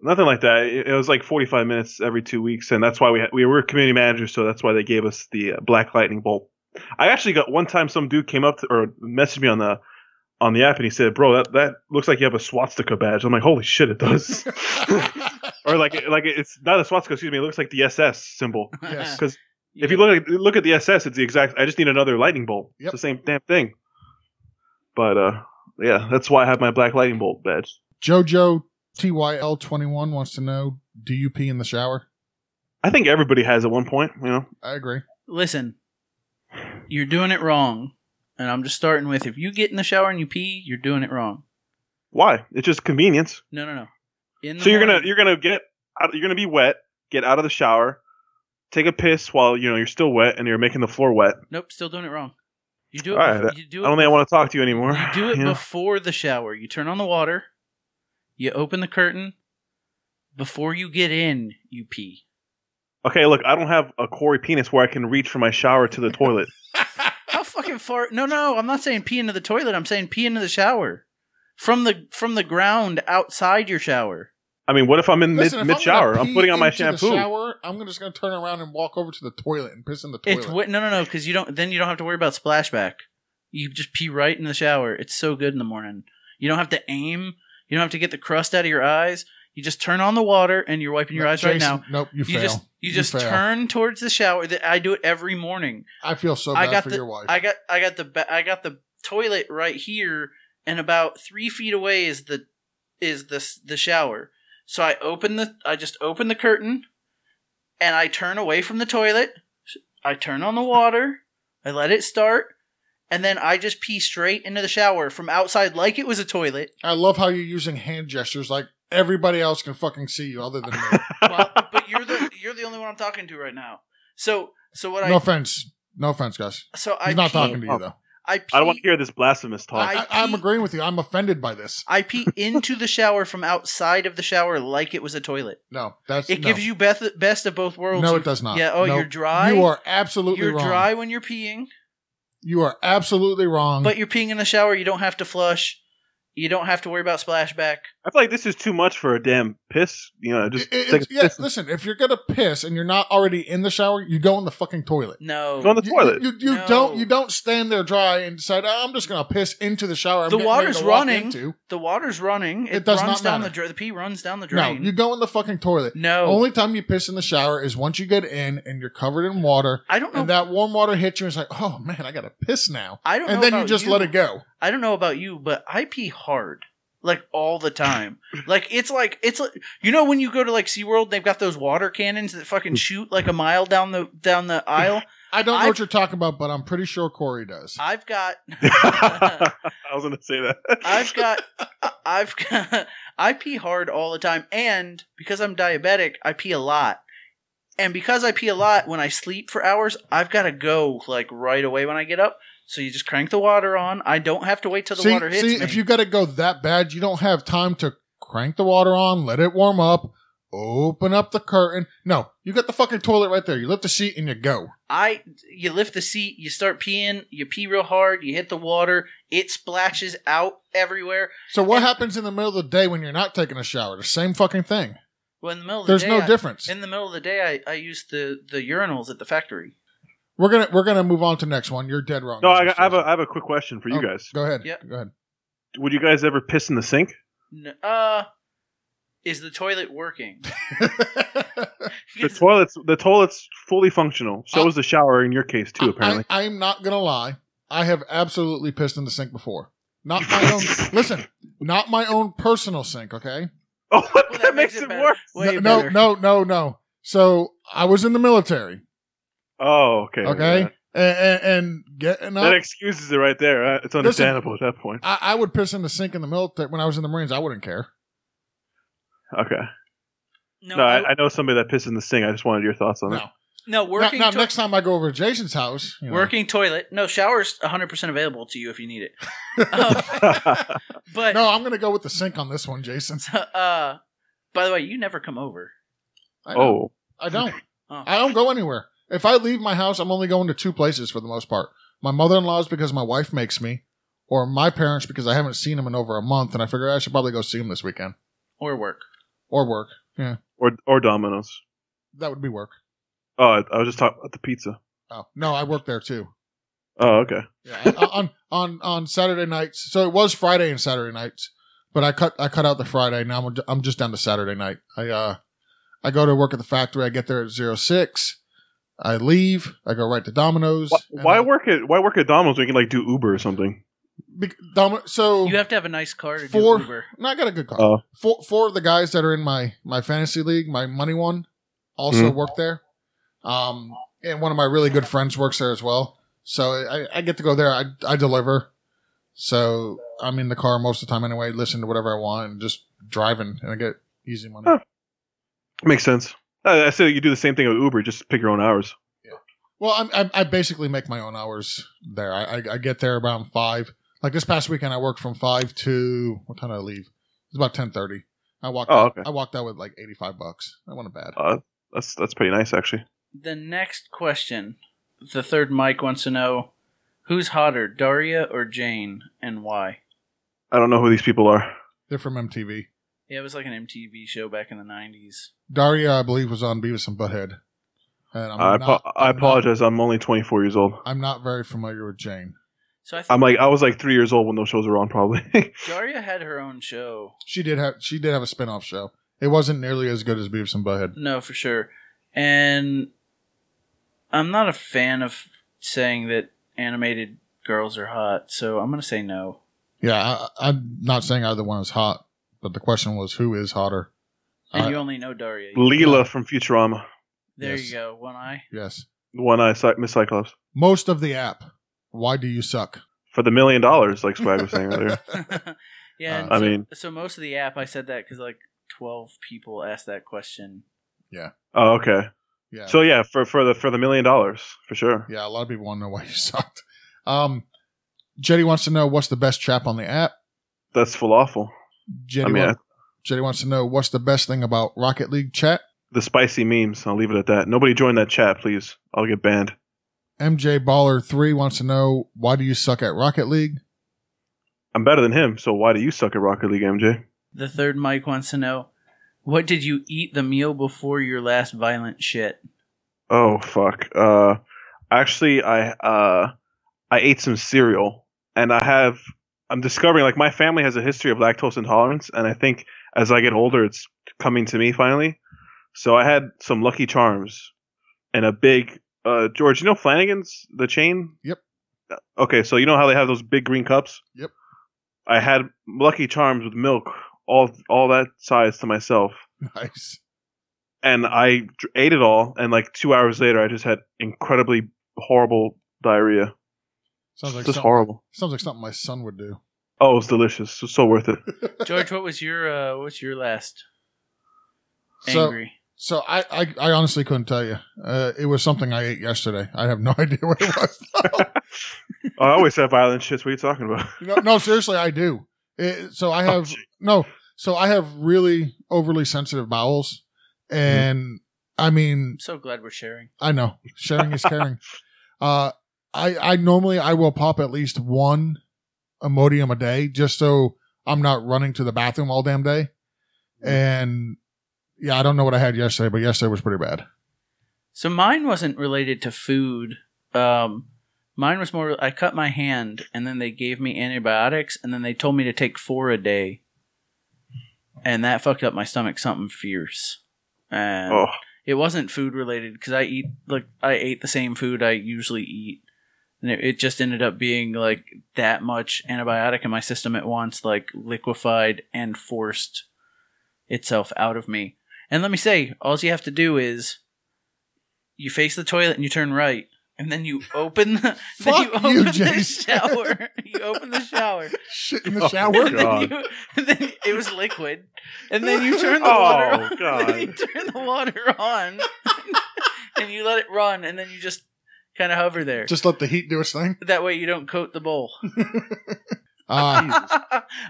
Speaker 3: nothing like that. It, it was like 45 minutes every two weeks, and that's why we had, we were community managers, so that's why they gave us the uh, black lightning bolt. I actually got one time some dude came up to, or messaged me on the on the app, and he said, "Bro, that that looks like you have a swastika badge." I'm like, "Holy shit, it does!" or like like it's not a swastika, excuse me. It looks like the SS symbol.
Speaker 2: Yes.
Speaker 3: Because if you look at look at the SS, it's the exact. I just need another lightning bolt.
Speaker 2: Yep.
Speaker 3: It's the same damn thing. But uh, yeah, that's why I have my black lightning bolt badge.
Speaker 2: Jojo TYL21 wants to know do you pee in the shower?
Speaker 3: I think everybody has at one point. You know,
Speaker 2: I agree.
Speaker 1: listen, you're doing it wrong. And I'm just starting with if you get in the shower and you pee, you're doing it wrong.
Speaker 3: why? It's just convenience.
Speaker 1: No, no, no. In the
Speaker 3: So you're gonna
Speaker 1: morning-
Speaker 3: you're gonna get out, you're gonna be wet. Get out of the shower, take a piss while you know you're still wet and you're making the floor wet.
Speaker 1: nope, still doing it wrong. You do it.
Speaker 3: All right,
Speaker 1: bef- you do
Speaker 3: I
Speaker 1: it.
Speaker 3: don't think I want to talk to you anymore.
Speaker 1: you do it
Speaker 3: You know?
Speaker 1: before the shower. You turn on the water. You open the curtain. Before you get in, you pee.
Speaker 3: Okay, look, I don't have a Corey penis where I can reach from my shower to the toilet.
Speaker 1: How fucking far? No, no, I'm not saying pee into the toilet. I'm saying pee into the shower. From the from the ground outside your shower.
Speaker 3: I mean, what if I'm in
Speaker 2: Listen, if
Speaker 3: mid mid
Speaker 2: gonna
Speaker 3: shower? I'm
Speaker 2: pee
Speaker 3: putting on my
Speaker 2: into the
Speaker 3: shampoo.
Speaker 2: shower, I'm just going to turn around and walk over to the toilet and piss in the toilet.
Speaker 1: It's wi- no, no, no, because you don't. Then you don't have to worry about splashback. You just pee right in the shower. It's so good in the morning. You don't have to aim. You don't have to get the crust out of your eyes. You just turn on the water and you're wiping your eyes right
Speaker 2: Jason,
Speaker 1: now.
Speaker 2: Nope, you,
Speaker 1: You
Speaker 2: fail.
Speaker 1: just you just
Speaker 2: fail.
Speaker 1: turn towards the shower. That I do it every morning.
Speaker 2: I feel so
Speaker 1: I
Speaker 2: bad
Speaker 1: got
Speaker 2: for
Speaker 1: the-
Speaker 2: your wife.
Speaker 1: I got I got the ba- I got the toilet right here, and about three feet away is the is the s- the shower. So I open the I just open the curtain, and I turn away from the toilet. I turn on the water. I let it start, and then I just pee straight into the shower from outside like it was a toilet.
Speaker 2: I love how you're using hand gestures like everybody else can fucking see you other than me.
Speaker 1: Well, but you're the you're the only one I'm talking to right now. So so what
Speaker 2: no
Speaker 1: I
Speaker 2: offense. No offense, guys.
Speaker 1: so I
Speaker 2: He's not
Speaker 1: pee-
Speaker 2: talking to you,
Speaker 3: Oh.
Speaker 2: though.
Speaker 1: I pee,
Speaker 3: I don't want to hear this blasphemous talk.
Speaker 1: I
Speaker 2: I, I'm
Speaker 1: pee-
Speaker 2: agreeing with you. I'm offended by this.
Speaker 1: I pee into the shower from outside of the shower like it was a toilet.
Speaker 2: No, that's
Speaker 1: It
Speaker 2: no.
Speaker 1: gives you best best of both worlds.
Speaker 2: No,
Speaker 1: You-
Speaker 2: it does not.
Speaker 1: Yeah. Oh,
Speaker 2: No,
Speaker 1: you're dry.
Speaker 2: You are absolutely
Speaker 1: You're
Speaker 2: wrong.
Speaker 1: dry when you're peeing,
Speaker 2: You are absolutely wrong.
Speaker 1: but you're peeing in the shower. You don't have to flush. You don't have to worry about splashback.
Speaker 3: I feel like this is too much for a damn piss. You know, just
Speaker 2: It- it-
Speaker 3: take a
Speaker 2: it's- yeah,
Speaker 3: piss and
Speaker 2: listen, if you're gonna piss and you're not already in the shower, you go in the fucking toilet.
Speaker 1: No.
Speaker 3: go on the
Speaker 2: You-
Speaker 3: toilet.
Speaker 2: You, you, you
Speaker 1: No.
Speaker 2: don't you don't stand there dry and decide "Oh, I'm just gonna piss into the shower. I'm
Speaker 1: The
Speaker 2: getting ready
Speaker 1: water's
Speaker 2: to walk
Speaker 1: running.
Speaker 2: Into.
Speaker 1: the water's running. It,
Speaker 2: It does
Speaker 1: runs
Speaker 2: not
Speaker 1: down the
Speaker 2: matter.
Speaker 1: drain. The pee runs down the
Speaker 2: No,
Speaker 1: drain.
Speaker 2: you go in the fucking toilet.
Speaker 1: No.
Speaker 2: Only time you piss in the shower is once you get in and you're covered in water,
Speaker 1: I don't know.
Speaker 2: and that warm water hits you. and It's like, oh man, I gotta piss now,
Speaker 1: I don't. know
Speaker 2: and then you
Speaker 1: about
Speaker 2: just let it go.
Speaker 1: I don't know about you, but I pee hard. Like all the time. like it's like it's like you know when you go to like SeaWorld, they've got those water cannons that fucking shoot like a mile down the down the aisle.
Speaker 2: I don't know
Speaker 1: I-
Speaker 2: what you're talking about, but I'm pretty sure Corey does.
Speaker 1: I've got
Speaker 3: I was gonna say that.
Speaker 1: I've got I've got I pee hard all the time and because I'm diabetic, I pee a lot. And because I pee a lot when I sleep for hours, I've got to go like right away when I get up. So you just crank the water on. I don't have to wait till the
Speaker 2: see,
Speaker 1: water hits
Speaker 2: see
Speaker 1: me.
Speaker 2: if you gotta go that bad, you don't have time to crank the water on, let it warm up, open up the curtain. No, you got the fucking toilet right there. You lift the seat and you go.
Speaker 1: I you lift the seat, you start peeing, you pee real hard, you hit the water, it splashes out everywhere.
Speaker 2: So what
Speaker 1: And-
Speaker 2: happens in the middle of the day when you're not taking a shower? The same fucking thing.
Speaker 1: Well, in the middle of the
Speaker 2: There's
Speaker 1: day,
Speaker 2: no
Speaker 1: I-
Speaker 2: difference.
Speaker 1: In the middle of the day, I, I use the the urinals at the factory.
Speaker 2: We're gonna we're gonna move on to next one. You're dead wrong.
Speaker 3: No, I, I have a I have a quick question for you
Speaker 2: Oh,
Speaker 3: guys.
Speaker 2: Go ahead.
Speaker 1: Yeah.
Speaker 2: Go ahead.
Speaker 3: Would you guys ever piss in the sink?
Speaker 1: N- Uh, is the toilet working?
Speaker 3: The toilet's the toilet's fully functional. So is the shower in your case too. Apparently,
Speaker 2: I, I'm not gonna lie. I have absolutely pissed in the sink before. Not my own. listen, not my own personal sink. Okay.
Speaker 3: oh, what?
Speaker 1: Well,
Speaker 3: that, makes, it,
Speaker 1: better.
Speaker 3: worse.
Speaker 1: Way
Speaker 2: no,
Speaker 1: better.
Speaker 2: no, no, no. So I was in the military.
Speaker 3: Oh, okay.
Speaker 2: Okay.
Speaker 3: Yeah.
Speaker 2: And, and, and getting up.
Speaker 3: That excuses it right there. Uh, It's understandable at that point.
Speaker 2: I, I would piss in the sink in the military when I was in the Marines. I wouldn't care.
Speaker 3: Okay.
Speaker 1: no,
Speaker 3: No,
Speaker 1: no,
Speaker 3: I, I know somebody that pisses in the sink. I just wanted your thoughts on
Speaker 2: No.
Speaker 3: it.
Speaker 2: Now,
Speaker 1: working
Speaker 2: now
Speaker 1: to-
Speaker 2: next time I go over to Jason's house, you know,
Speaker 1: working toilet. No, shower's 100 percent available to you if you need it. Um, but
Speaker 2: No, I'm gonna go with the sink on this one, Jason.
Speaker 1: uh, by the way, you never come over.
Speaker 2: I don't.
Speaker 3: oh,
Speaker 2: I don't.
Speaker 1: Oh.
Speaker 2: I don't go anywhere. If I leave my house, I'm only going to two places for the most part. My mother-in-law's because my wife makes me, or my parents because I haven't seen them in over a month, and I figure I should probably go see them this weekend
Speaker 1: or work.
Speaker 2: or work.
Speaker 3: or or Domino's.
Speaker 2: That would be work.
Speaker 3: Oh, I, I was just talking about the pizza.
Speaker 2: Oh no, I work there too.
Speaker 3: Oh, okay.
Speaker 2: Yeah, I- on on on Saturday nights. So it was Friday and Saturday nights, but I cut I cut out the Friday. Now I'm I'm just down to Saturday night. I uh I go to work at the factory. I get there at zero six. I leave. I go right to Domino's.
Speaker 3: Why,
Speaker 2: and
Speaker 3: why
Speaker 2: I-
Speaker 3: work at Why work at Domino's when you can like do Uber or something?
Speaker 2: Bec- Dom- so
Speaker 1: You have to have a nice car to
Speaker 2: Four-
Speaker 1: do Uber.
Speaker 2: No, I got a good car.
Speaker 3: Oh.
Speaker 2: four, four of the guys that are in my my fantasy league, my money one, also
Speaker 3: Mm.
Speaker 2: work there. Um, and one of my really good friends works there as well. So I, I get to go there. I, I deliver. So I'm in the car most of the time anyway, listen to whatever I want and just driving and I get easy money.
Speaker 3: Huh. Makes sense. I, I say you do the same thing with Uber. Just pick your own hours.
Speaker 2: Well, I'm, I'm, I basically make my own hours there. I, I, I get there around five. Like this past weekend, I worked from five to what time did I leave? It's about ten thirty. I walked.
Speaker 3: Oh,
Speaker 2: out,
Speaker 3: okay.
Speaker 2: I walked out with like eighty five bucks. That wasn't bad.
Speaker 3: Uh, that's that's pretty nice actually.
Speaker 1: The next question, the third Mike wants to know, who's hotter, Daria or Jane, and why?
Speaker 3: I don't know who these people are.
Speaker 2: They're from MTV.
Speaker 1: Yeah, it was like an MTV show back in the '90s.
Speaker 2: Daria, I believe, was on Beavis and Butthead. And I'm
Speaker 3: I, apo-
Speaker 2: not,
Speaker 3: I
Speaker 2: I'm
Speaker 3: apologize. I'm only 24 years old.
Speaker 2: Not, I'm not very familiar with Jane.
Speaker 1: So I think
Speaker 3: I'm like I was like three years old when those shows were on. Probably.
Speaker 1: Daria had her own show.
Speaker 2: She did have she did have a spin off show. It wasn't nearly as good as Beavis and Butthead.
Speaker 1: No, for sure. And I'm not a fan of saying that animated girls are hot, so I'm gonna say no.
Speaker 2: Yeah, I, I- I'm not saying either one is hot, but the question was who is hotter.
Speaker 1: And
Speaker 2: I-
Speaker 3: Uh,
Speaker 1: you only know Daria.
Speaker 3: Leela from Futurama.
Speaker 1: There
Speaker 2: Yes.
Speaker 1: you go. One eye.
Speaker 2: yes,
Speaker 3: The one I Cy- Miss Cyclops
Speaker 2: most of the app. Why do you suck?
Speaker 3: for the million dollars, like Swag was saying earlier.
Speaker 1: yeah. and
Speaker 2: Uh,
Speaker 3: I
Speaker 1: so,
Speaker 3: mean-
Speaker 1: so most of the app I said that because like 12 people asked that question.
Speaker 3: Oh, okay.
Speaker 2: Yeah,
Speaker 3: So yeah, for for the for the million dollars for sure.
Speaker 2: yeah. A lot of people want to know why you sucked. Um, Jetty wants to know what's the best trap on the app.
Speaker 3: That's falafel.
Speaker 2: Jetty,
Speaker 3: I mean,
Speaker 2: wants, Jetty wants to know what's the best thing about Rocket League chat.
Speaker 3: The spicy memes. I'll leave it at that. Nobody join that chat, please. I'll get banned.
Speaker 2: MJ Baller Three wants to know why do you suck at Rocket League?
Speaker 3: I'm better than him, so why do you suck at Rocket League, MJ?
Speaker 1: The third Mike wants to know, what did you eat the meal before your last violent shit?
Speaker 3: Oh fuck. Uh, actually, I uh, I ate some cereal, and I have. I'm discovering like my family has a history of lactose intolerance, and I think as I get older, it's coming to me finally. So I had some Lucky Charms, and a big uh, George. You know Flanagan's the chain. Uh,
Speaker 2: Yep.
Speaker 3: Okay, so you know how they have those big green cups.
Speaker 2: Yep.
Speaker 3: I had Lucky Charms with milk, all all that size to myself
Speaker 2: Nice.
Speaker 3: and I dr- ate it all, and like two hours later, I just had incredibly horrible diarrhea.
Speaker 2: Sounds like
Speaker 3: just
Speaker 2: something,
Speaker 3: horrible.
Speaker 2: sounds like something my son would do.
Speaker 3: Oh, it was delicious. It was so worth it.
Speaker 1: George, what was your uh, what was your last
Speaker 2: So-
Speaker 1: angry?
Speaker 2: So I, I, I honestly couldn't tell you. Uh, it was something I ate yesterday. I have no idea what it was.
Speaker 3: I always have violent shits. What are you talking about?
Speaker 2: no, no, seriously, I do. It, so I have no. So I have really overly sensitive bowels, and I mean,
Speaker 1: I'm so glad we're sharing.
Speaker 2: I know sharing is caring. uh, I I normally I will pop at least one Imodium a day just so I'm not running to the bathroom all damn day. Mm. And yeah, I don't know what I had yesterday, but yesterday was pretty bad.
Speaker 1: So mine wasn't related to food. Um, mine was more. I cut my hand, and then they gave me antibiotics, and then they told me to take four a day, and that fucked up my stomach something fierce. And
Speaker 3: Oh,
Speaker 1: it wasn't food related because I eat like I ate the same food I usually eat, and it, it just ended up being like that much antibiotic in my system at once, like liquefied and forced itself out of me. And let me say, all you have to do is you face the toilet and you turn right. And then you open the then
Speaker 2: Fuck
Speaker 1: you
Speaker 2: you,
Speaker 1: open the
Speaker 2: Jason.
Speaker 1: shower. You open the shower.
Speaker 2: Shit in the
Speaker 3: Oh,
Speaker 2: shower.
Speaker 1: and, then
Speaker 3: God.
Speaker 1: you, and then it was liquid. And then you turn the
Speaker 3: Oh,
Speaker 1: water on.
Speaker 3: God.
Speaker 1: and you turn the water on. and you let it run and then you just kind of hover there.
Speaker 2: Just let the heat do its thing.
Speaker 1: that way you don't coat the bowl.
Speaker 2: Uh,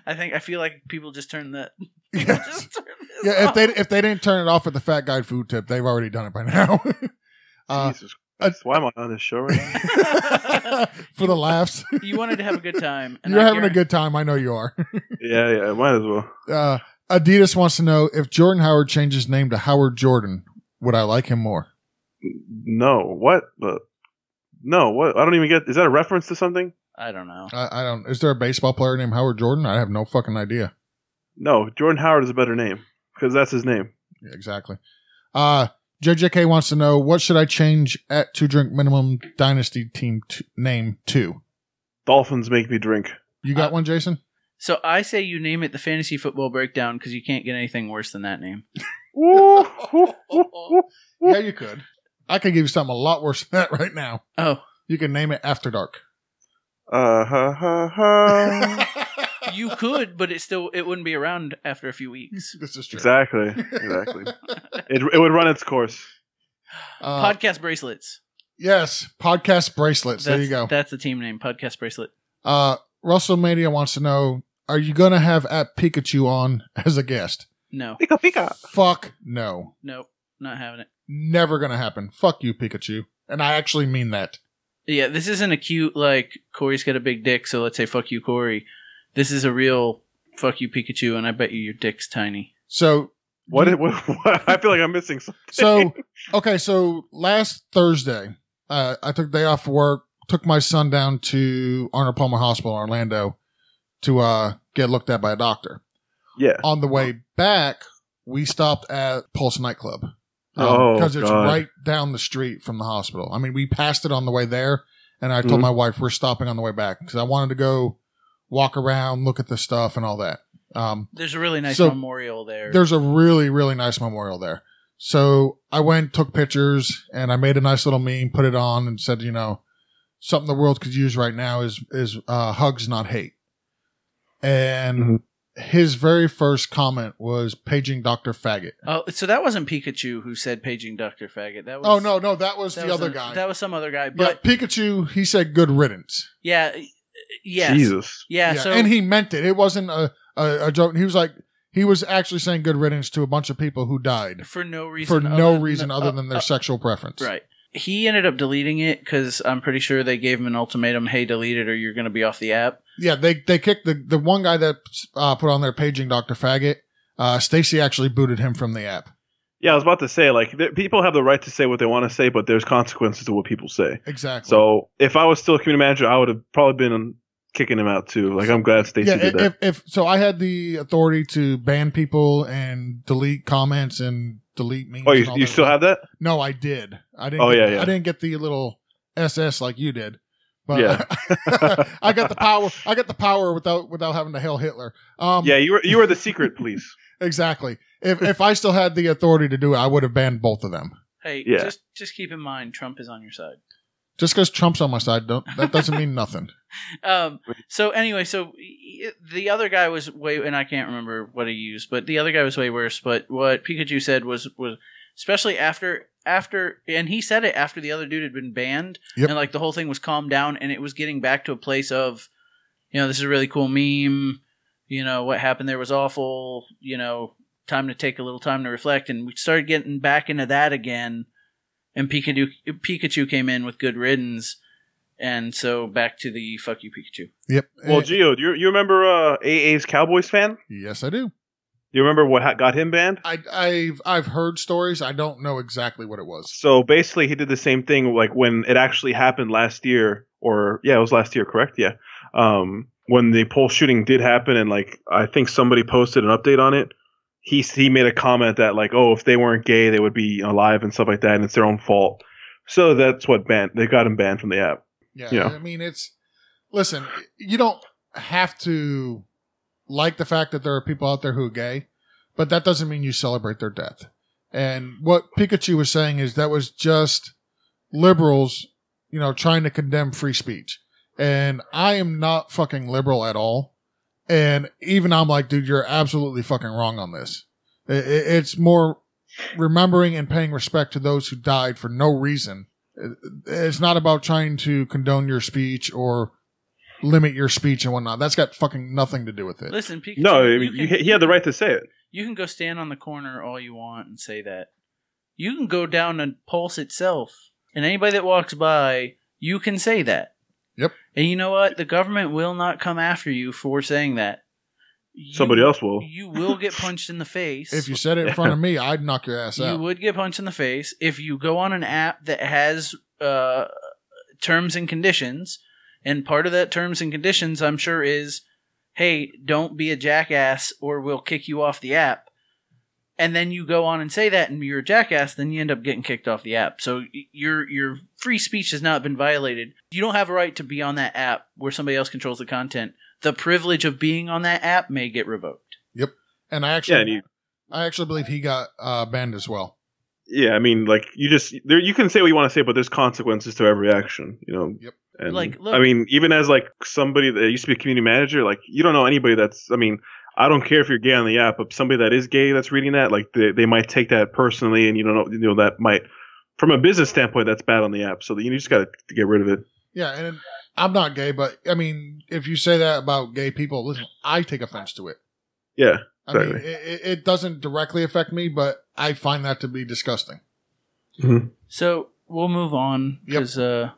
Speaker 1: I think I feel like people just turn that.
Speaker 2: yes.
Speaker 1: Just turn this
Speaker 2: Yeah, if
Speaker 1: off.
Speaker 2: they if they didn't turn it off at the fat guy food tip, they've already done it by now. uh,
Speaker 3: Jesus Christ. Why am I on this show right now?
Speaker 2: for the laughs,
Speaker 1: you wanted to have a good time.
Speaker 2: you're
Speaker 1: I
Speaker 2: having a
Speaker 1: guarant-
Speaker 2: good time. I know you are.
Speaker 3: yeah, yeah, might as well.
Speaker 2: Uh, Adidas wants to know if Jordan Howard changed his name to Howard Jordan, would I like him more?
Speaker 3: No, what? the no, what? I don't even get. Is that a reference to something?
Speaker 1: I don't know.
Speaker 2: I, I don't. Is there a baseball player named Howard Jordan? I have no fucking idea.
Speaker 3: No, Jordan Howard is a better name because that's his name.
Speaker 2: Yeah, exactly. Uh, JJK wants to know what should I change at to drink minimum dynasty team t- name to?
Speaker 3: Dolphins make me drink.
Speaker 2: You got
Speaker 1: Uh,
Speaker 2: one, Jason?
Speaker 1: So I say you name it the fantasy football breakdown because you can't get anything worse than that name.
Speaker 3: Woo, woo, woo, woo.
Speaker 2: Yeah, you could. I could give you something a lot worse than that right now.
Speaker 1: Oh,
Speaker 2: You can name it After Dark.
Speaker 3: Uh, ha, ha, ha.
Speaker 1: you could, but it still it wouldn't be around after a few weeks.
Speaker 2: This is true.
Speaker 3: Exactly. Exactly. it, it would run its course.
Speaker 2: Uh,
Speaker 1: Podcast bracelets.
Speaker 2: yes, podcast bracelets. there
Speaker 1: That's-
Speaker 2: you go.
Speaker 1: That's the team name. Podcast bracelet.
Speaker 2: Uh, WrestleMania wants to know: Are you gonna have at Pikachu on as a guest?
Speaker 1: No,
Speaker 3: Pika pika.
Speaker 2: Fuck no,
Speaker 1: no, not having it.
Speaker 2: never gonna happen. Fuck you, Pikachu, and I actually mean that.
Speaker 1: Yeah, this isn't a cute like Corey's got a big dick, so let's say fuck you, Corey. This is a real fuck you, Pikachu, and I bet you your dick's tiny.
Speaker 2: So,
Speaker 3: What, it- what, what? I feel like I'm missing something.
Speaker 2: so okay. So last Thursday, uh, I took a day off work, took my son down to Arnold Palmer Hospital in Orlando to uh, get looked at by a doctor.
Speaker 3: Yeah.
Speaker 2: on the way back, we stopped at Pulse nightclub
Speaker 3: Oh,
Speaker 2: because it's
Speaker 3: God.
Speaker 2: right down the street from the hospital. I mean, we passed it on the way there, and I told
Speaker 3: Mhm.
Speaker 2: my wife we're stopping on the way back because I wanted to go walk around, look at the stuff, and all that. Um,
Speaker 1: There's a really nice
Speaker 2: So,
Speaker 1: memorial there.
Speaker 2: there's a really, really nice memorial there. So I went, took pictures, and I made a nice little meme, put it on, and said, you know, something the world could use right now is is uh, hugs, not hate. And
Speaker 3: Mhm.
Speaker 2: his very first comment was paging Doctor Faggot.
Speaker 1: oh, so that wasn't Pikachu who said paging Doctor Faggot. That was
Speaker 2: Oh no, no, that was
Speaker 1: that
Speaker 2: the
Speaker 1: was
Speaker 2: other
Speaker 1: an-
Speaker 2: guy.
Speaker 1: That was some other guy.
Speaker 2: yeah,
Speaker 1: But
Speaker 2: Pikachu. He said, "Good riddance."
Speaker 1: yeah. Yes.
Speaker 3: Jesus.
Speaker 1: Yeah, So
Speaker 2: and he meant it. It wasn't a, a, a joke. He was like, he was actually saying good riddance to a bunch of people who died
Speaker 1: for no reason.
Speaker 2: for no
Speaker 1: other
Speaker 2: reason
Speaker 1: than,
Speaker 2: other
Speaker 1: uh,
Speaker 2: than their sexual preference.
Speaker 1: Right. He ended up deleting it because I'm pretty sure they gave him an ultimatum: "Hey, delete it, or you're going to be off the app."
Speaker 2: Yeah, they they kicked the the one guy that uh, put on their paging Doctor Faggot. Uh, Stacy actually booted him from the app.
Speaker 3: Yeah, I was about to say like th- people have the right to say what they want to say, but there's consequences to what people say.
Speaker 2: Exactly.
Speaker 3: So if I was still a community manager, I would have probably been kicking him out too. Like I'm glad Stacy
Speaker 2: yeah,
Speaker 3: did
Speaker 2: if,
Speaker 3: that.
Speaker 2: if, if so, I had the authority to ban people and delete comments and delete memes.
Speaker 3: oh,
Speaker 2: and
Speaker 3: you,
Speaker 2: all
Speaker 3: you
Speaker 2: that
Speaker 3: still
Speaker 2: stuff.
Speaker 3: have that?
Speaker 2: No, I did. I didn't.
Speaker 3: Oh,
Speaker 2: get,
Speaker 3: yeah, yeah.
Speaker 2: I didn't get the little SS like you did. But
Speaker 3: Yeah.
Speaker 2: I got the power. I got the power without without having to hail Hitler. Um,
Speaker 3: yeah, you were you were the secret police.
Speaker 2: exactly. If if I still had the authority to do it, I would have banned both of them.
Speaker 1: Hey,
Speaker 3: Yeah.
Speaker 1: just just keep in mind Trump is on your side.
Speaker 2: Just because Trump's on my side, don't that doesn't mean nothing.
Speaker 1: Um, so anyway, so y- the other guy was way, and I can't remember what he used, but the other guy was way worse. But what Pikachu said was was especially after after, and he said it after the other dude had been banned,
Speaker 2: Yep.
Speaker 1: and like the whole thing was calmed down, and it was getting back to a place of, you know, this is a really cool meme. You know what happened there was awful. You know, time to take a little time to reflect, and we started getting back into that again. And Pikachu Pikachu came in with good riddance. And so back to the fuck you Pikachu.
Speaker 2: Yep.
Speaker 3: Well,
Speaker 2: Eh,
Speaker 3: Geo, do you, you remember uh, AA's Cowboys fan?
Speaker 2: yes, I do.
Speaker 3: Do you remember what ha- got him banned?
Speaker 2: I, I've I've heard stories. I don't know exactly what it was.
Speaker 3: So basically, he did the same thing like when it actually happened last year, or yeah, it was last year, correct? Yeah. Um, when the poll shooting did happen, and like I think somebody posted an update on it, he s- he made a comment that like, oh, if they weren't gay, they would be alive and stuff like that, and it's their own fault. So that's what banned. They got him banned from the app.
Speaker 2: Yeah,
Speaker 3: Yeah.
Speaker 2: I mean, it's listen. You don't have to like the fact that there are people out there who are gay, but that doesn't mean you celebrate their death. And what Pikachu was saying is that was just liberals, you know, trying to condemn free speech. And I am not fucking liberal at all. And even I'm like, dude, you're absolutely fucking wrong on this. I- I- It's more remembering and paying respect to those who died for no reason it's not about trying to condone your speech or limit your speech and whatnot. That's got fucking nothing to do with it.
Speaker 1: Listen, Pikachu.
Speaker 3: No,
Speaker 1: you
Speaker 3: you-
Speaker 1: can-
Speaker 3: he had the right to say it.
Speaker 1: You can go stand on the corner all you want and say that. You can go down and pulse itself, and anybody that walks by, you can say that.
Speaker 2: Yep.
Speaker 1: And you know what? The government will not come after you for saying that. You-
Speaker 3: Somebody else will.
Speaker 1: You will get punched in the face.
Speaker 2: If you said it in front of me, I'd knock your ass
Speaker 1: you
Speaker 2: out.
Speaker 1: would get punched in the face if you go on an app that has uh, terms and conditions and part of that terms and conditions i'm sure is hey don't be a jackass or we'll kick you off the app and then you go on and say that and you're a jackass then you end up getting kicked off the app so y- your your free speech has not been violated you don't have a right to be on that app where somebody else controls the content the privilege of being on that app may get revoked
Speaker 2: And I actually,
Speaker 3: Yeah, and you,
Speaker 2: I actually believe he got uh, banned as well.
Speaker 3: yeah. I mean, like you just there. You can say what you want to say, but there's consequences to every action. You know.
Speaker 2: Yep.
Speaker 3: And
Speaker 1: Like,
Speaker 3: like,
Speaker 1: look-
Speaker 3: I mean, even as like somebody that used to be a community manager, like you don't know anybody that's. I mean, I don't care if you're gay on the app, but somebody that is gay that's reading that, like they, they might take that personally, and you don't know, you know that might. From a business standpoint, that's bad on the app. So you just got to get rid of it.
Speaker 2: Yeah, and I'm not gay, but I mean, if you say that about gay people, listen, I take offense to it.
Speaker 3: Yeah.
Speaker 2: I mean,
Speaker 3: Exactly.
Speaker 2: it, it- it doesn't directly affect me, but I find that to be disgusting.
Speaker 1: So we'll move on
Speaker 2: Yep.
Speaker 1: because uh,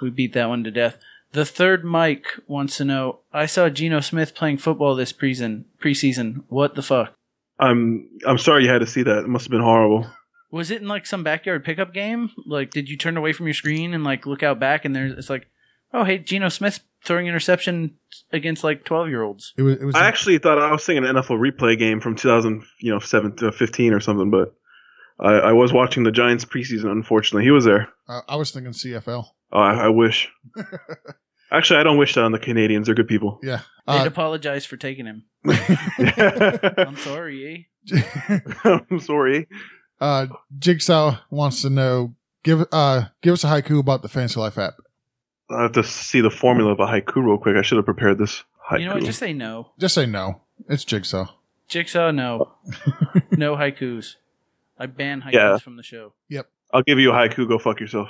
Speaker 1: we beat that one to death. The third Mike wants to know: I saw Geno Smith playing football this preseason. Preseason, what the fuck?
Speaker 3: I'm I'm sorry you had to see that. It must have been horrible.
Speaker 1: Was it in like some backyard pickup game? Like, did you turn away from your screen and like look out back and there's it's like, oh hey, Geno Smith's throwing interception against like twelve year olds.
Speaker 2: It was, it was
Speaker 3: I actually thought I was seeing an NFL replay game from 2000, you know, seven to 15 or something, but I, I was watching the Giants preseason. Unfortunately, he was there.
Speaker 2: uh, I was thinking CFL.
Speaker 3: Oh, I, I wish. actually, I don't wish that on the Canadians. They're good people.
Speaker 2: Yeah.
Speaker 1: They'd
Speaker 2: Uh,
Speaker 1: apologize for taking him. I'm sorry, eh?
Speaker 3: I'm sorry.
Speaker 2: Uh, Jigsaw wants to know give uh give us a haiku about the Fancy Life app.
Speaker 3: I have to see the formula of a haiku real quick. I should have prepared this. Haiku.
Speaker 1: eh? You know what? Just say no.
Speaker 2: Just say no. It's Jigsaw.
Speaker 1: Jigsaw, no. no haikus. I ban haikus
Speaker 3: Yeah.
Speaker 1: from the show.
Speaker 3: I'll give you a haiku. Go fuck yourself.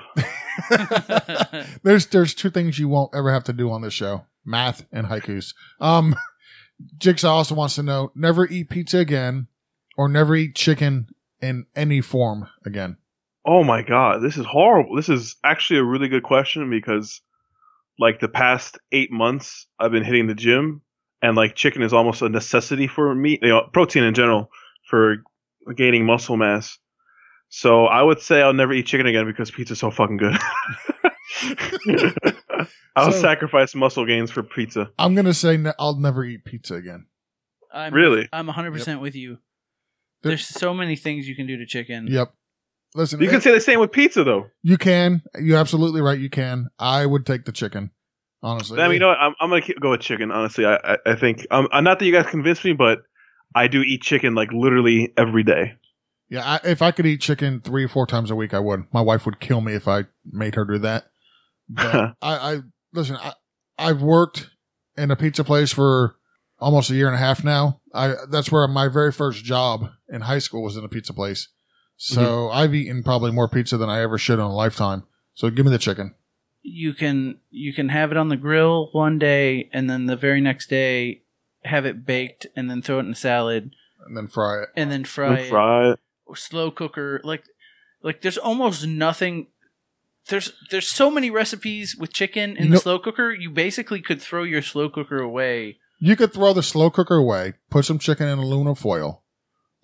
Speaker 2: there's there's two things you won't ever have to do on this show. math and haikus. Um, Jigsaw also wants to know: never eat pizza again, or never eat chicken in any form again.
Speaker 3: Oh my god, this is horrible. This is actually a really good question because like the past 8 months I've been hitting the gym and like chicken is almost a necessity for me, you know, protein in general for gaining muscle mass. So I would say I'll never eat chicken again because pizza's so fucking good. I'll
Speaker 2: So-
Speaker 3: sacrifice muscle gains for pizza.
Speaker 2: I'm gonna say ne- I'll never eat pizza again.
Speaker 1: I'm,
Speaker 3: Really?
Speaker 1: I'm 100% with you.
Speaker 2: There-
Speaker 1: There's so many things you can do to chicken.
Speaker 2: Yep. Listen,
Speaker 3: You can say the same with pizza though.
Speaker 2: You can. You're absolutely right. You can. I would take the chicken, honestly.
Speaker 3: I mean, you know what? I'm, I'm gonna keep, go with chicken. Honestly, I I, I think um, uh, not that you guys convinced me, but I do eat chicken like literally every day.
Speaker 2: yeah. I, if I could eat chicken three or four times a week, I would. My wife would kill me if I made her do that. But I, I listen. I, I've worked in a pizza place for almost a year and a half now. I that's where my very first job in high school was in a pizza place. So I've eaten probably more pizza than I ever should in a lifetime. So give me the chicken.
Speaker 1: You can you can have it on the grill one day and then the very next day have it baked and then throw it in a salad
Speaker 2: And then fry it.
Speaker 1: and then fry, it.
Speaker 3: Fry it.
Speaker 1: Or slow cooker like like there's almost nothing there's there's so many recipes with chicken in
Speaker 2: No-
Speaker 1: the slow cooker you basically could throw your slow cooker away
Speaker 2: You could throw the slow cooker away, put some chicken in aluminum foil,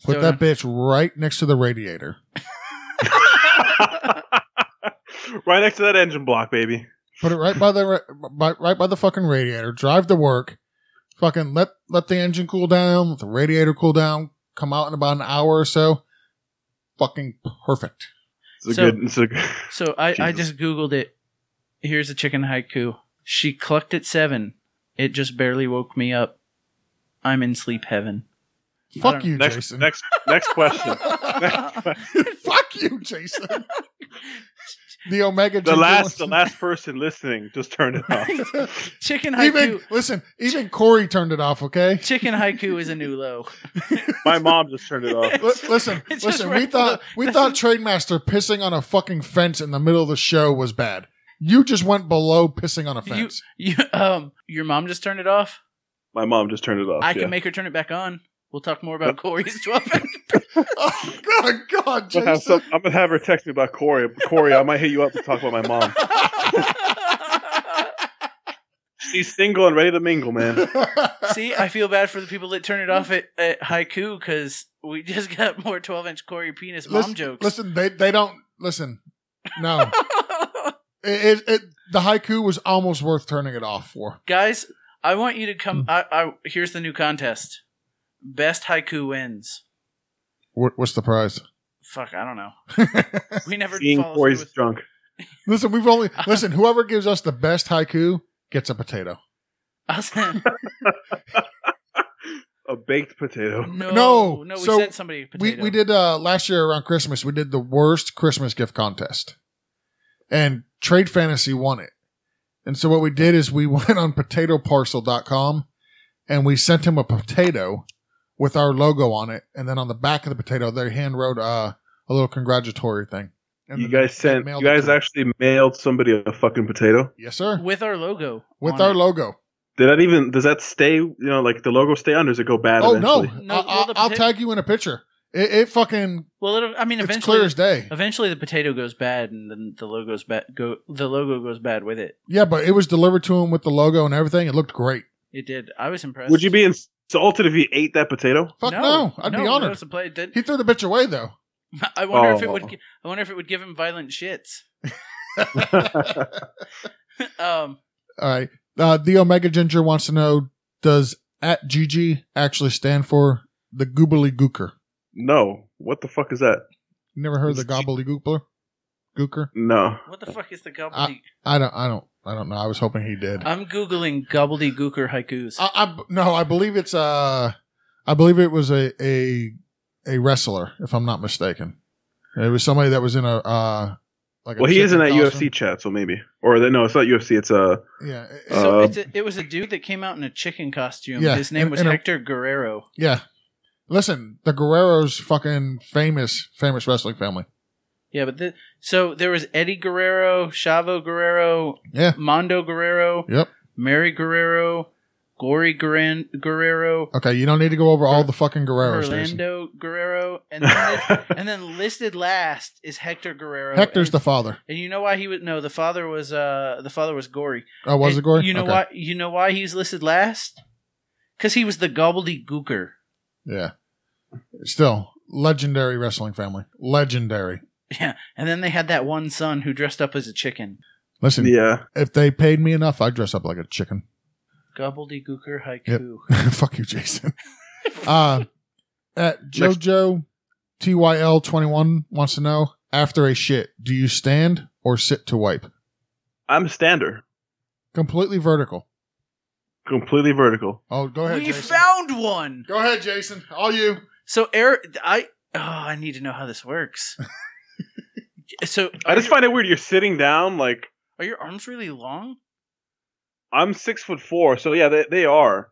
Speaker 2: Put
Speaker 1: Throw it
Speaker 2: that
Speaker 1: on-
Speaker 2: bitch right next to the radiator.
Speaker 3: right next to that engine block, baby.
Speaker 2: Put it right by the ra- by, right by the fucking radiator. Drive to work. Fucking let let the engine cool down, let the radiator cool down. Come out in about an hour or so. Fucking perfect.
Speaker 3: It's a
Speaker 1: So-
Speaker 3: good. It's a good.
Speaker 1: So I, I
Speaker 3: Jesus.
Speaker 1: just googled it. Here's a chicken haiku. She clucked at seven. It just barely woke me up. I'm in sleep heaven. I
Speaker 2: Fuck
Speaker 1: don't-
Speaker 2: you,
Speaker 3: Next,
Speaker 2: Jason.
Speaker 3: next, next question.
Speaker 2: Fuck you, Jason. the Omega.
Speaker 3: The
Speaker 2: Ginger
Speaker 3: last, the
Speaker 2: one-
Speaker 3: last person listening just turned it off.
Speaker 1: chicken
Speaker 2: Even
Speaker 1: haiku.
Speaker 2: listen, even Corey turned it off. Okay.
Speaker 1: Chicken haiku is a new low.
Speaker 3: My mom just turned it off.
Speaker 2: Li- listen,
Speaker 1: It's just
Speaker 2: listen. We
Speaker 1: right
Speaker 2: thought we thought Trademaster pissing on a fucking fence in the middle of the show was bad. You just went below pissing on a
Speaker 1: You,
Speaker 2: fence.
Speaker 1: you, um, your mom just turned it off.
Speaker 3: My mom just turned it off.
Speaker 1: I
Speaker 3: yeah.
Speaker 1: can make her turn it back on. We'll talk more about Corey's twelve.
Speaker 2: oh God, God,
Speaker 3: I'm gonna,
Speaker 2: Jason.
Speaker 3: have some- I'm gonna have her text me about Corey. Corey, I might hit you up to talk about my mom. She's single and ready to mingle, man.
Speaker 1: See, I feel bad for the people that turn it off at, at haiku because we just got more twelve-inch Corey penis mom
Speaker 2: listen,
Speaker 1: jokes.
Speaker 2: listen, they they don't listen. No, it, it, it the haiku was almost worth turning it off for.
Speaker 1: guys i want you to come
Speaker 2: Hmm.
Speaker 1: I, I here's the new contest best haiku wins
Speaker 2: What, what's the prize?
Speaker 1: fuck i don't know we never
Speaker 3: Being
Speaker 1: follow
Speaker 3: Corey's
Speaker 1: through with-
Speaker 3: drunk.
Speaker 2: listen, we've only listen. Whoever gives us the best haiku gets a potato.
Speaker 1: I'll send-
Speaker 3: A baked potato.
Speaker 1: no
Speaker 2: No,
Speaker 1: no, we
Speaker 2: so
Speaker 1: sent somebody a
Speaker 2: We,
Speaker 1: potato.
Speaker 2: we did uh last year around Christmas. We did the worst Christmas gift contest, and Trade Fantasy won it. And so what we did is we went on potatoparcel.com and we sent him a potato with our logo on it, and then on the back of the potato they hand wrote uh, a little congratulatory thing. And
Speaker 3: You
Speaker 2: then
Speaker 3: guys
Speaker 2: they
Speaker 3: sent. You
Speaker 2: mailed it
Speaker 3: guys
Speaker 2: to him.
Speaker 3: actually mailed somebody a fucking potato.
Speaker 2: yes sir
Speaker 1: with our logo
Speaker 2: with
Speaker 1: on
Speaker 2: our
Speaker 1: it.
Speaker 2: logo.
Speaker 3: Did that even? Does that stay? You know, like the logo stay on? Does it go bad?
Speaker 2: Oh no,
Speaker 3: eventually?
Speaker 1: No,
Speaker 2: I,
Speaker 1: well, the
Speaker 2: will
Speaker 1: pota-
Speaker 2: tag you in a picture. It, it fucking
Speaker 1: well it'll, i mean
Speaker 2: it's clear
Speaker 1: eventually
Speaker 2: as day.
Speaker 1: eventually the potato goes bad and then the logo's bad go the logo goes bad with it
Speaker 2: Yeah, but it was delivered to him with the logo and everything. It looked great.
Speaker 1: it did i was impressed
Speaker 3: Would you be insulted if you ate that potato?
Speaker 2: Fuck no, I'd be
Speaker 1: no,
Speaker 2: honored.
Speaker 1: that was a play- that-
Speaker 2: He threw the bitch away though.
Speaker 1: i wonder if it
Speaker 3: Oh.
Speaker 1: would gi- i wonder if it would give him violent shits um
Speaker 2: All right. Uh, the Omega Ginger wants to know: Does at GG actually stand for the Goobly Gooker?
Speaker 3: No. What the fuck is that?
Speaker 2: You never heard of the
Speaker 3: It's G-
Speaker 2: Gobbly Goopler? Gooker?
Speaker 3: No.
Speaker 1: what the fuck is the gobbledygook
Speaker 2: I don't. I don't. I don't know. I was hoping he did. I,
Speaker 1: I'm googling gobbledygooker haikus.
Speaker 2: I b- no. I believe it's. Uh, I believe it was a a a wrestler, if I'm not mistaken. It was somebody that was in a uh, like. A
Speaker 3: Well, he is in that
Speaker 2: chicken costume.
Speaker 3: UFC chat, so maybe. Or the, no, it's not UFC. It's uh,
Speaker 2: Yeah. it-
Speaker 1: so
Speaker 3: Uh,
Speaker 1: it's a, it was a dude that came out in a chicken costume.
Speaker 2: Yeah,
Speaker 1: His name
Speaker 2: and-
Speaker 1: was
Speaker 2: and a-
Speaker 1: Hector Guerrero.
Speaker 2: yeah. Listen, the Guerrero's fucking famous, famous wrestling family.
Speaker 1: Yeah, but the, so there was Eddie Guerrero, Chavo Guerrero,
Speaker 2: Yeah.
Speaker 1: Mondo Guerrero,
Speaker 2: Yep.
Speaker 1: Mary Guerrero, Gory Guerin- Guerrero,
Speaker 2: Okay, you don't need to go over all the fucking Guerrero stations.
Speaker 1: Orlando Guerrero, and then, lis- and then listed last is Hector Guerrero.
Speaker 2: Hector's
Speaker 1: and,
Speaker 2: the father.
Speaker 1: and you know why he was no the father was uh the father was Gory.
Speaker 2: Oh, was
Speaker 1: And
Speaker 2: it Gory?
Speaker 1: You know
Speaker 2: Okay.
Speaker 1: why? You know why he's listed last? Because he was the gobbledygooker.
Speaker 2: Yeah. Still, legendary wrestling family. Legendary.
Speaker 1: Yeah, and then they had that one son who dressed up as a chicken.
Speaker 2: Listen,
Speaker 3: Yeah.
Speaker 2: if they paid me enough, I'd dress up like a chicken.
Speaker 1: Gobbledygooker haiku.
Speaker 2: Fuck you, Jason. uh, at JoJo TYL21 wants to know after a shit, do you stand or sit to wipe?
Speaker 3: I'm a stander.
Speaker 2: Completely vertical.
Speaker 3: Completely vertical.
Speaker 2: Oh, go ahead.
Speaker 1: we
Speaker 2: Jason.
Speaker 1: found one.
Speaker 2: go ahead, Jason. All you.
Speaker 1: So Eric, I oh, I need to know how this works. so
Speaker 3: I
Speaker 1: are
Speaker 3: just
Speaker 1: your,
Speaker 3: find it weird. You're sitting down like
Speaker 1: are your arms really long?
Speaker 3: I'm six foot four, so yeah, they they are.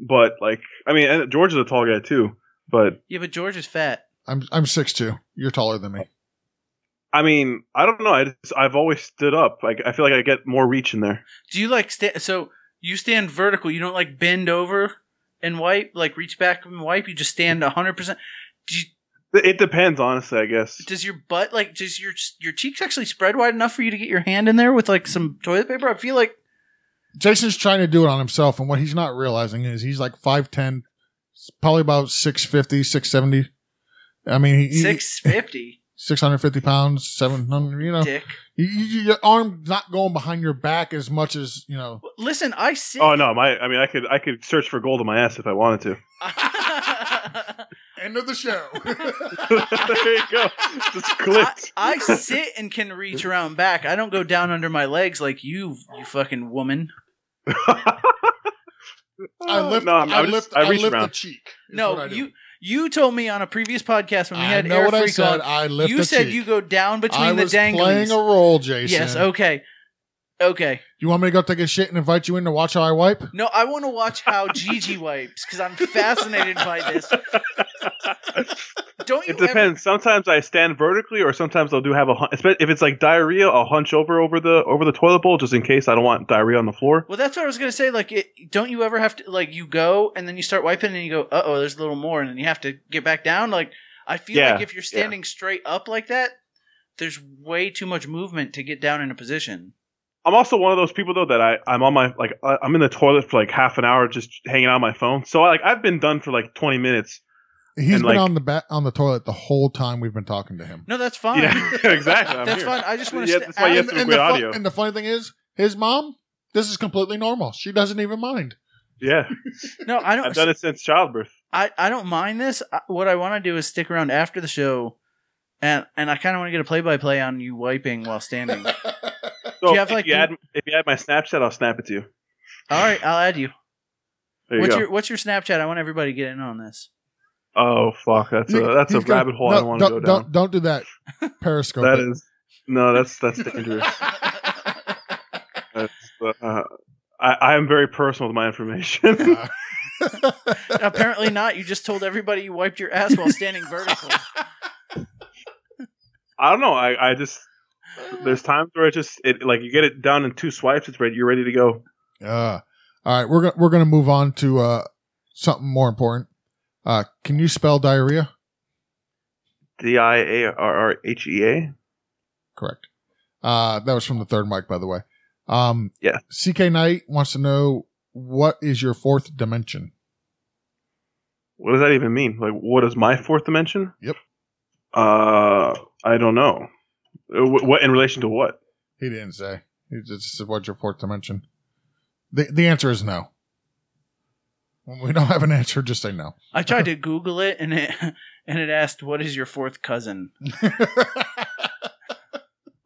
Speaker 3: But like, I mean, and George is a tall guy too. But
Speaker 1: Yeah, but George is fat.
Speaker 2: I'm I'm six two. You're taller than me.
Speaker 3: I mean, I don't know. I just, I've always stood up. Like, I feel like I get more reach in there.
Speaker 1: Do you like stand? So you stand vertical. You don't like bend over and wipe. Like reach back and wipe. You just stand hundred percent. Do you,
Speaker 3: It it depends, honestly. I guess.
Speaker 1: does your butt like does your your cheeks actually spread wide enough for you to get your hand in there with like some toilet paper? I feel like
Speaker 2: Jason's trying to do it on himself, and what he's not realizing is he's like 5'10, probably about 650, 670. I mean, he, he-
Speaker 1: six fifty.
Speaker 2: 650 pounds, 700, you know.
Speaker 1: dick.
Speaker 2: You, you, your arm's not going behind your back as much as, you know.
Speaker 1: Listen, I sit.
Speaker 3: Oh no, my I mean, I could I could search for gold in my ass if I wanted to.
Speaker 2: End of the show.
Speaker 3: there you go. Just clicked.
Speaker 1: I sit and can reach around back. I don't go down under my legs like you, you fucking woman.
Speaker 2: I lift,
Speaker 3: No, I'm-
Speaker 2: I
Speaker 3: I'm
Speaker 2: lift,
Speaker 3: just-
Speaker 2: I
Speaker 3: I reach
Speaker 2: lift the
Speaker 3: around.
Speaker 2: cheek. is what
Speaker 1: No,
Speaker 2: I do.
Speaker 1: you you told me on a previous podcast when we
Speaker 2: I
Speaker 1: had
Speaker 2: know
Speaker 1: air
Speaker 2: what I
Speaker 1: freak
Speaker 2: said.
Speaker 1: on,
Speaker 2: I lift
Speaker 1: you
Speaker 2: the
Speaker 1: said
Speaker 2: cheek.
Speaker 1: you go down between
Speaker 2: I
Speaker 1: the
Speaker 2: was
Speaker 1: danglies.
Speaker 2: playing a role, Jason.
Speaker 1: yes, oh. okay, okay.
Speaker 2: You want me to go take a shit and invite you in to watch how I wipe?
Speaker 1: No, I want to watch how Gigi wipes because I'm fascinated by this. Don't you?
Speaker 3: It
Speaker 1: ever-
Speaker 3: depends. Sometimes I stand vertically, or sometimes I'll do have a hun- espe- if it's like diarrhea, I'll hunch over over the over the toilet bowl just in case I don't want diarrhea on the floor.
Speaker 1: Well, that's what I was gonna say. Like, it, don't you ever have to like you go and then you start wiping and you go, uh oh, there's a little more, and then you have to get back down. Like, I feel
Speaker 3: Yeah,
Speaker 1: like if you're standing straight up like that, there's way too much movement to get down in a position.
Speaker 3: I'm also one of those people though that I I'm on my like I- I'm in the toilet for like half an hour just hanging out on my phone. So I, like I've been done for like 20 minutes.
Speaker 2: He's
Speaker 3: And,
Speaker 2: been
Speaker 3: like-
Speaker 2: on the ba- on the toilet the whole time we've been talking to him.
Speaker 1: No, that's fine.
Speaker 3: Yeah, exactly. I'm
Speaker 1: that's
Speaker 3: here.
Speaker 1: fine. I just want to.
Speaker 3: Yeah, that's why you have
Speaker 2: And,
Speaker 3: to
Speaker 2: and
Speaker 3: quit
Speaker 2: the fu-
Speaker 3: audio.
Speaker 2: and the funny thing is, his mom. This is completely normal. She doesn't even mind.
Speaker 3: Yeah,
Speaker 1: no, I
Speaker 3: I've
Speaker 1: don't.
Speaker 3: done it since childbirth.
Speaker 1: I, I don't mind this. I, what I want to do is stick around after the show, and and I kind of want to get a play by play on you wiping while standing. All
Speaker 3: So
Speaker 1: Do you have,
Speaker 3: if
Speaker 1: like,
Speaker 3: you
Speaker 1: the-
Speaker 3: add if you add my Snapchat, I'll snap it to you.
Speaker 1: right, I'll add you.
Speaker 3: There you
Speaker 1: what's
Speaker 3: go.
Speaker 1: your What's your Snapchat? I want everybody to get in on this.
Speaker 3: Oh fuck, that's a that's a
Speaker 2: He's gonna-
Speaker 3: rabbit hole I
Speaker 2: no,
Speaker 3: don't want to go
Speaker 2: don't- Don't,
Speaker 3: down.
Speaker 2: don't do that. Periscope.
Speaker 3: That
Speaker 2: it.
Speaker 3: is no, that's that's dangerous. that's, uh, I I am very personal with my information.
Speaker 2: Uh,
Speaker 1: Apparently not. You just told everybody you wiped your ass while standing vertical.
Speaker 3: I don't know. I I just there's times where it just it like you get it down in two swipes. It's ready. You're ready to go.
Speaker 2: Uh, all right, we're go- we're gonna move on to uh, something more important. Uh, can you spell diarrhea?
Speaker 3: D i a r r h e a.
Speaker 2: Correct. Uh, that was from the third mic, by the way. Um,
Speaker 3: Yeah.
Speaker 2: CK Knight wants to know what is your fourth dimension?
Speaker 3: What does that even mean? Like, what is my fourth dimension?
Speaker 2: Yep.
Speaker 3: Uh, I don't know. Uh, wh- What in relation to what?
Speaker 2: He didn't say. He just said, "What's your fourth dimension?" The the answer is no. When we don't have an answer, just say no.
Speaker 1: I tried to Google it and it and it asked, "What is your fourth cousin?"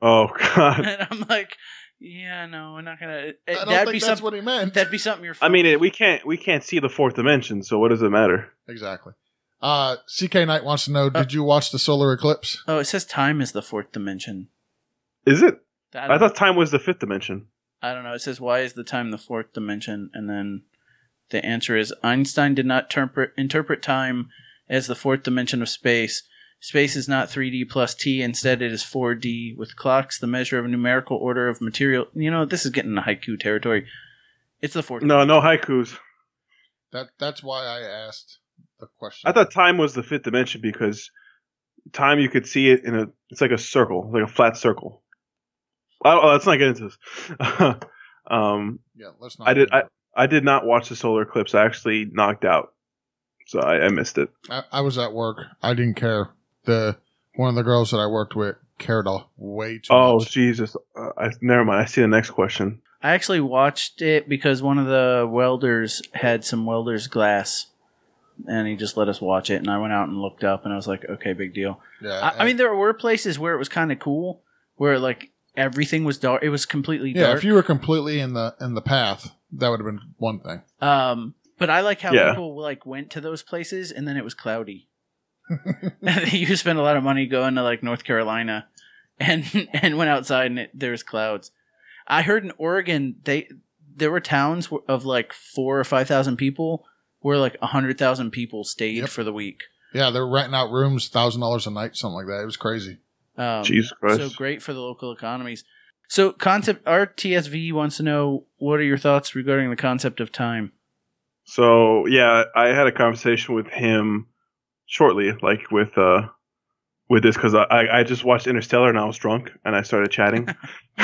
Speaker 3: Oh God.
Speaker 1: And I'm like, "Yeah, no, we're not gonna." it-
Speaker 2: I don't
Speaker 1: that'd
Speaker 2: think
Speaker 1: be
Speaker 2: that's
Speaker 1: something.
Speaker 2: what he meant.
Speaker 1: That'd be something. Your
Speaker 3: I mean, it, we can't we can't see the fourth dimension. So what does it matter?
Speaker 2: exactly. Uh, CK Knight wants to know: Did you watch the solar eclipse?
Speaker 1: oh, it says time is the fourth dimension.
Speaker 3: Is it?
Speaker 1: I don't,
Speaker 3: I thought time was the fifth dimension.
Speaker 1: I don't know. It says, "Why is the time the fourth dimension?" And then the answer is, Einstein did not terpre- interpret time as the fourth dimension of space. Space is not 3D plus T. Instead, it is 4D with clocks, the measure of numerical order of material. You know, this is getting into haiku territory. It's the fourth.
Speaker 3: No, no haikus.
Speaker 2: That that's why I asked the question.
Speaker 3: I thought time was the fifth dimension because time you could see it in a it's like a circle, like a flat circle. I, oh, let's not get into this. um,
Speaker 2: yeah, let's not.
Speaker 3: I did. I, I did not watch the solar eclipse. I actually knocked out, so I, I missed it.
Speaker 2: I, I was at work. I didn't care. The one of the girls that I worked with cared a way too
Speaker 3: Oh
Speaker 2: much.
Speaker 3: Jesus! Uh, I, never mind. I see the next question.
Speaker 1: I actually watched it because one of the welders had some welder's glass, and he just let us watch it. And I went out and looked up, and I was like, okay, big deal.
Speaker 2: Yeah,
Speaker 1: I, I mean, there were places where it was kind of cool, where like everything was dark. It was completely
Speaker 2: yeah.
Speaker 1: dark.
Speaker 2: If you were completely in the in the path, that would have been one thing.
Speaker 1: um, but I like how
Speaker 3: Yeah.
Speaker 1: people like went to those places, and then it was cloudy. you spend a lot of money going to like North Carolina, and and went outside, and it, there was clouds. I heard in Oregon they there were towns wh- of like four or five thousand people where like a hundred thousand people stayed
Speaker 2: Yep.
Speaker 1: for the week.
Speaker 2: Yeah, they're renting out rooms, thousand dollars a night, something like that. It was crazy.
Speaker 1: Um,
Speaker 3: Jesus Christ!
Speaker 1: So great for the local economies. So concept RTSV wants to know what are your thoughts regarding the concept of time?
Speaker 3: So yeah, I had a conversation with him shortly, like with uh with this because I I I just watched Interstellar and I was drunk and I started chatting.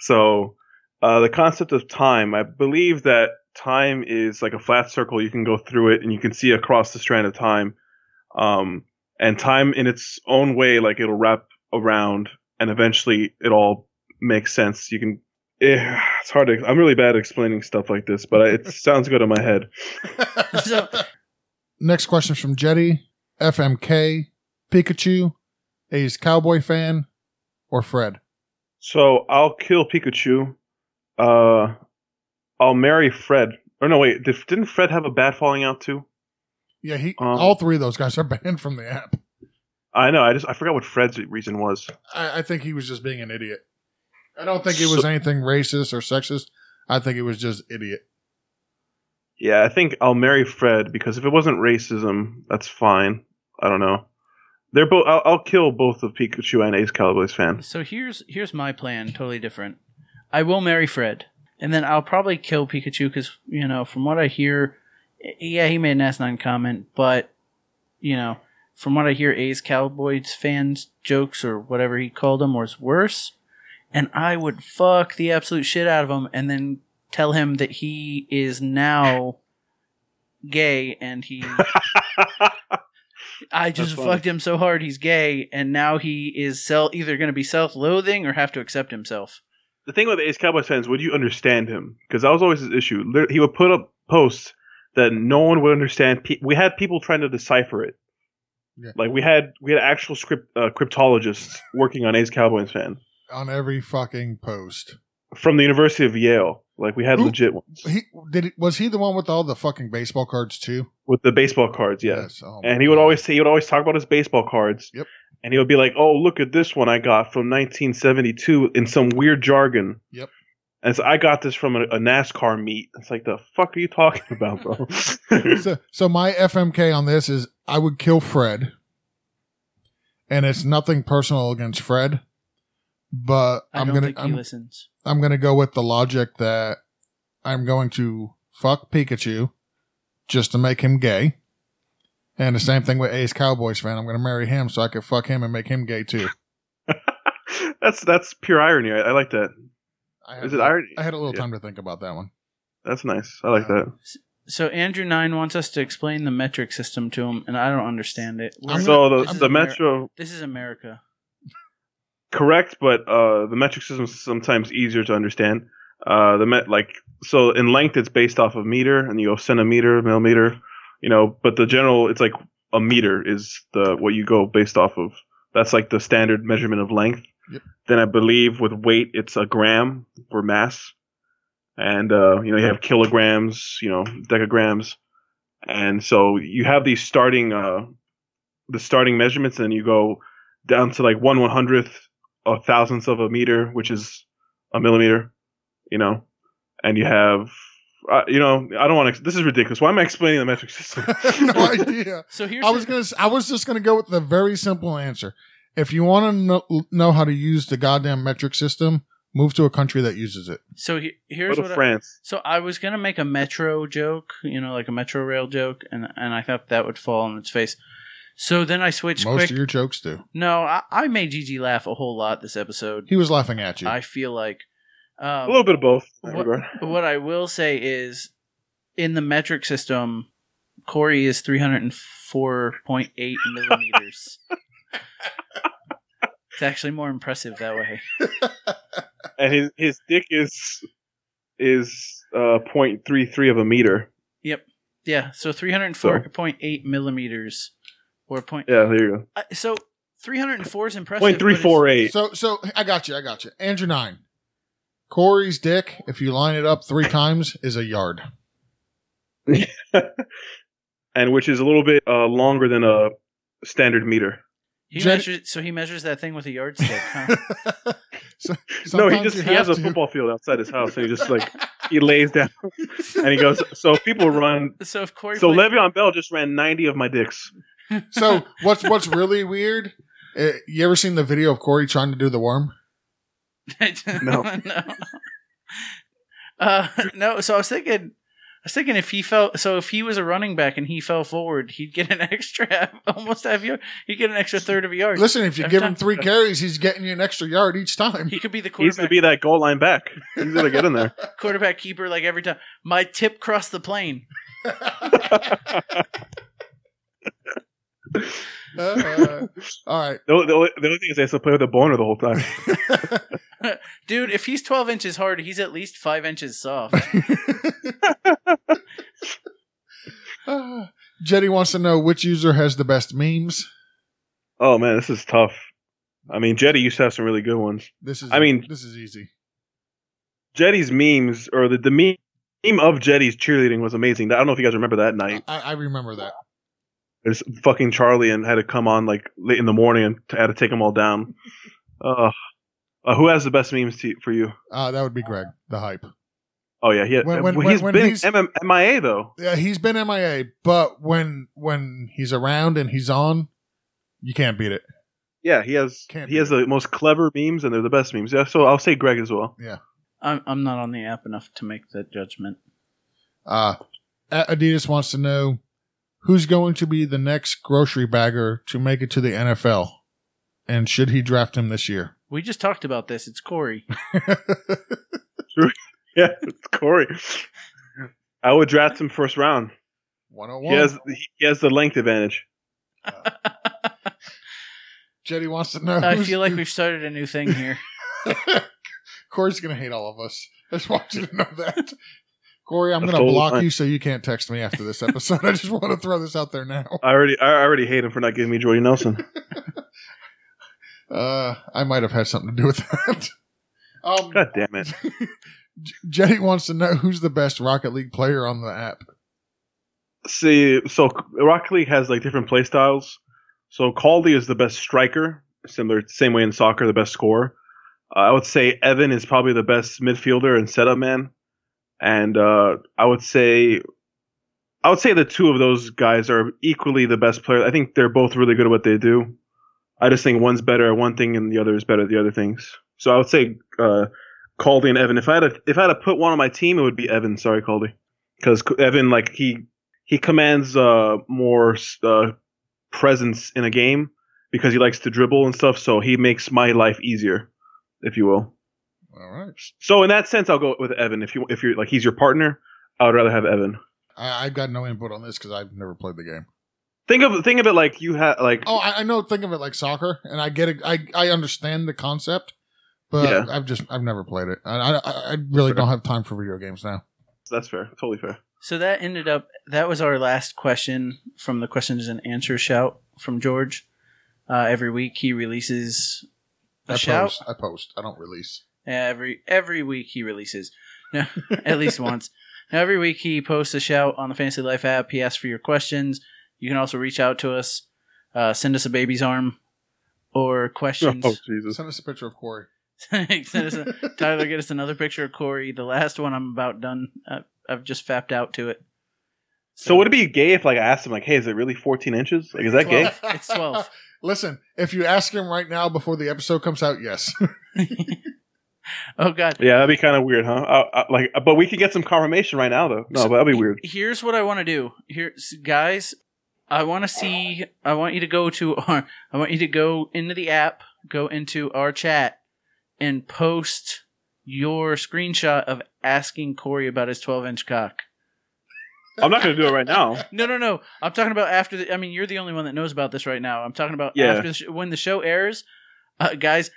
Speaker 3: so uh, the concept of time, I believe that time is like a flat circle. You can go through it and you can see across the strand of time. Um, and time in its own way, like it'll wrap around and eventually it all makes sense. You can Eh, it's hard to. I'm really bad at explaining stuff like this, but it sounds good in my head.
Speaker 1: So-
Speaker 2: Next question from Jetty, FMK, Pikachu, A's Cowboy fan, or Fred.
Speaker 3: So I'll kill Pikachu. Uh, I'll marry Fred. Or no, wait. Did, didn't Fred have a bad falling out too?
Speaker 2: Yeah, he.
Speaker 3: Um,
Speaker 2: all three of those guys are banned from the app.
Speaker 3: I know. I just I forgot what Fred's reason was.
Speaker 2: I, I think he was just being an idiot. I don't think it was anything racist or sexist. I think it was just idiot.
Speaker 3: Yeah, I think I'll marry Fred because if it wasn't racism, that's fine. I don't know. They're both. I'll, I'll kill both of Pikachu and Ace Cowboys fan.
Speaker 1: So here's here's my plan, totally different. I will marry Fred, and then I'll probably kill Pikachu because you know, from what I hear, y- yeah, he made an S9 comment, but you know, from what I hear, A's Cowboys fans jokes or whatever he called them was worse, and I would fuck the absolute shit out of him, and then tell him that he is now gay and he I just
Speaker 3: That's funny.
Speaker 1: fucked him so hard he's gay, and now he is self either going to be self loathing or have to accept himself.
Speaker 3: the thing with Ace Cowboys fans, would you understand him? Because that was always his issue. Lit- He would put up posts that no one would understand. Pe- We had people trying to decipher it.
Speaker 2: Yeah.
Speaker 3: Like we had we had actual script uh, cryptologists working on Ace Cowboys fan
Speaker 2: on every fucking post.
Speaker 3: from the University of Yale. Like we had
Speaker 2: Who-
Speaker 3: legit ones
Speaker 2: He did. He, was he the one with all the fucking baseball cards too?
Speaker 3: with the baseball cards. Yeah.
Speaker 2: Oh my
Speaker 3: and he would
Speaker 2: God.
Speaker 3: always say he would always talk about his baseball cards.
Speaker 2: Yep.
Speaker 3: And he would be like, "Oh, look at this one I got from 1972 in some weird jargon."
Speaker 2: Yep.
Speaker 3: And so I got this from a, a NASCAR meet. It's like the fuck are you talking about, bro?
Speaker 2: so, so my FMK on this is I would kill Fred, and it's nothing personal against Fred, but
Speaker 1: I
Speaker 2: I'm
Speaker 1: don't
Speaker 2: gonna
Speaker 1: think
Speaker 2: I'm,
Speaker 1: he listens.
Speaker 2: I'm gonna go with the logic that I'm going to fuck Pikachu just to make him gay, and the same thing with Ace Cowboys fan. I'm gonna marry him so I could fuck him and make him gay too.
Speaker 3: that's that's pure irony. I, I like that.
Speaker 2: I had
Speaker 3: Is
Speaker 2: a
Speaker 3: it
Speaker 2: little-
Speaker 3: irony?
Speaker 2: I had a little
Speaker 3: Yeah.
Speaker 2: time to think about that one.
Speaker 3: That's nice. I like that.
Speaker 1: So Andrew Nine wants us to explain the metric system to him, and I don't understand it. We're-
Speaker 2: I'm
Speaker 3: So
Speaker 2: gonna-
Speaker 3: the
Speaker 1: this is
Speaker 3: the
Speaker 1: Ameri-
Speaker 3: metro
Speaker 1: This is America.
Speaker 3: correct, but uh, the metric system is sometimes easier to understand. Uh, the met like so in length it's based off of meter, and you go centimeter, millimeter, you know. But the general it's like a meter is the what you go based off of. That's like the standard measurement of length.
Speaker 2: Yep.
Speaker 3: Then I believe with weight it's a gram for mass, and uh, you know you have kilograms, you know decagrams, and so you have these starting uh, the starting measurements, and you go down to like one one hundredth a thousandth of a meter, which is a millimeter, you know, and you have, uh, you know, I don't want to. This is ridiculous. Why am I explaining the metric system?
Speaker 2: no idea.
Speaker 1: So here's
Speaker 2: I was
Speaker 1: the-
Speaker 2: gonna. s- I was just gonna go with the very simple answer. If you want to know, know how to use the goddamn metric system, Move to a country that uses it.
Speaker 1: So he,
Speaker 3: Go
Speaker 1: here's
Speaker 3: to
Speaker 1: what. I-
Speaker 3: France.
Speaker 1: so I was gonna make a metro joke, you know, like a metro rail joke, and and I thought that would fall on its face. So then I switched
Speaker 2: Most
Speaker 1: quick.
Speaker 2: of your jokes do.
Speaker 1: no, I, I made Gigi laugh a whole lot this episode.
Speaker 2: He was laughing at you.
Speaker 1: I feel like.
Speaker 3: a
Speaker 1: Um,
Speaker 3: little bit of both. in that
Speaker 1: what-
Speaker 3: regard.
Speaker 1: what I will say is, in the metric system, Corey is three hundred and four point eight millimeters. it's actually more impressive that way. oh.
Speaker 3: And his his dick is is uh 0.33 of a meter.
Speaker 1: Yeah, so three hundred and four point eight millimeters, or point.
Speaker 3: Yeah, there you
Speaker 1: Uh, so three hundred and four is
Speaker 3: go.
Speaker 1: impressive.
Speaker 3: Point three
Speaker 1: but it's-
Speaker 3: four eight.
Speaker 2: So, so I got you. I got you. Andrew nine. Corey's dick, if you line it up three times, is a yard.
Speaker 3: and which is a little bit uh longer than a standard meter.
Speaker 1: He
Speaker 2: Jen-
Speaker 1: measures, so he measures that thing with a yardstick. Huh?
Speaker 2: So-
Speaker 3: no, he
Speaker 2: sometimes
Speaker 3: just
Speaker 2: you
Speaker 3: he has
Speaker 2: have
Speaker 3: a
Speaker 2: to.
Speaker 3: football field outside his house, and he just like he lays down and he goes. So people run.
Speaker 1: so if Corey,
Speaker 3: So
Speaker 1: played-
Speaker 3: Le'Veon Bell just ran 90 of my dicks.
Speaker 2: So what's what's really weird? eh, you ever seen the video of Corey trying to do the worm?
Speaker 3: No.
Speaker 1: no. Uh, no. So I was thinking, I was thinking if he fell, so if he was a running back and he fell forward, he'd get an extra half, almost half yard. He'd get an extra third of a yard.
Speaker 2: Listen, if you
Speaker 1: Every
Speaker 2: give
Speaker 1: time-
Speaker 2: him three carries, he's getting you an extra yard each time.
Speaker 1: he could be the
Speaker 3: He needs to
Speaker 1: quarterback,
Speaker 3: be that goal line back. He's gonna get in there.
Speaker 1: quarterback keeper like every time. My tip crossed the plane.
Speaker 2: Uh, all right.
Speaker 3: The, the, only- the only thing is, they have to play with a boner the whole time.
Speaker 1: Dude, if he's 12 inches hard, he's at least 5 inches soft.
Speaker 2: Uh, Jetty wants to know which user has the best memes.
Speaker 3: Oh man, this is tough. I mean, Jetty used to have some really good ones.
Speaker 2: This is.
Speaker 3: I mean-
Speaker 2: this is easy.
Speaker 3: Jetty's memes, or the, the meme, meme of Jetty's cheerleading was amazing. I don't know if you guys remember that
Speaker 2: I,
Speaker 3: night.
Speaker 2: I remember that.
Speaker 3: There's fucking Charlie and had to come on like late in the morning and t- had to take them all down. Uh, uh, who has the best memes to, for you?
Speaker 2: Uh, that would be Greg, the hype.
Speaker 3: Oh yeah, he, has
Speaker 2: When- when- when- when
Speaker 3: been
Speaker 2: he's-
Speaker 3: MM MIA though.
Speaker 2: Yeah, he's been MIA, but when when he's around and he's on, you can't beat it.
Speaker 3: Yeah, he has
Speaker 2: Can't
Speaker 3: he
Speaker 2: be.
Speaker 3: has the most clever memes and they're the best memes. Yeah, so I'll say Greg as well.
Speaker 1: I'm, I'm not on the app enough to make that judgment.
Speaker 2: Uh, A- Adidas wants to know who's going to be the next grocery bagger to make it to the NFL, and should he draft him this year?
Speaker 1: We just talked about this. It's Corey.
Speaker 3: Yeah, it's Corey. I would draft him first round.
Speaker 2: One on
Speaker 3: He has he has the length advantage.
Speaker 2: Jetty wants to know.
Speaker 1: I
Speaker 2: who's-
Speaker 1: feel like we've started a new thing here.
Speaker 2: Corey's gonna hate all of us. I just want you to know that. Corey, I'm
Speaker 3: That's
Speaker 2: gonna
Speaker 3: totally
Speaker 2: block
Speaker 3: fine.
Speaker 2: you so you can't text me after this episode. I just want to throw this out there now.
Speaker 3: I already I already hate him for not giving me Jordy Nelson.
Speaker 2: Uh, I might have had something to do with that. Um,
Speaker 3: God damn it.
Speaker 2: J- Jetty wants to know who's the best Rocket League player on the app.
Speaker 3: See, so Rocket League has like different play styles. So Caldy is the best striker, similar same way in soccer, the best scorer. Uh, I would say Evan is probably the best midfielder and setup man, and uh, I would say, I would say the two of those guys are equally the best players. I think they're both really good at what they do. I just think one's better at one thing and the other is better at the other things. So I would say uh, Caldy and Evan. If I had to, if I had to put one on my team, it would be Evan. Sorry, Caldy, because Evan like he he commands uh, more uh, presence in a game because he likes to dribble and stuff. So he makes my life easier, if you will.
Speaker 2: All right,
Speaker 3: So in that sense, I'll go with Evan. If you if you're like he's your partner, I would rather have Evan.
Speaker 2: I, I've got no input on this because I've never played the game.
Speaker 3: Think of think of it like you had like
Speaker 2: Oh, I, I know. Think of it like soccer, and I get it. I I understand the concept, but
Speaker 3: Yeah.
Speaker 2: I've just I've never played it. I I, I really don't have time for video games now.
Speaker 3: that's fair, totally fair.
Speaker 1: So that ended up that was our last question from the questions and answer shout from George. Uh, every week he releases a
Speaker 2: I
Speaker 1: shout.
Speaker 2: post. I post. I don't release.
Speaker 1: Every every week he releases, no, at least once. Now every week he posts a shout on the Fantasy Life app. He asks for your questions. You can also reach out to us, uh, send us a baby's arm, or questions.
Speaker 3: Oh Jesus!
Speaker 2: Send us a picture of Corey.
Speaker 1: Send us a- Tyler, get us another picture of Corey. The last one I'm about done. I've, I've just fapped out to it.
Speaker 3: So would it be gay if like I asked him like, hey, is it really 14 inches? Like, is that gay?
Speaker 2: Twelve.
Speaker 1: It's twelve.
Speaker 2: Listen, if you ask him right now before the episode comes out, yes.
Speaker 1: Oh God.
Speaker 3: Yeah, that'd be kind of weird, huh? I, I, like, but we could get some confirmation right now, though. No,
Speaker 1: So-
Speaker 3: but that'd be weird.
Speaker 1: Here's what I want to do. Here, s- guys, I want to see. I want you to go to our. I want you to go into the app, go into our chat, and post your screenshot of asking Corey about his 12 inch cock.
Speaker 3: I'm not gonna do it right now.
Speaker 1: No, no, no. I'm talking about after the. I mean, you're the only one that knows about this right now. I'm talking about
Speaker 3: Yeah.
Speaker 1: after the sh- when the show airs, uh, guys.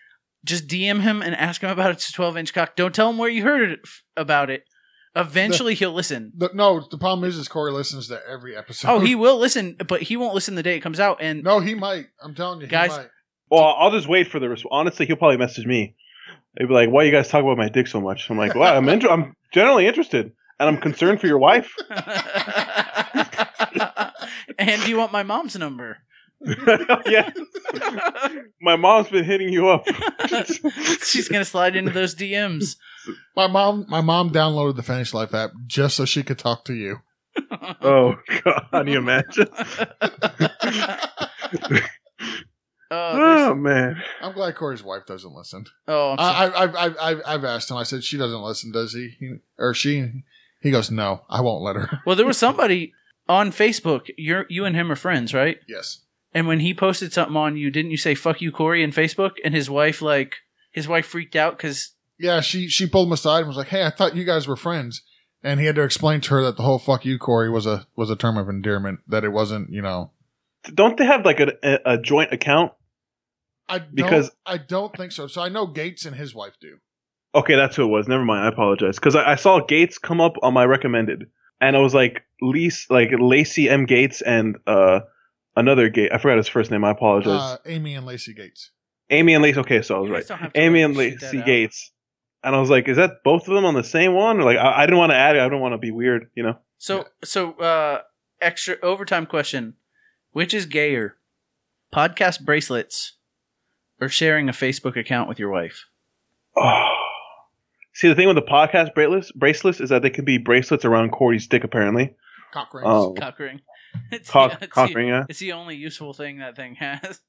Speaker 1: Just DM him and ask him about his 12 inch cock. Don't tell him where you heard it, f- about it. Eventually, he'll listen.
Speaker 2: The, no, the problem is, is Corey listens to every episode.
Speaker 1: Oh, he will listen, but he won't listen the day it comes out. And
Speaker 2: No, he might. I'm telling you,
Speaker 1: Guys-
Speaker 2: he might.
Speaker 3: Well, I'll just wait for the response. Honestly, he'll probably message me. He'll be like, "Why you guys talk about my dick so much?" I'm like, "Well, I'm inter- I'm generally interested, and I'm concerned for your wife."
Speaker 1: and do you want my mom's number?
Speaker 3: yeah, my mom's been hitting you up.
Speaker 1: She's gonna slide into those DMs.
Speaker 2: My mom, my mom downloaded the Fantasy Life app just so she could talk to you.
Speaker 3: oh God, can you imagine?
Speaker 1: Oh, there's-
Speaker 3: Oh man.
Speaker 2: I'm glad Corey's wife doesn't listen.
Speaker 1: oh, I'm so-
Speaker 2: I, I, I, I, I've- I've asked him. I said she doesn't listen, does he? he or she? He goes, no, I won't let her.
Speaker 1: well, there was somebody on Facebook. You you and him are friends, right?
Speaker 2: yes.
Speaker 1: And when he posted something on you, didn't you say "fuck you, Corey" in Facebook? And his wife like his wife freaked out because
Speaker 2: Yeah, she she pulled him aside and was like, "Hey, I thought you guys were friends." And he had to explain to her that the whole "fuck you, Corey" was a was a term of endearment. That it wasn't, you know.
Speaker 3: Don't they have like a, a, a joint account?
Speaker 2: I don't,
Speaker 3: Because-
Speaker 2: I don't think so. So I know Gates and his wife do.
Speaker 3: Okay, that's who it was. Never mind. I apologize because I, I saw Gates come up on my recommended, and I was like, Lease, like Lacey M. Gates and uh another Gate. I forgot his first name. I apologize.
Speaker 2: Uh, Amy and Lacey Gates.
Speaker 3: Amy and Lacey. Okay, so I was
Speaker 1: You guys
Speaker 3: right.
Speaker 1: don't have to,
Speaker 3: Amy
Speaker 1: like,
Speaker 3: and
Speaker 1: shoot that
Speaker 3: Lacey
Speaker 1: out.
Speaker 3: Gates. And I was like, is that both of them on the same one? Or like, I, I didn't want to add it. I don't want to be weird, you know?
Speaker 1: So so uh extra overtime question. Which is gayer? Podcast bracelets or sharing a Facebook account with your wife?
Speaker 3: Oh. See, the thing with the podcast bracelets, bracelets is that they can be bracelets around Corey's dick, apparently.
Speaker 2: Cock rings.
Speaker 3: Oh,
Speaker 1: Cock ring. It's,
Speaker 3: cock,
Speaker 1: it's
Speaker 3: cock
Speaker 1: the,
Speaker 3: ring, yeah.
Speaker 1: It's the only useful thing that thing has.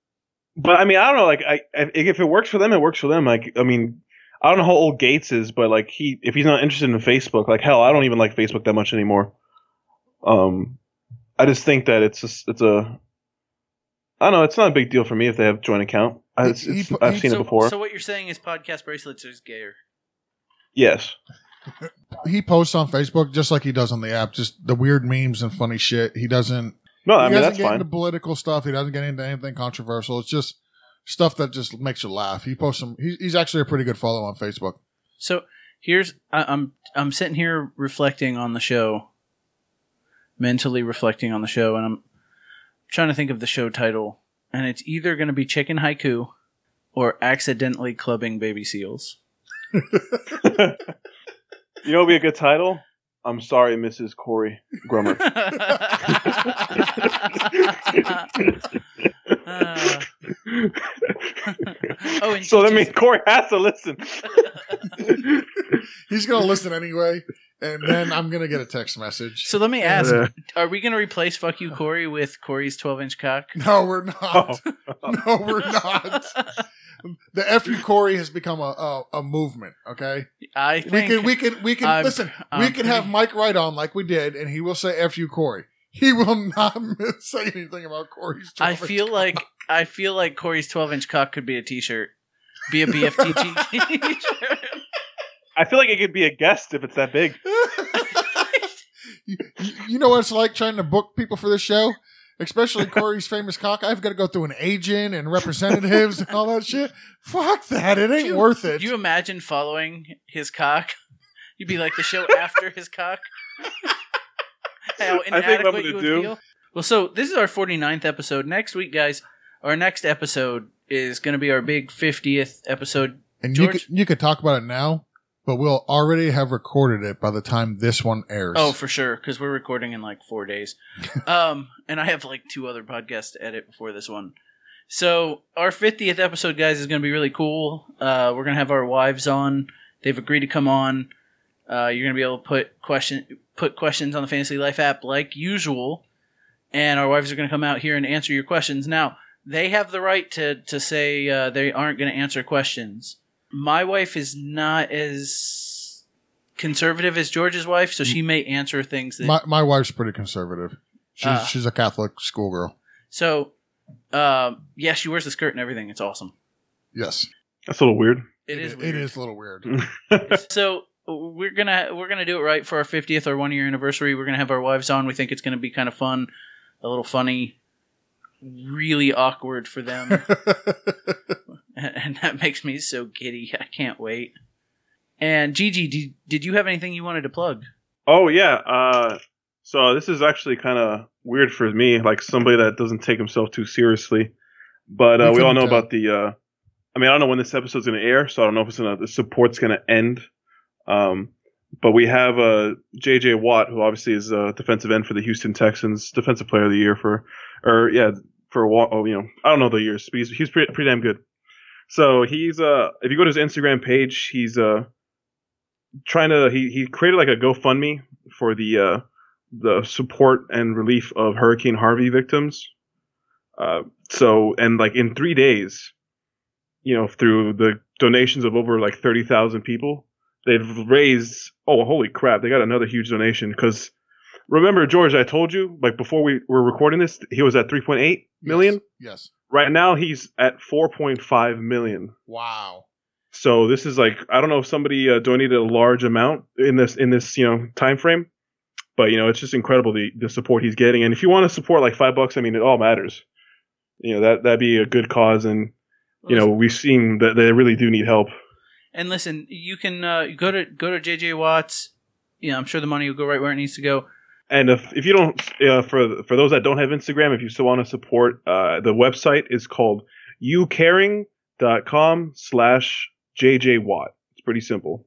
Speaker 3: But I mean, I don't know. Like, I, I if it works for them, it works for them. Like, I mean, I don't know how old Gates is, but like, he if he's not interested in Facebook, like, hell, I don't even like Facebook that much anymore. Um, I just think that it's just, it's a, I don't know. It's not a big deal for me if they have joint account. I,
Speaker 2: He-
Speaker 3: it's, it's-
Speaker 2: he-
Speaker 3: I've
Speaker 2: he-
Speaker 3: seen
Speaker 1: so,
Speaker 3: it before.
Speaker 1: so what you're saying is podcast bracelets is gayer.
Speaker 3: yes.
Speaker 2: He posts on Facebook just like he does on the app, just the weird memes and funny shit. He doesn't.
Speaker 3: No, I
Speaker 2: he
Speaker 3: mean
Speaker 2: doesn't
Speaker 3: that's
Speaker 2: get
Speaker 3: fine.
Speaker 2: into political stuff. He doesn't get into anything controversial. It's just stuff that just makes you laugh. He posts some. He, he's actually a pretty good follow on Facebook.
Speaker 1: So here's I, I'm I'm sitting here reflecting on the show, mentally reflecting on the show, and I'm trying to think of the show title, and it's either going to be Chicken Haiku or accidentally clubbing baby seals.
Speaker 3: you know, what would be a good title. I'm sorry, Mrs. Corey Grummer.
Speaker 1: Uh, oh, and
Speaker 3: so that
Speaker 1: teaches-
Speaker 3: means Corey has to listen.
Speaker 2: He's gonna listen anyway, and then I'm gonna get a text message.
Speaker 1: so let me ask:
Speaker 3: Yeah.
Speaker 1: Are we going to replace "fuck you, Corey" with Corey's twelve-inch cock?
Speaker 2: No, we're not.
Speaker 3: Oh.
Speaker 2: No, we're not. The F you Corey has become a, a, a movement. Okay,
Speaker 1: I think
Speaker 2: we can we can we can
Speaker 1: I'm-
Speaker 2: listen. we
Speaker 1: I'm
Speaker 2: can have
Speaker 1: pretty-
Speaker 2: Mike write on like we did, and he will say F you Corey. He will not say anything about Corey's.
Speaker 1: I
Speaker 2: choice.
Speaker 1: feel like I feel like Corey's twelve inch cock could be a t shirt. Be a BFTG t shirt.
Speaker 3: I feel like it could be a guest if it's that big.
Speaker 2: you, you know what it's like trying to book people for this show, especially Corey's famous cock. I've got to go through an agent and representatives and all that shit. Fuck that! It ain't
Speaker 1: You-
Speaker 2: worth it.
Speaker 1: you imagine following his cock? You'd be like the show after his cock. How
Speaker 3: I think what I'm
Speaker 1: inadequate you
Speaker 3: gonna
Speaker 1: would
Speaker 3: do-
Speaker 1: feel. Well, so this is our 49th episode. Next week, guys, our next episode is going to be our big 50th episode.
Speaker 2: And you
Speaker 1: George?
Speaker 2: could, you could talk about it now, but we'll already have recorded it by the time this one airs.
Speaker 1: Oh, for sure, because we're recording in like four days. um, and I have like two other podcasts to edit before this one. So our fiftieth episode, guys, is going to be really cool. Uh, we're going to have our wives on. They've agreed to come on. Uh, you're going to be able to put question put questions on the Fantasy Life app like usual, and our wives are going to come out here and answer your questions. Now they have the right to to say uh, they aren't going to answer questions. my wife is not as conservative as George's wife, so she may answer things that.
Speaker 2: Mm. My, my wife's pretty conservative. She's,
Speaker 1: Uh.
Speaker 2: she's a Catholic schoolgirl.
Speaker 1: so, um, yeah, she wears the skirt and everything. It's awesome.
Speaker 2: Yes.
Speaker 3: That's a little weird.
Speaker 1: It is.
Speaker 2: It
Speaker 1: weird.
Speaker 2: is a little weird.
Speaker 1: so we're gonna we're gonna do it right for our 50th or one year anniversary we're gonna have our wives on we think it's gonna be kind of fun a little funny really awkward for them and that makes me so giddy i can't wait and gigi did, did you have anything you wanted to plug
Speaker 3: Oh yeah. Uh, so this is actually kind of weird for me, like somebody that doesn't take himself too seriously. But
Speaker 2: You
Speaker 3: uh, we
Speaker 2: couldn't
Speaker 3: all know
Speaker 2: tell.
Speaker 3: about the. Uh, I mean, I don't know when this episode's going to air, so I don't know if it's gonna, the support's going to end. Um, but we have uh, J.J. Watt, who obviously is a defensive end for the Houston Texans, defensive player of the year for, or yeah, for a while. Oh, you know, I don't know the years, but he's he's pretty, pretty damn good. So he's uh, if you go to his Instagram page, he's uh, trying to he he created like a GoFundMe for the uh, the support and relief of Hurricane Harvey victims. Uh, so and like in three days, you know, through the donations of over like thirty thousand people, they've raised. Oh, holy crap! They got another huge donation because remember George, I told you like before we were recording this, he was at three point eight million.
Speaker 2: Yes.
Speaker 3: Right now, he's at four point five million.
Speaker 2: Wow.
Speaker 3: So this is like I don't know if somebody uh, donated a large amount in this in this you know time frame, but you know it's just incredible the the support he's getting. And if you want to support like five bucks, I mean it all matters. You know that that'd be a good cause, and you know we've seen that they really do need help.
Speaker 1: and listen you can uh, go to go to jj watts yeah i'm sure the money will go right where it needs to go
Speaker 3: And if if you don't uh, for for those that don't have Instagram, if you still want to support, uh, the website is called youcaring.com slash JJ Watt. It's pretty simple.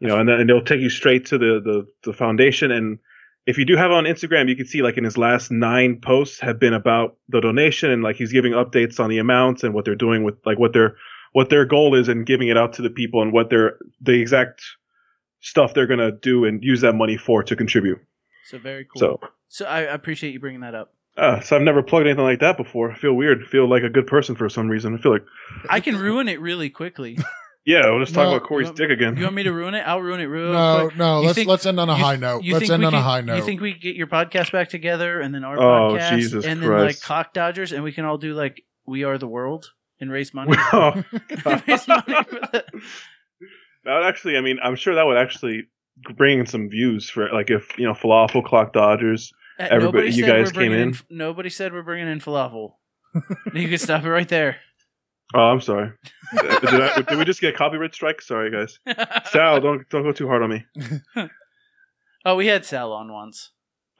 Speaker 3: You know, and then and it'll take you straight to the, the, the foundation. And if you do have on Instagram, you can see like in his last nine posts have been about the donation and like he's giving updates on the amounts and what they're doing with like what their what their goal is and giving it out to the people and what their the exact stuff they're gonna do and use that money for to contribute.
Speaker 1: so very cool
Speaker 3: So
Speaker 1: so I, I appreciate you bringing that up
Speaker 3: uh, so I've never plugged anything like that before. I feel weird. I feel like a good person for some reason. I feel like,
Speaker 1: i can ruin it really quickly
Speaker 3: yeah, we'll just talk
Speaker 2: No,
Speaker 3: about Corey's
Speaker 1: you want-
Speaker 3: dick again.
Speaker 1: you want me to ruin it i'll ruin it real
Speaker 2: No,
Speaker 1: quick
Speaker 2: no.
Speaker 1: You
Speaker 2: Let's
Speaker 1: think-
Speaker 2: let's end on a
Speaker 1: you
Speaker 2: high
Speaker 1: th-
Speaker 2: note.
Speaker 1: you
Speaker 2: Oh, Let's
Speaker 1: think
Speaker 2: end
Speaker 1: we
Speaker 2: on a
Speaker 1: could-
Speaker 2: high
Speaker 1: You
Speaker 2: note.
Speaker 1: think we could get your podcast back together and then our
Speaker 3: Oh,
Speaker 1: podcast
Speaker 3: Jesus
Speaker 1: and then
Speaker 3: Christ.
Speaker 1: like cock dodgers and we can all do like we are the world and raise money.
Speaker 3: Well,
Speaker 1: Raise money for the-
Speaker 3: that would actually, I mean, I'm sure that would actually bring in some views for like if you know falafel clock Dodgers.
Speaker 1: Uh,
Speaker 3: Everybody-
Speaker 1: nobody
Speaker 3: you
Speaker 1: said we're
Speaker 3: guys came
Speaker 1: bringing
Speaker 3: in?
Speaker 1: f- Nobody said we're bringing in falafel. you can stop it right there.
Speaker 3: Oh, I'm sorry. Uh, did, I, did we just get a copyright strike? Sorry, guys. Sal, don't don't go too hard on me.
Speaker 1: oh, we had Sal on once.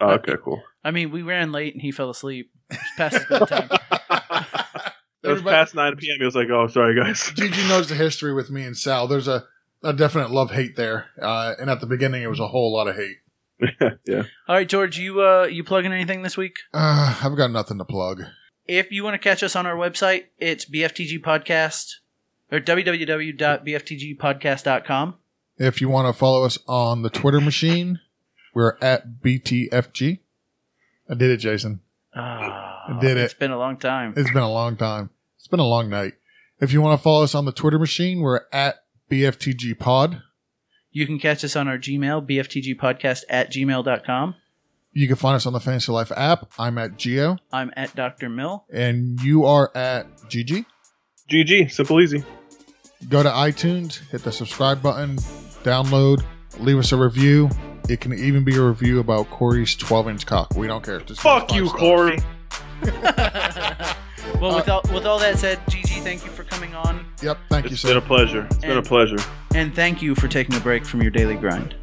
Speaker 3: Oh, okay, cool.
Speaker 1: I mean, we ran late and he fell asleep. It was Past his bedtime.
Speaker 3: It was
Speaker 2: Everybody-
Speaker 3: past 9 p.m. He was like, "Oh, sorry, guys."
Speaker 2: Gigi knows the history with me and Sal. There's a, a definite love hate there, uh, and at the beginning it was a whole lot of hate.
Speaker 3: yeah.
Speaker 1: All right, George, you uh, you plugging anything this week?
Speaker 2: Uh, I've got nothing to plug.
Speaker 1: If you want to catch us on our website, it's BFTG Podcast or www.bftgpodcast.com.
Speaker 2: If you want to follow us on the Twitter machine, we're at BTFG. I did it, Jason.
Speaker 1: Ah,
Speaker 2: did
Speaker 1: It's been a long time.
Speaker 2: It's been a long time. It's been a long night. If you want to follow us on the Twitter machine, we're at BFTG Pod.
Speaker 1: You can catch us on our Gmail, bftgpodcast at gmail.com.
Speaker 2: You can find us on the Fantasy Life app. I'm at Geo,
Speaker 1: I'm at Dr. Mill.
Speaker 2: and you are at Gigi.
Speaker 3: GG, simple, easy.
Speaker 2: go to iTunes, hit the subscribe button, download, leave us a review. It can even be a review about Corey's 12 inch cock. We don't care. Just
Speaker 3: Fuck
Speaker 2: five
Speaker 3: you,
Speaker 2: stars.
Speaker 3: Corey.
Speaker 1: well, with, all, with all that said, Gigi, thank you for coming on,
Speaker 2: Yep. Thank you,
Speaker 3: It's
Speaker 2: sir.
Speaker 3: been a pleasure. It's been a
Speaker 1: And-
Speaker 3: pleasure.
Speaker 1: and thank you for taking a break from your daily grind.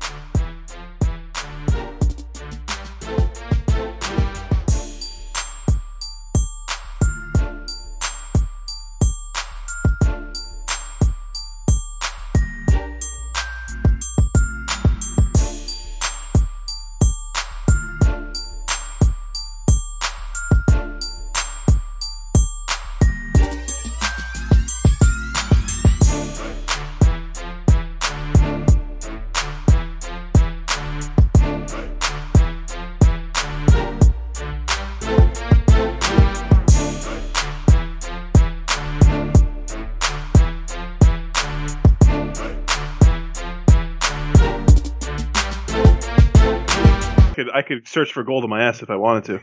Speaker 3: I could search for gold in my ass if I wanted to.